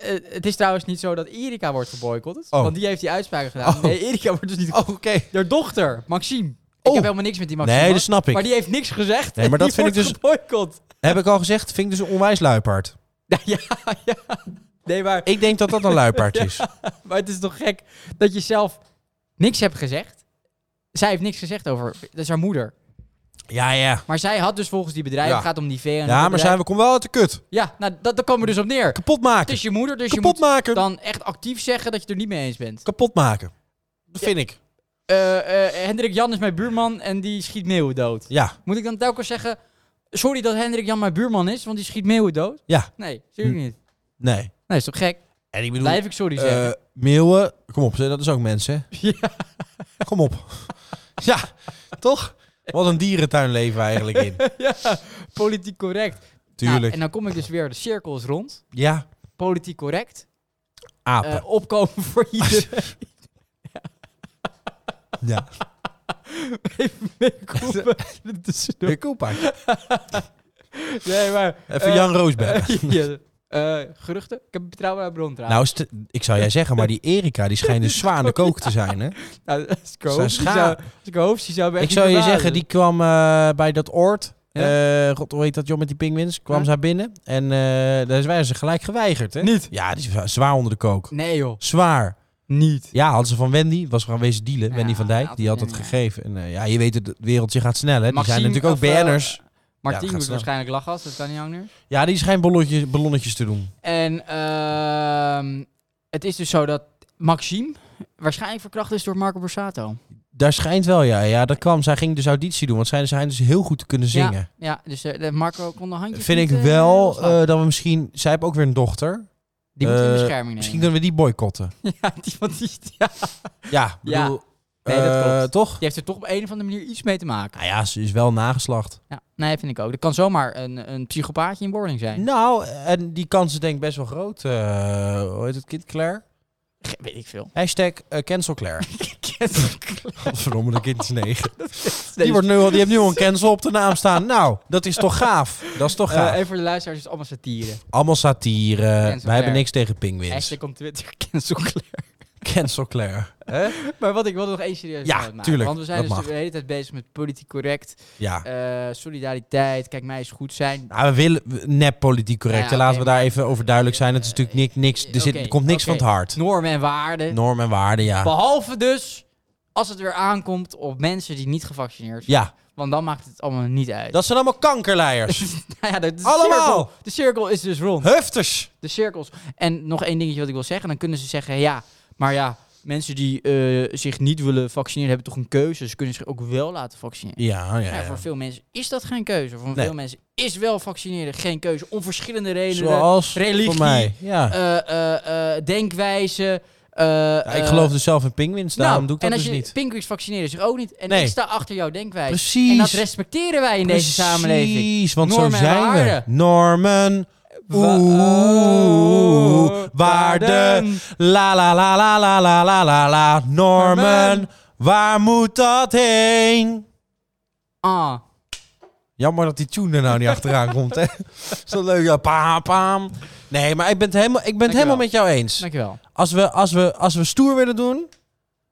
Speaker 1: Eh, het is trouwens niet zo dat Erika wordt geboycott.
Speaker 2: Oh.
Speaker 1: Want die heeft die uitspraken gedaan.
Speaker 2: Oh.
Speaker 1: Nee, Erika wordt dus niet...
Speaker 2: Oh, oké.
Speaker 1: Haar dochter, Maxime. Ik
Speaker 2: Oh.
Speaker 1: heb helemaal niks met die Maxime.
Speaker 2: Nee,
Speaker 1: hoor.
Speaker 2: dat snap
Speaker 1: Maar
Speaker 2: ik.
Speaker 1: die heeft niks gezegd.
Speaker 2: Nee, maar
Speaker 1: en
Speaker 2: dat
Speaker 1: die
Speaker 2: vind ik dus-
Speaker 1: wordt geboycott.
Speaker 2: Heb ik al gezegd, vind ik dus een onwijs luipaard.
Speaker 1: Ja, ja, ja. Nee, maar,
Speaker 2: Ik denk dat dat een luipaard is.
Speaker 1: maar het is toch gek dat je zelf niks hebt gezegd. Zij heeft niks gezegd over... Dat is haar moeder.
Speaker 2: Ja, ja.
Speaker 1: Maar zij had dus volgens die bedrijven...
Speaker 2: Ja.
Speaker 1: Het gaat om die VN.
Speaker 2: Ja, maar zijn we komen wel uit de kut.
Speaker 1: Ja, nou, dat, daar komen we dus op neer.
Speaker 2: Kapot
Speaker 1: Het
Speaker 2: maken.
Speaker 1: is je moeder, dus je
Speaker 2: Kapot
Speaker 1: moet
Speaker 2: maken.
Speaker 1: dan echt actief zeggen dat je het er niet mee eens bent.
Speaker 2: Kapot maken. Dat vind ik.
Speaker 1: Eh, eh, Hendrik Jan is mijn buurman en die schiet meeuwen dood.
Speaker 2: Ja.
Speaker 1: Moet ik dan telkens zeggen... Sorry dat Hendrik Jan mijn buurman is, want die schiet meeuwen dood?
Speaker 2: Ja. Hm.
Speaker 1: Nee, natuurlijk niet.
Speaker 2: Nee.
Speaker 1: Nee, is toch gek?
Speaker 2: En ik bedoel,
Speaker 1: Blijf ik sorry zeggen.
Speaker 2: eh meeuwen. Kom op, dat is ook mensen. hè?
Speaker 1: Ja.
Speaker 2: Kom op. Ja, toch? Wat een dierentuin leven we eigenlijk in.
Speaker 1: Politiek correct. Nou,
Speaker 2: Tuurlijk.
Speaker 1: en dan kom ik dus weer de cirkels rond.
Speaker 2: Ja,
Speaker 1: Politiek correct. Eh,
Speaker 2: apen.
Speaker 1: opkomen voor iedereen. Eh,
Speaker 2: Ja.
Speaker 1: Even meekomen. er tussendoor.
Speaker 2: Weer koelpaard.
Speaker 1: Nee, maar...
Speaker 2: Even
Speaker 1: eh,
Speaker 2: Jan Roosberg.
Speaker 1: eh, ja, eh, geruchten? Ik heb een betrouwbare bron trouwens.
Speaker 2: Nou, is het- ik zou jij zeggen, maar die Erika die schijnt dus zwaar aan de kook te zijn. Hè?
Speaker 1: Nou, als ik haar
Speaker 2: Zijn
Speaker 1: hoofd zie,
Speaker 2: scha-
Speaker 1: zou- als ik haar hoofd zie, zou ik me
Speaker 2: Ik
Speaker 1: echt
Speaker 2: zou
Speaker 1: niet
Speaker 2: je
Speaker 1: verbazen.
Speaker 2: zeggen, die kwam eh, bij dat oord.
Speaker 1: Ja.
Speaker 2: eh, God, hoe heet dat joh met die pingwins? Kwam
Speaker 1: Ja.
Speaker 2: zij binnen en eh, daar zijn ze gelijk geweigerd. Hè?
Speaker 1: Niet?
Speaker 2: Ja, die is zwa- zwaar onder de kook.
Speaker 1: Nee joh,
Speaker 2: Zwaar.
Speaker 1: niet.
Speaker 2: Ja, hadden ze van Wendy, was gewoon wezen dealen.
Speaker 1: Ja,
Speaker 2: Wendy van Dijk,
Speaker 1: had
Speaker 2: die had
Speaker 1: het
Speaker 2: dat
Speaker 1: in, ja.
Speaker 2: gegeven. En, eh, ja, je weet het, het wereldje gaat snel. Hè? Die
Speaker 1: Maxime
Speaker 2: zijn natuurlijk ook
Speaker 1: of, eh,
Speaker 2: BN'ers.
Speaker 1: Martien
Speaker 2: gaat
Speaker 1: doet
Speaker 2: snel.
Speaker 1: waarschijnlijk lachen als dat kan niet hangen.
Speaker 2: ja, die schijnt ballonnetjes, ballonnetjes te doen.
Speaker 1: En ehm, het is dus zo dat Maxime waarschijnlijk verkracht is door Marco Borsato.
Speaker 2: Daar schijnt wel, ja. ja dat kwam. Zij ging dus auditie doen, want zij schijnt dus heel goed te kunnen zingen.
Speaker 1: Ja, dus eh, de Marco kon de handjes
Speaker 2: Vind
Speaker 1: niet,
Speaker 2: ik
Speaker 1: eh,
Speaker 2: wel
Speaker 1: loslaten.
Speaker 2: eh, dat we misschien... Zij heeft ook weer een dochter.
Speaker 1: die moet in
Speaker 2: eh,
Speaker 1: bescherming nemen.
Speaker 2: Misschien kunnen we die boycotten.
Speaker 1: ja, die, want die, ja, die
Speaker 2: Ja,
Speaker 1: Ja.
Speaker 2: bedoel...
Speaker 1: Nee, dat
Speaker 2: eh,
Speaker 1: klopt.
Speaker 2: Toch?
Speaker 1: heeft er toch op een of andere manier iets mee te maken.
Speaker 2: Nou ja, ze is wel nageslacht.
Speaker 1: Ja, nee, vind ik ook. Er kan zomaar een, een psychopaatje in boarding zijn.
Speaker 2: Nou, en die kans is denk ik best wel groot. Eh, hoe heet het kind? Claire?
Speaker 1: Ge- Weet ik veel.
Speaker 2: Hashtag eh, cancel Claire. Godverdomme, dat kind is negen. Die,
Speaker 1: Nee,
Speaker 2: wordt nu al, die heeft nu al een cancel op de naam staan. Nou, dat is toch gaaf? Dat is toch
Speaker 1: eh,
Speaker 2: gaaf?
Speaker 1: even voor de luisteraars, het is allemaal satire.
Speaker 2: Allemaal satire. Wij
Speaker 1: Claire.
Speaker 2: hebben niks tegen pinguïns.
Speaker 1: Hashtag op Twitter, cancel Claire.
Speaker 2: Cancel Claire. Hè?
Speaker 1: Maar wat ik wilde nog één serieus
Speaker 2: Ja,
Speaker 1: punt maken.
Speaker 2: tuurlijk,
Speaker 1: Want we zijn
Speaker 2: dat
Speaker 1: dus
Speaker 2: mag.
Speaker 1: de hele tijd bezig met politiek correct,
Speaker 2: Ja.
Speaker 1: eh, solidariteit, kijk mij eens goed zijn.
Speaker 2: Nou, we willen we- nep politiek correct.
Speaker 1: Ja,
Speaker 2: Laten we
Speaker 1: oké,
Speaker 2: daar
Speaker 1: maar-
Speaker 2: even over duidelijk zijn. Het is
Speaker 1: Eh,
Speaker 2: natuurlijk niks. niks er, zit,
Speaker 1: oké,
Speaker 2: er komt niks
Speaker 1: oké.
Speaker 2: van het hart.
Speaker 1: Normen en waarden.
Speaker 2: Normen en waarden, ja.
Speaker 1: Behalve dus als het weer aankomt op mensen die niet gevaccineerd zijn.
Speaker 2: Ja,
Speaker 1: Want dan maakt het allemaal niet uit.
Speaker 2: dat zijn allemaal kankerleiers.
Speaker 1: Nou ja, de, de
Speaker 2: Allemaal!
Speaker 1: Cirkel, de cirkel is dus rond.
Speaker 2: Hufters!
Speaker 1: De cirkels. En nog één dingetje wat ik wil zeggen. Dan kunnen ze zeggen, ja, maar ja, mensen die eh, zich niet willen vaccineren hebben toch een keuze. Ze kunnen zich ook wel laten vaccineren.
Speaker 2: Ja, ja,
Speaker 1: Maar
Speaker 2: ja.
Speaker 1: voor veel mensen is dat geen keuze. Voor
Speaker 2: Nee.
Speaker 1: veel mensen is wel vaccineren geen keuze. Om verschillende redenen.
Speaker 2: Zoals
Speaker 1: religie.
Speaker 2: voor mij. Ja.
Speaker 1: Eh, eh, eh, denkwijze. eh,
Speaker 2: Ja, ik
Speaker 1: eh,
Speaker 2: geloof dus zelf in pinguïns, daarom
Speaker 1: nou,
Speaker 2: doe ik
Speaker 1: en
Speaker 2: dat
Speaker 1: als
Speaker 2: dus
Speaker 1: je
Speaker 2: niet.
Speaker 1: Pinkwicks vaccineren zich ook niet. En
Speaker 2: Nee.
Speaker 1: ik sta achter jouw denkwijze.
Speaker 2: Precies.
Speaker 1: En dat respecteren wij in deze samenleving.
Speaker 2: Precies, want
Speaker 1: Normen
Speaker 2: zo
Speaker 1: en
Speaker 2: zijn we.
Speaker 1: waarden. Eh,
Speaker 2: Normen,
Speaker 1: Wa- oh,
Speaker 2: Oeh, waarden. la la la la la la la la la. Normen,
Speaker 1: Normen.
Speaker 2: waar moet dat heen?
Speaker 1: Ah.
Speaker 2: Jammer dat die tune er nou niet achteraan komt, hè? Zo leuk, ja, paam, paam. Nee, maar ik ben het helemaal, ik ben het
Speaker 1: Dankjewel.
Speaker 2: helemaal met jou eens.
Speaker 1: Dankjewel.
Speaker 2: Als we, als, we, als we stoer willen doen,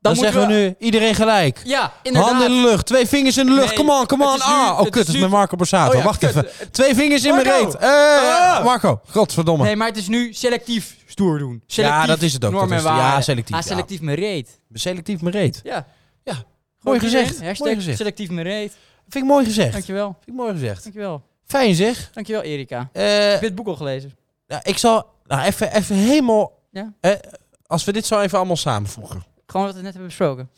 Speaker 2: dan,
Speaker 1: moeten
Speaker 2: zeggen we... nu iedereen gelijk.
Speaker 1: Ja, inderdaad.
Speaker 2: Handen in de lucht, twee vingers in de lucht,
Speaker 1: Nee,
Speaker 2: come on, come
Speaker 1: het
Speaker 2: on.
Speaker 1: is nu-
Speaker 2: Ah, oh
Speaker 1: het
Speaker 2: kut,
Speaker 1: is
Speaker 2: het is
Speaker 1: nu-
Speaker 2: met Marco Borsato.
Speaker 1: Oh ja,
Speaker 2: Wacht
Speaker 1: kut.
Speaker 2: even. Twee vingers in mijn
Speaker 1: Marco!
Speaker 2: reet. Eh,
Speaker 1: Ah.
Speaker 2: Marco, godverdomme.
Speaker 1: Nee, maar het is nu selectief stoer doen. Selectief
Speaker 2: ja, dat is het ook. Dat
Speaker 1: normen
Speaker 2: is
Speaker 1: en
Speaker 2: het. Ja,
Speaker 1: waarden.
Speaker 2: selectief.
Speaker 1: Ah, selectief me reet.
Speaker 2: Ja. Selectief mijn reet.
Speaker 1: Ja.
Speaker 2: Mooi
Speaker 1: Goed iedereen.
Speaker 2: gezegd.
Speaker 1: Hashtag
Speaker 2: Mooi gezegd.
Speaker 1: selectief me reet.
Speaker 2: Vind ik mooi gezegd.
Speaker 1: Dankjewel.
Speaker 2: Vind ik mooi gezegd.
Speaker 1: Dankjewel.
Speaker 2: Fijn zeg.
Speaker 1: Dankjewel, Erika. Ik
Speaker 2: Eh,
Speaker 1: heb dit boek al gelezen.
Speaker 2: nou, ik zal nou, even, even helemaal...
Speaker 1: Ja.
Speaker 2: eh, als we dit zo even allemaal samenvoegen.
Speaker 1: Gewoon wat we net hebben besproken.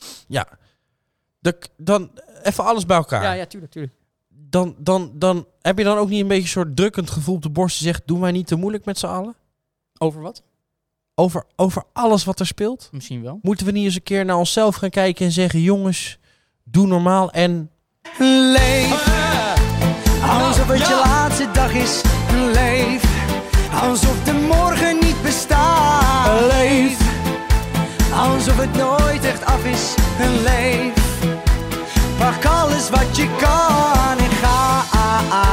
Speaker 2: Dan, dan even alles bij elkaar.
Speaker 1: Ja, ja, tuurlijk, tuurlijk.
Speaker 2: Dan, dan, dan heb je dan ook niet een beetje een soort drukkend gevoel op de borst. die zegt, doen wij niet te moeilijk met z'n allen?
Speaker 1: Over wat?
Speaker 2: Over, over alles wat er speelt?
Speaker 1: Misschien wel.
Speaker 2: Moeten we niet eens een keer naar onszelf gaan kijken en zeggen: jongens, doe normaal en.
Speaker 3: Leef, alsof het je laatste dag is. Leef, alsof de morgen niet bestaat. Leef, alsof het nooit echt af is. Leef, pak alles wat je kan en ga. ah,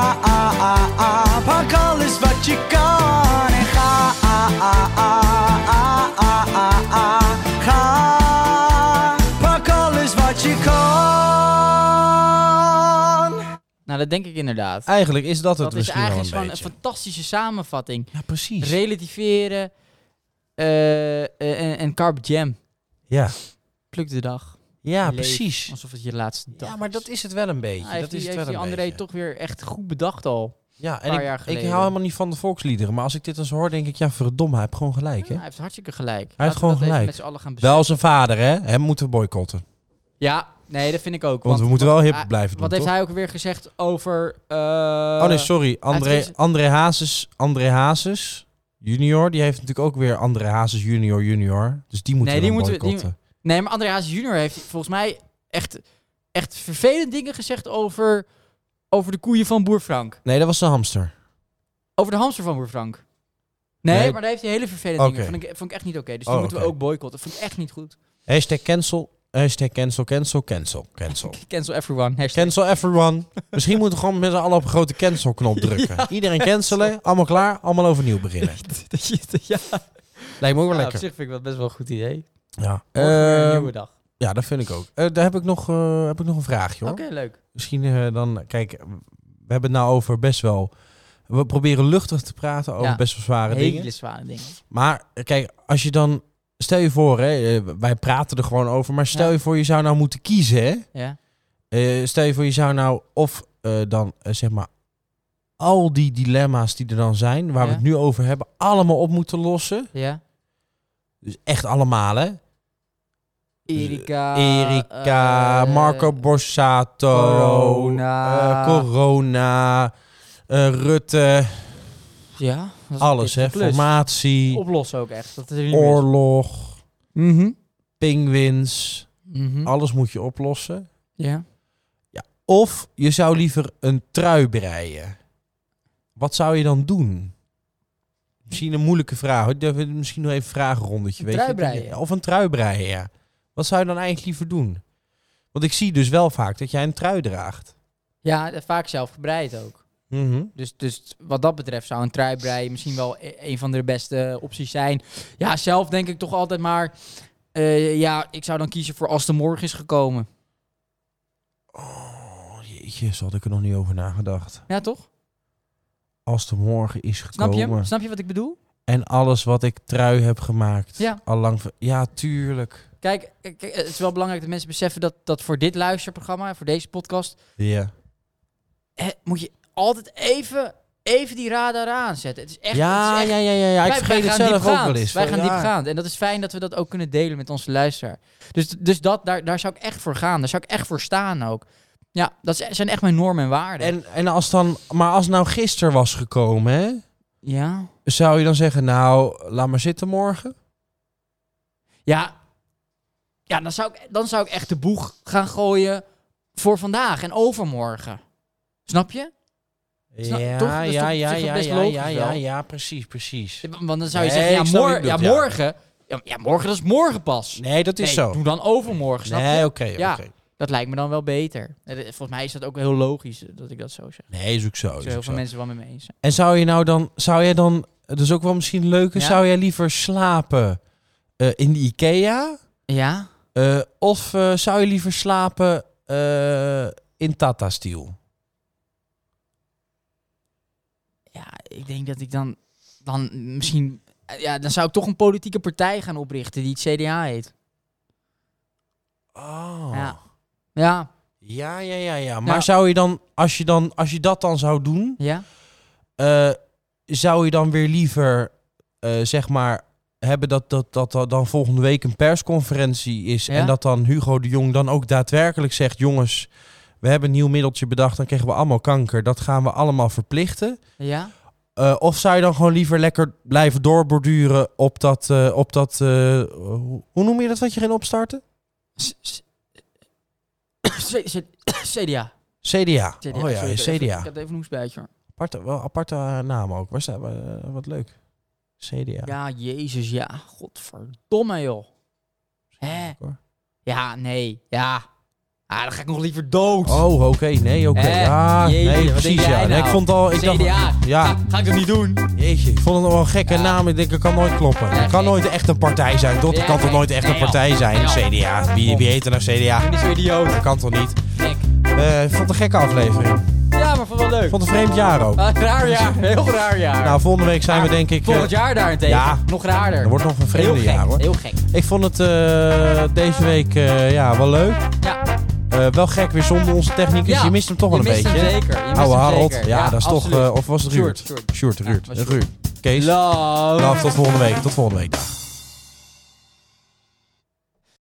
Speaker 3: ah, Pak alles wat je kan en ga. ah, Ga, pak alles wat je kan.
Speaker 1: Nou, dat denk ik inderdaad.
Speaker 2: Eigenlijk is dat het
Speaker 1: dat is
Speaker 2: misschien wel
Speaker 1: eigenlijk gewoon
Speaker 2: een
Speaker 1: een
Speaker 2: beetje.
Speaker 1: fantastische samenvatting.
Speaker 2: Ja, precies.
Speaker 1: Relativeren eh, eh, en, en Carb Jam.
Speaker 2: ja,
Speaker 1: Pluk de dag.
Speaker 2: ja
Speaker 1: Leef
Speaker 2: precies.
Speaker 1: Alsof het je laatste dag
Speaker 2: Ja, maar dat is het wel een beetje.
Speaker 1: Ah, heeft
Speaker 2: dat
Speaker 1: die,
Speaker 2: is het
Speaker 1: heeft
Speaker 2: wel
Speaker 1: die
Speaker 2: een
Speaker 1: André
Speaker 2: beetje.
Speaker 1: toch weer echt goed bedacht al.
Speaker 2: Ja, en
Speaker 1: paar
Speaker 2: ik,
Speaker 1: jaar
Speaker 2: ik
Speaker 1: geleden.
Speaker 2: hou helemaal niet van de volksliederen. Maar als ik dit dan zo hoor, denk ik: ja, verdomme, hij heeft gewoon gelijk.
Speaker 1: Ja,
Speaker 2: Hè?
Speaker 1: hij heeft hartstikke gelijk.
Speaker 2: heeft
Speaker 1: Laten we
Speaker 2: gewoon
Speaker 1: dat even
Speaker 2: gelijk.
Speaker 1: met z'n allen gaan
Speaker 2: Wel
Speaker 1: bespreken.
Speaker 2: zijn vader, hè? Hem moeten we boycotten. Want,
Speaker 1: Ja, nee, dat vind ik ook.
Speaker 2: we moeten wel hip
Speaker 1: hij-
Speaker 2: blijven doen.
Speaker 1: Wat heeft
Speaker 2: toch?
Speaker 1: hij ook weer gezegd over... eh,
Speaker 2: oh nee, sorry. André,
Speaker 1: heeft-
Speaker 2: André Hazes. André Hazes. Junior, die heeft natuurlijk ook weer André Hazes junior junior. Dus die moeten
Speaker 1: Nee,
Speaker 2: we
Speaker 1: die
Speaker 2: dan
Speaker 1: moeten we- die-
Speaker 2: boycotten.
Speaker 1: Nee, maar André Hazes junior heeft volgens mij echt, echt vervelende dingen gezegd over, over de koeien van boer Frank.
Speaker 2: Nee, dat was een hamster.
Speaker 1: Over de hamster van boer Frank. Nee,
Speaker 2: Nee.
Speaker 1: maar daar heeft hij hele vervelende dingen.
Speaker 2: Oké.
Speaker 1: Vond ik, vond ik echt niet oké. Dus
Speaker 2: Oh,
Speaker 1: die moeten
Speaker 2: oké.
Speaker 1: we ook boycotten. Vond ik echt niet goed.
Speaker 2: Hashtag cancel. Hashtag cancel, cancel, cancel, cancel.
Speaker 1: Cancel everyone. Hashtag.
Speaker 2: Cancel everyone. Misschien moeten we gewoon met z'n allen op een grote cancel-knop drukken. Iedereen cancelen, allemaal klaar, allemaal overnieuw beginnen.
Speaker 1: Dat je- ja,
Speaker 2: Lijkt me ook wel
Speaker 1: ja, op
Speaker 2: lekker.
Speaker 1: zich vind ik dat best wel een goed idee.
Speaker 2: Ja,
Speaker 1: Morgen weer een
Speaker 2: Ehm,
Speaker 1: nieuwe dag.
Speaker 2: ja dat vind ik ook. Eh, daar heb ik, nog, eh, heb ik nog een vraagje hoor.
Speaker 1: Oké, leuk.
Speaker 2: Misschien eh, dan, kijk, we hebben het nou over best wel... We proberen luchtig te praten over
Speaker 1: Ja.
Speaker 2: best wel zware dingen.
Speaker 1: Hele zware dingen.
Speaker 2: Maar eh, kijk, als je dan... Stel je voor, hè, eh, wij praten er gewoon over, maar stel
Speaker 1: Ja.
Speaker 2: je voor je zou nou moeten kiezen, hè?
Speaker 1: Ja.
Speaker 2: Eh, stel je voor, je zou nou of eh, dan eh, zeg maar al die dilemma's die er dan zijn, waar we
Speaker 1: Ja.
Speaker 2: het nu over hebben, allemaal op moeten lossen.
Speaker 1: Ja.
Speaker 2: Dus echt allemaal, hè?
Speaker 1: Erika.
Speaker 2: Erika,
Speaker 1: eh,
Speaker 2: Marco Borsato,
Speaker 1: corona.
Speaker 2: eh, corona eh, Rutte,
Speaker 1: Ja. dat is een
Speaker 2: alles, hè?
Speaker 1: pittige klus.
Speaker 2: Formatie,
Speaker 1: Oplossen ook echt. Dat is er niet meer.
Speaker 2: oorlog,
Speaker 1: Mhm.
Speaker 2: pinguïns,
Speaker 1: Mhm.
Speaker 2: alles moet je oplossen.
Speaker 1: Ja.
Speaker 2: Of je zou liever een trui breien. Wat zou je dan doen? Misschien een moeilijke vraag. hoor. Durf- Misschien nog even een vragenrondetje.
Speaker 1: Een
Speaker 2: weet
Speaker 1: trui
Speaker 2: je?
Speaker 1: breien.
Speaker 2: Of een trui breien, ja. Wat zou je dan eigenlijk liever doen? Want ik zie dus wel vaak dat jij een trui draagt.
Speaker 1: Ja, dat vaak zelf gebreid ook.
Speaker 2: Mhm.
Speaker 1: Dus, dus wat dat betreft zou een truibrei misschien wel e- een van de beste opties zijn. Ja, zelf denk ik toch altijd maar... eh, ja, ik zou dan kiezen voor als de morgen is gekomen.
Speaker 2: Oh, jeetje, zo had ik er nog niet over nagedacht.
Speaker 1: Ja, toch?
Speaker 2: Als de morgen is
Speaker 1: Snap
Speaker 2: gekomen.
Speaker 1: je? hem? Snap je wat ik bedoel?
Speaker 2: En alles wat ik trui heb gemaakt.
Speaker 1: Ja.
Speaker 2: Allang ver- ja, tuurlijk.
Speaker 1: Kijk, eh, kijk, het is wel belangrijk dat mensen beseffen dat, dat voor dit luisterprogramma, voor deze podcast,
Speaker 2: Ja.
Speaker 1: eh, moet je altijd even, even die radar aanzetten. Het is echt, het
Speaker 2: Ja,
Speaker 1: is echt-
Speaker 2: ja, ja, ja, ja. Ik
Speaker 1: wij,
Speaker 2: vergeet
Speaker 1: wij
Speaker 2: het
Speaker 1: gaan
Speaker 2: zelf ook
Speaker 1: diepgaand.
Speaker 2: wel eens.
Speaker 1: Wij gaan
Speaker 2: Ja.
Speaker 1: diepgaand. En dat is fijn dat we dat ook kunnen delen met onze luisteraar. Dus, dus dat, daar, daar zou ik echt voor gaan. Daar zou ik echt voor staan ook. Ja, dat is- zijn echt mijn normen en waarden.
Speaker 2: En, en als dan, maar als nou gisteren was gekomen, hè,
Speaker 1: ja.
Speaker 2: zou je dan zeggen, nou, laat maar zitten morgen?
Speaker 1: Ja, ja dan, zou ik, dan zou ik echt de boeg gaan gooien voor vandaag en overmorgen. Snap je? Snap-
Speaker 2: ja,
Speaker 1: toch?
Speaker 2: ja,
Speaker 1: Dat is
Speaker 2: ja,
Speaker 1: toch op
Speaker 2: ja,
Speaker 1: zich
Speaker 2: ja,
Speaker 1: best
Speaker 2: ja,
Speaker 1: logisch
Speaker 2: ja,
Speaker 1: wel?
Speaker 2: ja, precies, precies.
Speaker 1: Want dan zou je
Speaker 2: Nee,
Speaker 1: zeggen,
Speaker 2: ik
Speaker 1: ja,
Speaker 2: snap wat
Speaker 1: mor-
Speaker 2: je
Speaker 1: ja,
Speaker 2: bedoelt, ja.
Speaker 1: morgen. Ja, ja, morgen, dat is morgenpas.
Speaker 2: Nee, dat is
Speaker 1: Nee,
Speaker 2: zo.
Speaker 1: doe dan overmorgen, snap
Speaker 2: Nee,
Speaker 1: je?
Speaker 2: oké,
Speaker 1: Ja.
Speaker 2: oké.
Speaker 1: Dat lijkt me dan wel beter. Eh, Volgens mij is dat ook heel logisch eh, dat ik dat zo zeg.
Speaker 2: Nee, is ook zo.
Speaker 1: Zo
Speaker 2: Oh, is
Speaker 1: heel
Speaker 2: ook zo.
Speaker 1: veel mensen wel met me eens zijn.
Speaker 2: En zou je nou dan, zou jij dan, dus ook wel misschien leuker,
Speaker 1: Ja.
Speaker 2: zou jij liever slapen eh, in de Ikea?
Speaker 1: Ja?
Speaker 2: Eh, of eh, zou je liever slapen eh, in Tata Steel?
Speaker 1: Ja, ik denk dat ik dan, dan misschien... eh, Ja, dan zou ik toch een politieke partij gaan oprichten die het CDA heet.
Speaker 2: Oh.
Speaker 1: Ja. Ja,
Speaker 2: Ja, ja, ja, ja. Maar
Speaker 1: Ja.
Speaker 2: zou je dan als je, dan, als je dat dan zou doen,
Speaker 1: ja.
Speaker 2: eh, zou je dan weer liever, eh, zeg maar, hebben dat, dat, dat er dan volgende week een persconferentie is
Speaker 1: Ja.
Speaker 2: en dat dan Hugo de Jong dan ook daadwerkelijk zegt, jongens, we hebben een nieuw middeltje bedacht, dan krijgen we allemaal kanker, dat gaan we allemaal verplichten.
Speaker 1: Ja?
Speaker 2: Eh, of zou je dan gewoon liever lekker blijven doorborduren op dat, eh, op dat eh, hoe- hoe noem je dat wat je ging opstarten?
Speaker 1: S- s- C- C- CDA.
Speaker 2: CDA.
Speaker 1: CDA.
Speaker 2: Oh ja,
Speaker 1: Sorry, ik had
Speaker 2: CDA.
Speaker 1: even- Ik had even een hoesbuitje hoor.
Speaker 2: Aparte, wel aparte eh, naam ook. Waar staat, eh, wat leuk. CDA.
Speaker 1: Ja, jezus, ja. Godverdomme, joh. Hè?
Speaker 2: Hoor.
Speaker 1: Ja, nee, ja. Ah, dan ga ik nog liever dood.
Speaker 2: Oh, oké. Nee, oké.
Speaker 1: Hè?
Speaker 2: Ja,
Speaker 1: Eh. Jeetje, wat
Speaker 2: nee,
Speaker 1: denk
Speaker 2: precies.
Speaker 1: jij
Speaker 2: Ja. Nee,
Speaker 1: nou?
Speaker 2: ik vond al... Ik
Speaker 1: CDA.
Speaker 2: dacht, ja,
Speaker 1: Ga, ga ik dat niet doen?
Speaker 2: jeetje. Ik vond het nog wel een gekke
Speaker 1: Ja.
Speaker 2: naam. Ik denk, dat kan nooit kloppen.
Speaker 1: Ja,
Speaker 2: Het kan
Speaker 1: nee.
Speaker 2: nooit echt een partij zijn. Tot,
Speaker 1: Ja,
Speaker 2: kan toch
Speaker 1: nee.
Speaker 2: nooit echt
Speaker 1: Nee,
Speaker 2: een partij
Speaker 1: joh.
Speaker 2: zijn,
Speaker 1: Nee,
Speaker 2: CDA. Wie, wie heet er nou CDA?
Speaker 1: Ik ben zo idioot.
Speaker 2: Dat kan toch niet?
Speaker 1: Gek.
Speaker 2: Eh, ik vond het een gekke aflevering.
Speaker 1: Ja, maar vond wel leuk.
Speaker 2: Ik vond het een vreemd jaar ook.
Speaker 1: Ah, raar jaar. Heel raar jaar.
Speaker 2: Nou, volgende week zijn we
Speaker 1: Maar
Speaker 2: denk ik... eh,
Speaker 1: Volgend jaar daarentegen.
Speaker 2: ja.
Speaker 1: Nog raarder.
Speaker 2: Er wordt nog een
Speaker 1: heel
Speaker 2: vreemde
Speaker 1: gek.
Speaker 2: jaar hoor.
Speaker 1: Heel gek.
Speaker 2: Ik vond het eh, deze week eh, ja, wel leek.
Speaker 1: Ja.
Speaker 2: Eh, wel gek weer zonder onze technicus.
Speaker 1: Ja,
Speaker 2: Je mist hem toch wel
Speaker 1: je
Speaker 2: een
Speaker 1: mist
Speaker 2: beetje.
Speaker 1: hem zeker. Je mist
Speaker 2: Oude
Speaker 1: hem
Speaker 2: Harold. Ja,
Speaker 1: zeker. Ja,
Speaker 2: dat is toch...
Speaker 1: absoluut.
Speaker 2: eh, of was het Ruurt?
Speaker 1: Sjoerd, Sjoerd.
Speaker 2: Sjoerd,
Speaker 1: Ja,
Speaker 2: Ruurt.
Speaker 1: was Sjoerd.
Speaker 2: Ruurt. Kees.
Speaker 1: Love.
Speaker 2: Nou, tot volgende week. Tot volgende week. Dag.